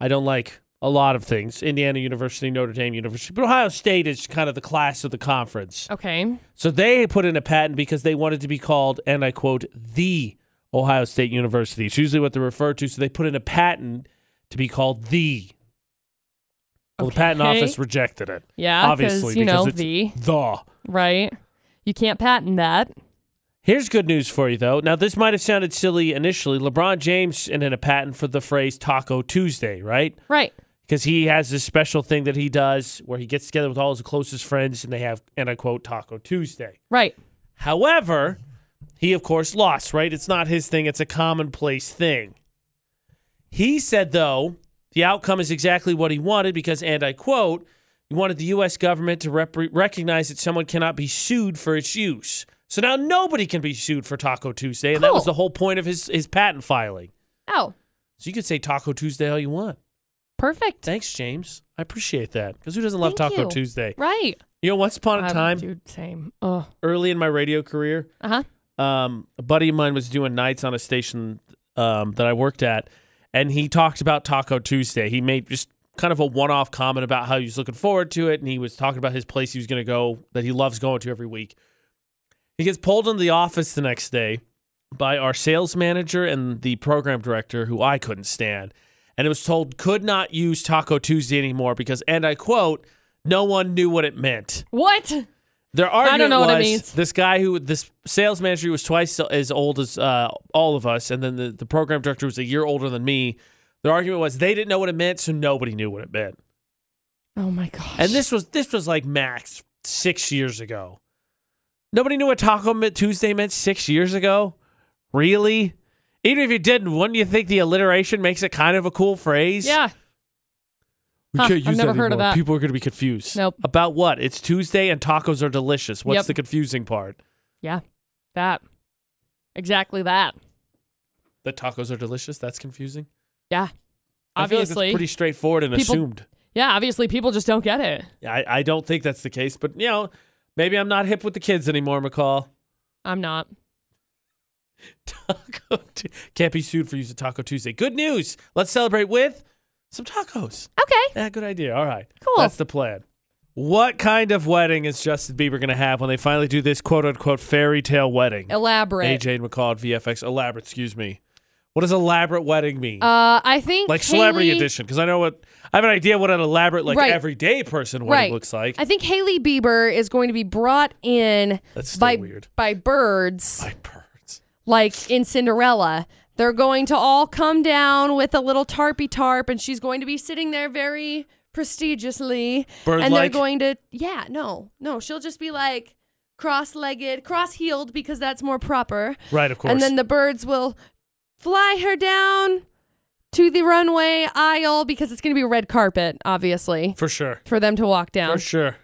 [SPEAKER 1] I don't like a lot of things Indiana University, Notre Dame University, but Ohio State is kind of the class of the conference.
[SPEAKER 2] Okay.
[SPEAKER 1] So they put in a patent because they wanted to be called, and I quote, the Ohio State University. It's usually what they're referred to. So they put in a patent to be called the. Well, the patent
[SPEAKER 2] Okay.
[SPEAKER 1] office rejected it.
[SPEAKER 2] Yeah,
[SPEAKER 1] obviously,
[SPEAKER 2] you know
[SPEAKER 1] because it's
[SPEAKER 2] the
[SPEAKER 1] the.
[SPEAKER 2] right. You can't patent that.
[SPEAKER 1] Here's good news for you, though. Now, this might have sounded silly initially. LeBron James and in a patent for the phrase Taco Tuesday, right?
[SPEAKER 2] Right.
[SPEAKER 1] Because he has this special thing that he does where he gets together with all his closest friends and they have, and I quote, Taco Tuesday.
[SPEAKER 2] Right.
[SPEAKER 1] However, he, of course, lost, right? It's not his thing, it's a commonplace thing. He said, though, the outcome is exactly what he wanted because, and I quote, he wanted the U.S. government to rep- recognize that someone cannot be sued for its use. So now nobody can be sued for Taco Tuesday, and that was
[SPEAKER 2] Cool.
[SPEAKER 1] the whole point of his, his patent filing.
[SPEAKER 2] Oh,
[SPEAKER 1] So you could say Taco Tuesday all you want.
[SPEAKER 2] perfect.
[SPEAKER 1] Thanks, James. I appreciate that because who doesn't love
[SPEAKER 2] Thank
[SPEAKER 1] Taco
[SPEAKER 2] you.
[SPEAKER 1] Tuesday?
[SPEAKER 2] Right.
[SPEAKER 1] You know, once upon a
[SPEAKER 2] Um,
[SPEAKER 1] time,
[SPEAKER 2] dude. Same. Oh.
[SPEAKER 1] early in my radio career,
[SPEAKER 2] Uh huh.
[SPEAKER 1] um, a buddy of mine was doing nights on a station um, that I worked at, and he talked about Taco Tuesday. He made just kind of a one-off comment about how he was looking forward to it, and he was talking about his place he was going to go that he loves going to every week. He gets pulled into the office the next day by our sales manager and the program director, who I couldn't stand, and it was told could not use Taco Tuesday anymore because, and I quote, no one knew what it meant.
[SPEAKER 2] What?
[SPEAKER 1] Their argument
[SPEAKER 2] know
[SPEAKER 1] was
[SPEAKER 2] what it means.
[SPEAKER 1] this guy who this sales manager who was twice as old as uh, all of us, and then the, the program director was a year older than me. Their argument was they didn't know what it meant, so nobody knew what it meant.
[SPEAKER 2] Oh my gosh.
[SPEAKER 1] And this was this was like max six years ago. Nobody knew what Taco Mi- Tuesday meant six years ago. Really? Even if you didn't, wouldn't you think the alliteration makes it kind of a cool phrase?
[SPEAKER 2] Yeah.
[SPEAKER 1] We
[SPEAKER 2] Huh,
[SPEAKER 1] can't
[SPEAKER 2] I've
[SPEAKER 1] use
[SPEAKER 2] never
[SPEAKER 1] that
[SPEAKER 2] heard of
[SPEAKER 1] anymore.
[SPEAKER 2] that.
[SPEAKER 1] People are going to be confused.
[SPEAKER 2] Nope.
[SPEAKER 1] About what? It's Tuesday and tacos are delicious. What's
[SPEAKER 2] Yep.
[SPEAKER 1] the confusing part?
[SPEAKER 2] Yeah. That. Exactly that.
[SPEAKER 1] that tacos are delicious. That's confusing.
[SPEAKER 2] Yeah.
[SPEAKER 1] I feel like
[SPEAKER 2] Obviously.
[SPEAKER 1] it's pretty straightforward and
[SPEAKER 2] People-
[SPEAKER 1] assumed.
[SPEAKER 2] Yeah, obviously people just don't get it.
[SPEAKER 1] Yeah, I, I don't think that's the case, but you know, maybe I'm not hip with the kids anymore, McCall.
[SPEAKER 2] I'm not.
[SPEAKER 1] Taco Tu- can't be sued for using Taco Tuesday. Good news. Let's celebrate with some tacos.
[SPEAKER 2] Okay.
[SPEAKER 1] Yeah, good idea. All right,
[SPEAKER 2] Cool.
[SPEAKER 1] That's the plan. What kind of wedding is Justin Bieber going to have when they finally do this quote unquote fairy tale wedding?
[SPEAKER 2] Elaborate.
[SPEAKER 1] AJ and McCall at VFX. Elaborate, excuse me. What does elaborate wedding mean?
[SPEAKER 2] Uh, I think
[SPEAKER 1] like celebrity
[SPEAKER 2] Hailey-
[SPEAKER 1] edition because I know what I have an idea what an elaborate like
[SPEAKER 2] Right.
[SPEAKER 1] everyday person wedding
[SPEAKER 2] Right.
[SPEAKER 1] looks like.
[SPEAKER 2] I think Haley Bieber is going to be brought in
[SPEAKER 1] That's still
[SPEAKER 2] by
[SPEAKER 1] weird.
[SPEAKER 2] by birds,
[SPEAKER 1] By birds.
[SPEAKER 2] like in Cinderella. They're going to all come down with a little tarpy tarp, and she's going to be sitting there very prestigiously. and they're
[SPEAKER 1] Bird-like?
[SPEAKER 2] going to, yeah, no, no, she'll just be like cross-legged, cross-heeled because that's more proper.
[SPEAKER 1] Right, of course.
[SPEAKER 2] And then the birds will fly her down to the runway aisle because it's going to be a red carpet, obviously,
[SPEAKER 1] for sure,
[SPEAKER 2] for them to walk down.
[SPEAKER 1] for sure.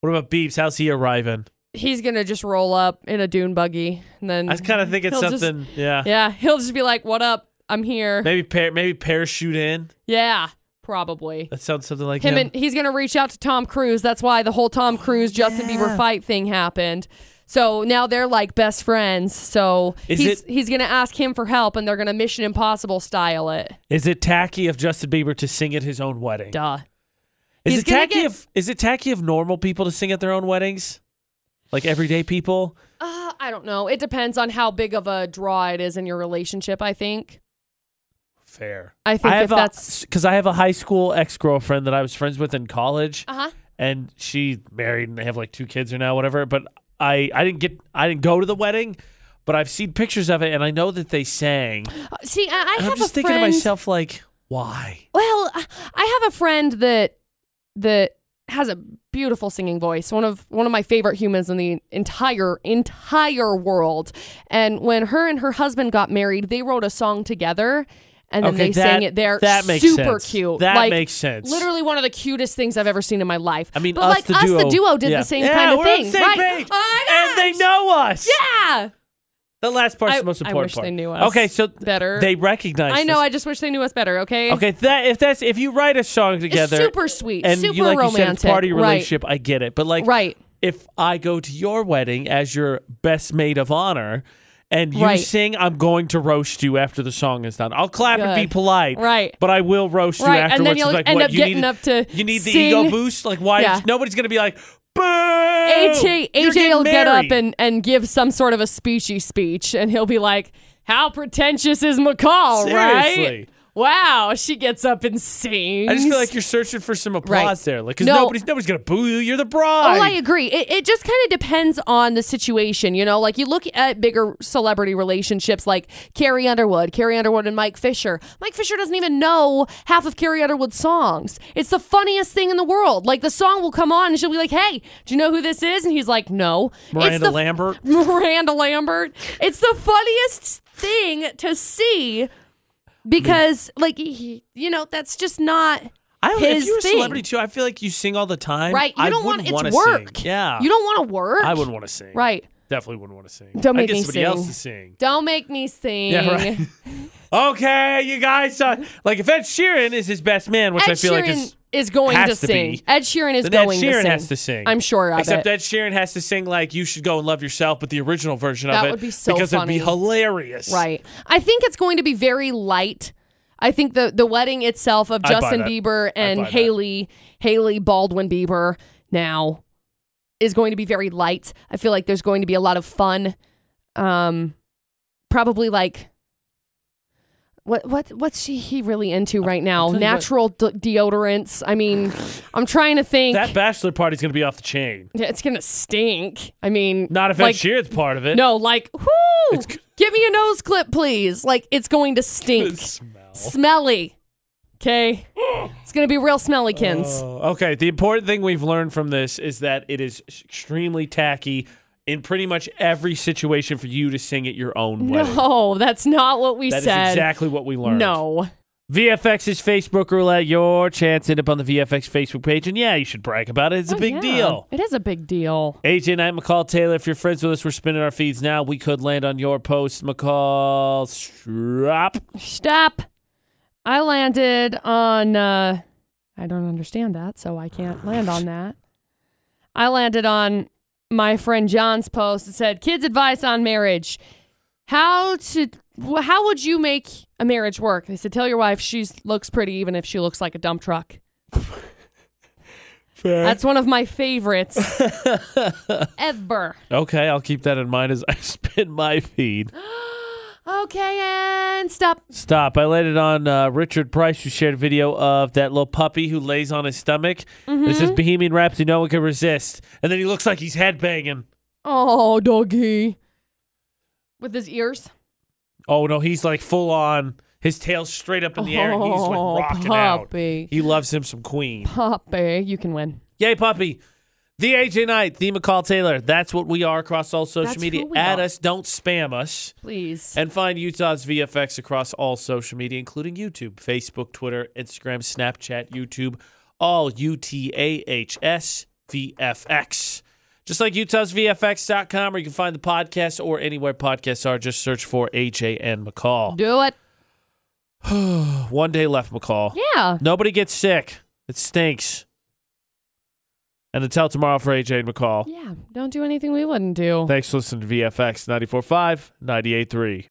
[SPEAKER 1] What about Beeps? How's he arriving?
[SPEAKER 2] He's going to just roll up in a dune buggy and then
[SPEAKER 1] I kind of think it's
[SPEAKER 2] Mm-hmm. He'll just-
[SPEAKER 1] something. yeah.
[SPEAKER 2] Yeah, he'll just be like, "What up? I'm here."
[SPEAKER 1] Maybe par- maybe parachute in.
[SPEAKER 2] Yeah, probably.
[SPEAKER 1] That sounds something like
[SPEAKER 2] Him
[SPEAKER 1] him.
[SPEAKER 2] and he's going to reach out to Tom Cruise. That's why the whole Tom Cruise Justin Bieber fight thing happened. So now they're like best friends. So
[SPEAKER 1] Is
[SPEAKER 2] he's
[SPEAKER 1] it-
[SPEAKER 2] he's going to ask him for help and they're going to Mission Impossible style it.
[SPEAKER 1] is it tacky of Justin Bieber to sing at his own wedding?
[SPEAKER 2] Duh.
[SPEAKER 1] Is
[SPEAKER 2] He's
[SPEAKER 1] it
[SPEAKER 2] gonna
[SPEAKER 1] tacky
[SPEAKER 2] get-
[SPEAKER 1] of is it tacky of normal people to sing at their own weddings? Like everyday people?
[SPEAKER 2] Uh, I don't know. It depends on how big of a draw it is in your relationship. I think.
[SPEAKER 1] Fair.
[SPEAKER 2] I think
[SPEAKER 1] have
[SPEAKER 2] if that's
[SPEAKER 1] because I have a high school ex girlfriend that I was friends with in college,
[SPEAKER 2] uh huh.
[SPEAKER 1] and she married and they have like two kids or now whatever. But I I didn't get I didn't go to the wedding, but I've seen pictures of it and I know that they sang.
[SPEAKER 2] See, I, I
[SPEAKER 1] And
[SPEAKER 2] have
[SPEAKER 1] I'm just
[SPEAKER 2] a
[SPEAKER 1] thinking
[SPEAKER 2] friend.
[SPEAKER 1] to myself like, why?
[SPEAKER 2] Well, I have a friend that that has a beautiful singing voice. One of one of my favorite humans in the entire entire world. And when her and her husband got married, they wrote a song together. And then
[SPEAKER 1] Okay,
[SPEAKER 2] they
[SPEAKER 1] that-
[SPEAKER 2] sang it there.
[SPEAKER 1] that makes
[SPEAKER 2] super
[SPEAKER 1] sense.
[SPEAKER 2] cute.
[SPEAKER 1] That
[SPEAKER 2] like,
[SPEAKER 1] makes sense.
[SPEAKER 2] Literally one of the cutest things I've ever seen in my life.
[SPEAKER 1] I mean,
[SPEAKER 2] but
[SPEAKER 1] us,
[SPEAKER 2] like
[SPEAKER 1] the
[SPEAKER 2] us,
[SPEAKER 1] duo.
[SPEAKER 2] the duo did the same kind of
[SPEAKER 1] we're
[SPEAKER 2] thing,
[SPEAKER 1] On the same
[SPEAKER 2] right?
[SPEAKER 1] page.
[SPEAKER 2] Oh my
[SPEAKER 1] and they know us. Yeah.
[SPEAKER 2] Yeah.
[SPEAKER 1] The last part's
[SPEAKER 2] I-
[SPEAKER 1] the most
[SPEAKER 2] I
[SPEAKER 1] important
[SPEAKER 2] wish
[SPEAKER 1] part.
[SPEAKER 2] they knew us
[SPEAKER 1] Okay, so th-
[SPEAKER 2] better.
[SPEAKER 1] They recognize.
[SPEAKER 2] I know.
[SPEAKER 1] us.
[SPEAKER 2] I just wish they knew us better. Okay.
[SPEAKER 1] okay, that if that's if you write a song
[SPEAKER 2] It's
[SPEAKER 1] together
[SPEAKER 2] super sweet.
[SPEAKER 1] and
[SPEAKER 2] super
[SPEAKER 1] you like
[SPEAKER 2] romantic.
[SPEAKER 1] you said it's part of your
[SPEAKER 2] right.
[SPEAKER 1] relationship, I get it. But like,
[SPEAKER 2] Right.
[SPEAKER 1] if I go to your wedding as your best maid of honor. And you
[SPEAKER 2] Right.
[SPEAKER 1] sing, I'm going to roast you after the song is done. I'll clap and be
[SPEAKER 2] Good.
[SPEAKER 1] polite,
[SPEAKER 2] Right.
[SPEAKER 1] But I will roast you
[SPEAKER 2] Right,
[SPEAKER 1] afterwards.
[SPEAKER 2] and then you'll
[SPEAKER 1] It's like,
[SPEAKER 2] end
[SPEAKER 1] what,
[SPEAKER 2] up
[SPEAKER 1] you
[SPEAKER 2] getting
[SPEAKER 1] need,
[SPEAKER 2] up to
[SPEAKER 1] you need the
[SPEAKER 2] sing.
[SPEAKER 1] ego boost. Like why?
[SPEAKER 2] Yeah.
[SPEAKER 1] Nobody's gonna be like, boo.
[SPEAKER 2] AJ,
[SPEAKER 1] Oh, You're
[SPEAKER 2] AJ will
[SPEAKER 1] getting
[SPEAKER 2] get up
[SPEAKER 1] married."
[SPEAKER 2] and, and give some sort of a speechy speech, and he'll be like, How pretentious is McCall,
[SPEAKER 1] Seriously.
[SPEAKER 2] right? Wow, she gets up and sings.
[SPEAKER 1] I just feel like you're searching for some applause
[SPEAKER 2] Right.
[SPEAKER 1] there, like because
[SPEAKER 2] No.
[SPEAKER 1] nobody's nobody's gonna boo you. You're the bride.
[SPEAKER 2] Oh, I agree. It, it just kind of depends on the situation, you know. Like you look at bigger celebrity relationships, like Carrie Underwood, Carrie Underwood and Mike Fisher. Mike Fisher doesn't even know half of Carrie Underwood's songs. It's the funniest thing in the world. Like the song will come on, and she'll be like, "Hey, do you know who this is?" And he's like, "No." it's
[SPEAKER 1] Miranda
[SPEAKER 2] the,
[SPEAKER 1] Lambert.
[SPEAKER 2] Miranda Lambert. It's the funniest thing to see because, like, he- you know, that's just not.
[SPEAKER 1] I don't,
[SPEAKER 2] his
[SPEAKER 1] if you're a
[SPEAKER 2] thing.
[SPEAKER 1] celebrity too, I feel like you sing all the time.
[SPEAKER 2] Right, you
[SPEAKER 1] I
[SPEAKER 2] don't want
[SPEAKER 1] wouldn't wanna
[SPEAKER 2] it's work.
[SPEAKER 1] Sing. Yeah,
[SPEAKER 2] you don't want to work.
[SPEAKER 1] I wouldn't want to sing.
[SPEAKER 2] Right.
[SPEAKER 1] Definitely wouldn't want to sing.
[SPEAKER 2] Don't
[SPEAKER 1] I
[SPEAKER 2] make
[SPEAKER 1] get
[SPEAKER 2] me
[SPEAKER 1] somebody
[SPEAKER 2] sing.
[SPEAKER 1] else to sing.
[SPEAKER 2] Don't make me sing.
[SPEAKER 1] Yeah, right. okay, you guys. Uh, like if Ed Sheeran is his best man, which
[SPEAKER 2] Ed
[SPEAKER 1] I feel
[SPEAKER 2] Sheeran
[SPEAKER 1] like is.
[SPEAKER 2] is going
[SPEAKER 1] has
[SPEAKER 2] to
[SPEAKER 1] to
[SPEAKER 2] sing.
[SPEAKER 1] be.
[SPEAKER 2] Ed Sheeran is
[SPEAKER 1] Then Ed
[SPEAKER 2] going to
[SPEAKER 1] Sheeran
[SPEAKER 2] sing.
[SPEAKER 1] has to sing.
[SPEAKER 2] I'm sure of
[SPEAKER 1] Except
[SPEAKER 2] it.
[SPEAKER 1] Ed Sheeran has to sing like "You Should Go and Love Yourself," but the original version of
[SPEAKER 2] That
[SPEAKER 1] it
[SPEAKER 2] would be so
[SPEAKER 1] because it'd
[SPEAKER 2] funny.
[SPEAKER 1] be hilarious.
[SPEAKER 2] Right. I think it's going to be very light. I think the the wedding itself of
[SPEAKER 1] I buy
[SPEAKER 2] Justin
[SPEAKER 1] that.
[SPEAKER 2] Bieber and
[SPEAKER 1] buy that.
[SPEAKER 2] Haley Haley Baldwin Bieber now is going to be very light. I feel like there's going to be a lot of fun. Um probably like what what what's she he really into right now?
[SPEAKER 1] tell you what-
[SPEAKER 2] Natural de- deodorants. I mean, I'm trying to think.
[SPEAKER 1] That bachelor party's gonna be off the chain.
[SPEAKER 2] it's gonna stink. I mean,
[SPEAKER 1] Not if
[SPEAKER 2] like,
[SPEAKER 1] Ed Sheeran's part of it.
[SPEAKER 2] No, like, whoo!
[SPEAKER 1] It's g-
[SPEAKER 2] Give me a nose clip, please. Like, it's going to
[SPEAKER 1] Good
[SPEAKER 2] stink.
[SPEAKER 1] smell.
[SPEAKER 2] Smelly. Okay? It's going to be real smellykins.
[SPEAKER 1] Oh, okay. The important thing we've learned from this is that it is extremely tacky in pretty much every situation for you to sing at your own way.
[SPEAKER 2] no, that's not what we
[SPEAKER 1] That is
[SPEAKER 2] said.
[SPEAKER 1] exactly what we learned.
[SPEAKER 2] no.
[SPEAKER 1] VFX's Facebook roulette, your chance hit up on the VFX Facebook page. And yeah, you should brag about it. It's a big
[SPEAKER 2] Oh, Yeah,
[SPEAKER 1] deal.
[SPEAKER 2] It is a big deal.
[SPEAKER 1] AJ Knight, McCall Taylor, if you're friends with us, we're spinning our feeds now. We could land on your post, McCall Strop.
[SPEAKER 2] Stop. I landed on. Uh, I don't understand that, so I can't land on that. I landed on my friend John's post that said, "Kids' advice on marriage: How to wh- how would you make a marriage work?" They said, "Tell your wife she looks pretty, even if she looks like a dump truck." That's one of my favorites ever.
[SPEAKER 1] Okay, I'll keep that in mind as I spin my feed.
[SPEAKER 2] Okay, and stop.
[SPEAKER 1] Stop. I landed on uh, Richard Price, who shared a video of that little puppy who lays on his stomach. It
[SPEAKER 2] Mm-hmm.
[SPEAKER 1] says Bohemian Rhapsody, no one can resist. And then he looks like he's headbanging.
[SPEAKER 2] Oh, doggy, with his ears.
[SPEAKER 1] Oh, no, he's like full on. His tail's straight up in the air. And he's like
[SPEAKER 2] Oh,
[SPEAKER 1] rocking
[SPEAKER 2] puppy.
[SPEAKER 1] out. He loves him some Queen.
[SPEAKER 2] Puppy, you can win.
[SPEAKER 1] Yay, puppy. The AJ Knight, the McCall Taylor. That's what we are across all social
[SPEAKER 2] That's
[SPEAKER 1] media.
[SPEAKER 2] who we
[SPEAKER 1] Add
[SPEAKER 2] are.
[SPEAKER 1] us. Don't spam us.
[SPEAKER 2] Please.
[SPEAKER 1] And find Utah's VFX across all social media, including YouTube, Facebook, Twitter, Instagram, Snapchat, YouTube, all U T A H S VFX. Just like Utah's VFX.com, or you can find the podcast or anywhere podcasts are. Just search for AJ and McCall.
[SPEAKER 2] Do it.
[SPEAKER 1] One day left, McCall.
[SPEAKER 2] Yeah.
[SPEAKER 1] Nobody gets sick. It stinks. And until tomorrow for AJ and McCall.
[SPEAKER 2] Yeah. Don't do anything we wouldn't do.
[SPEAKER 1] Thanks for listening to VFX 94.5, 98.3.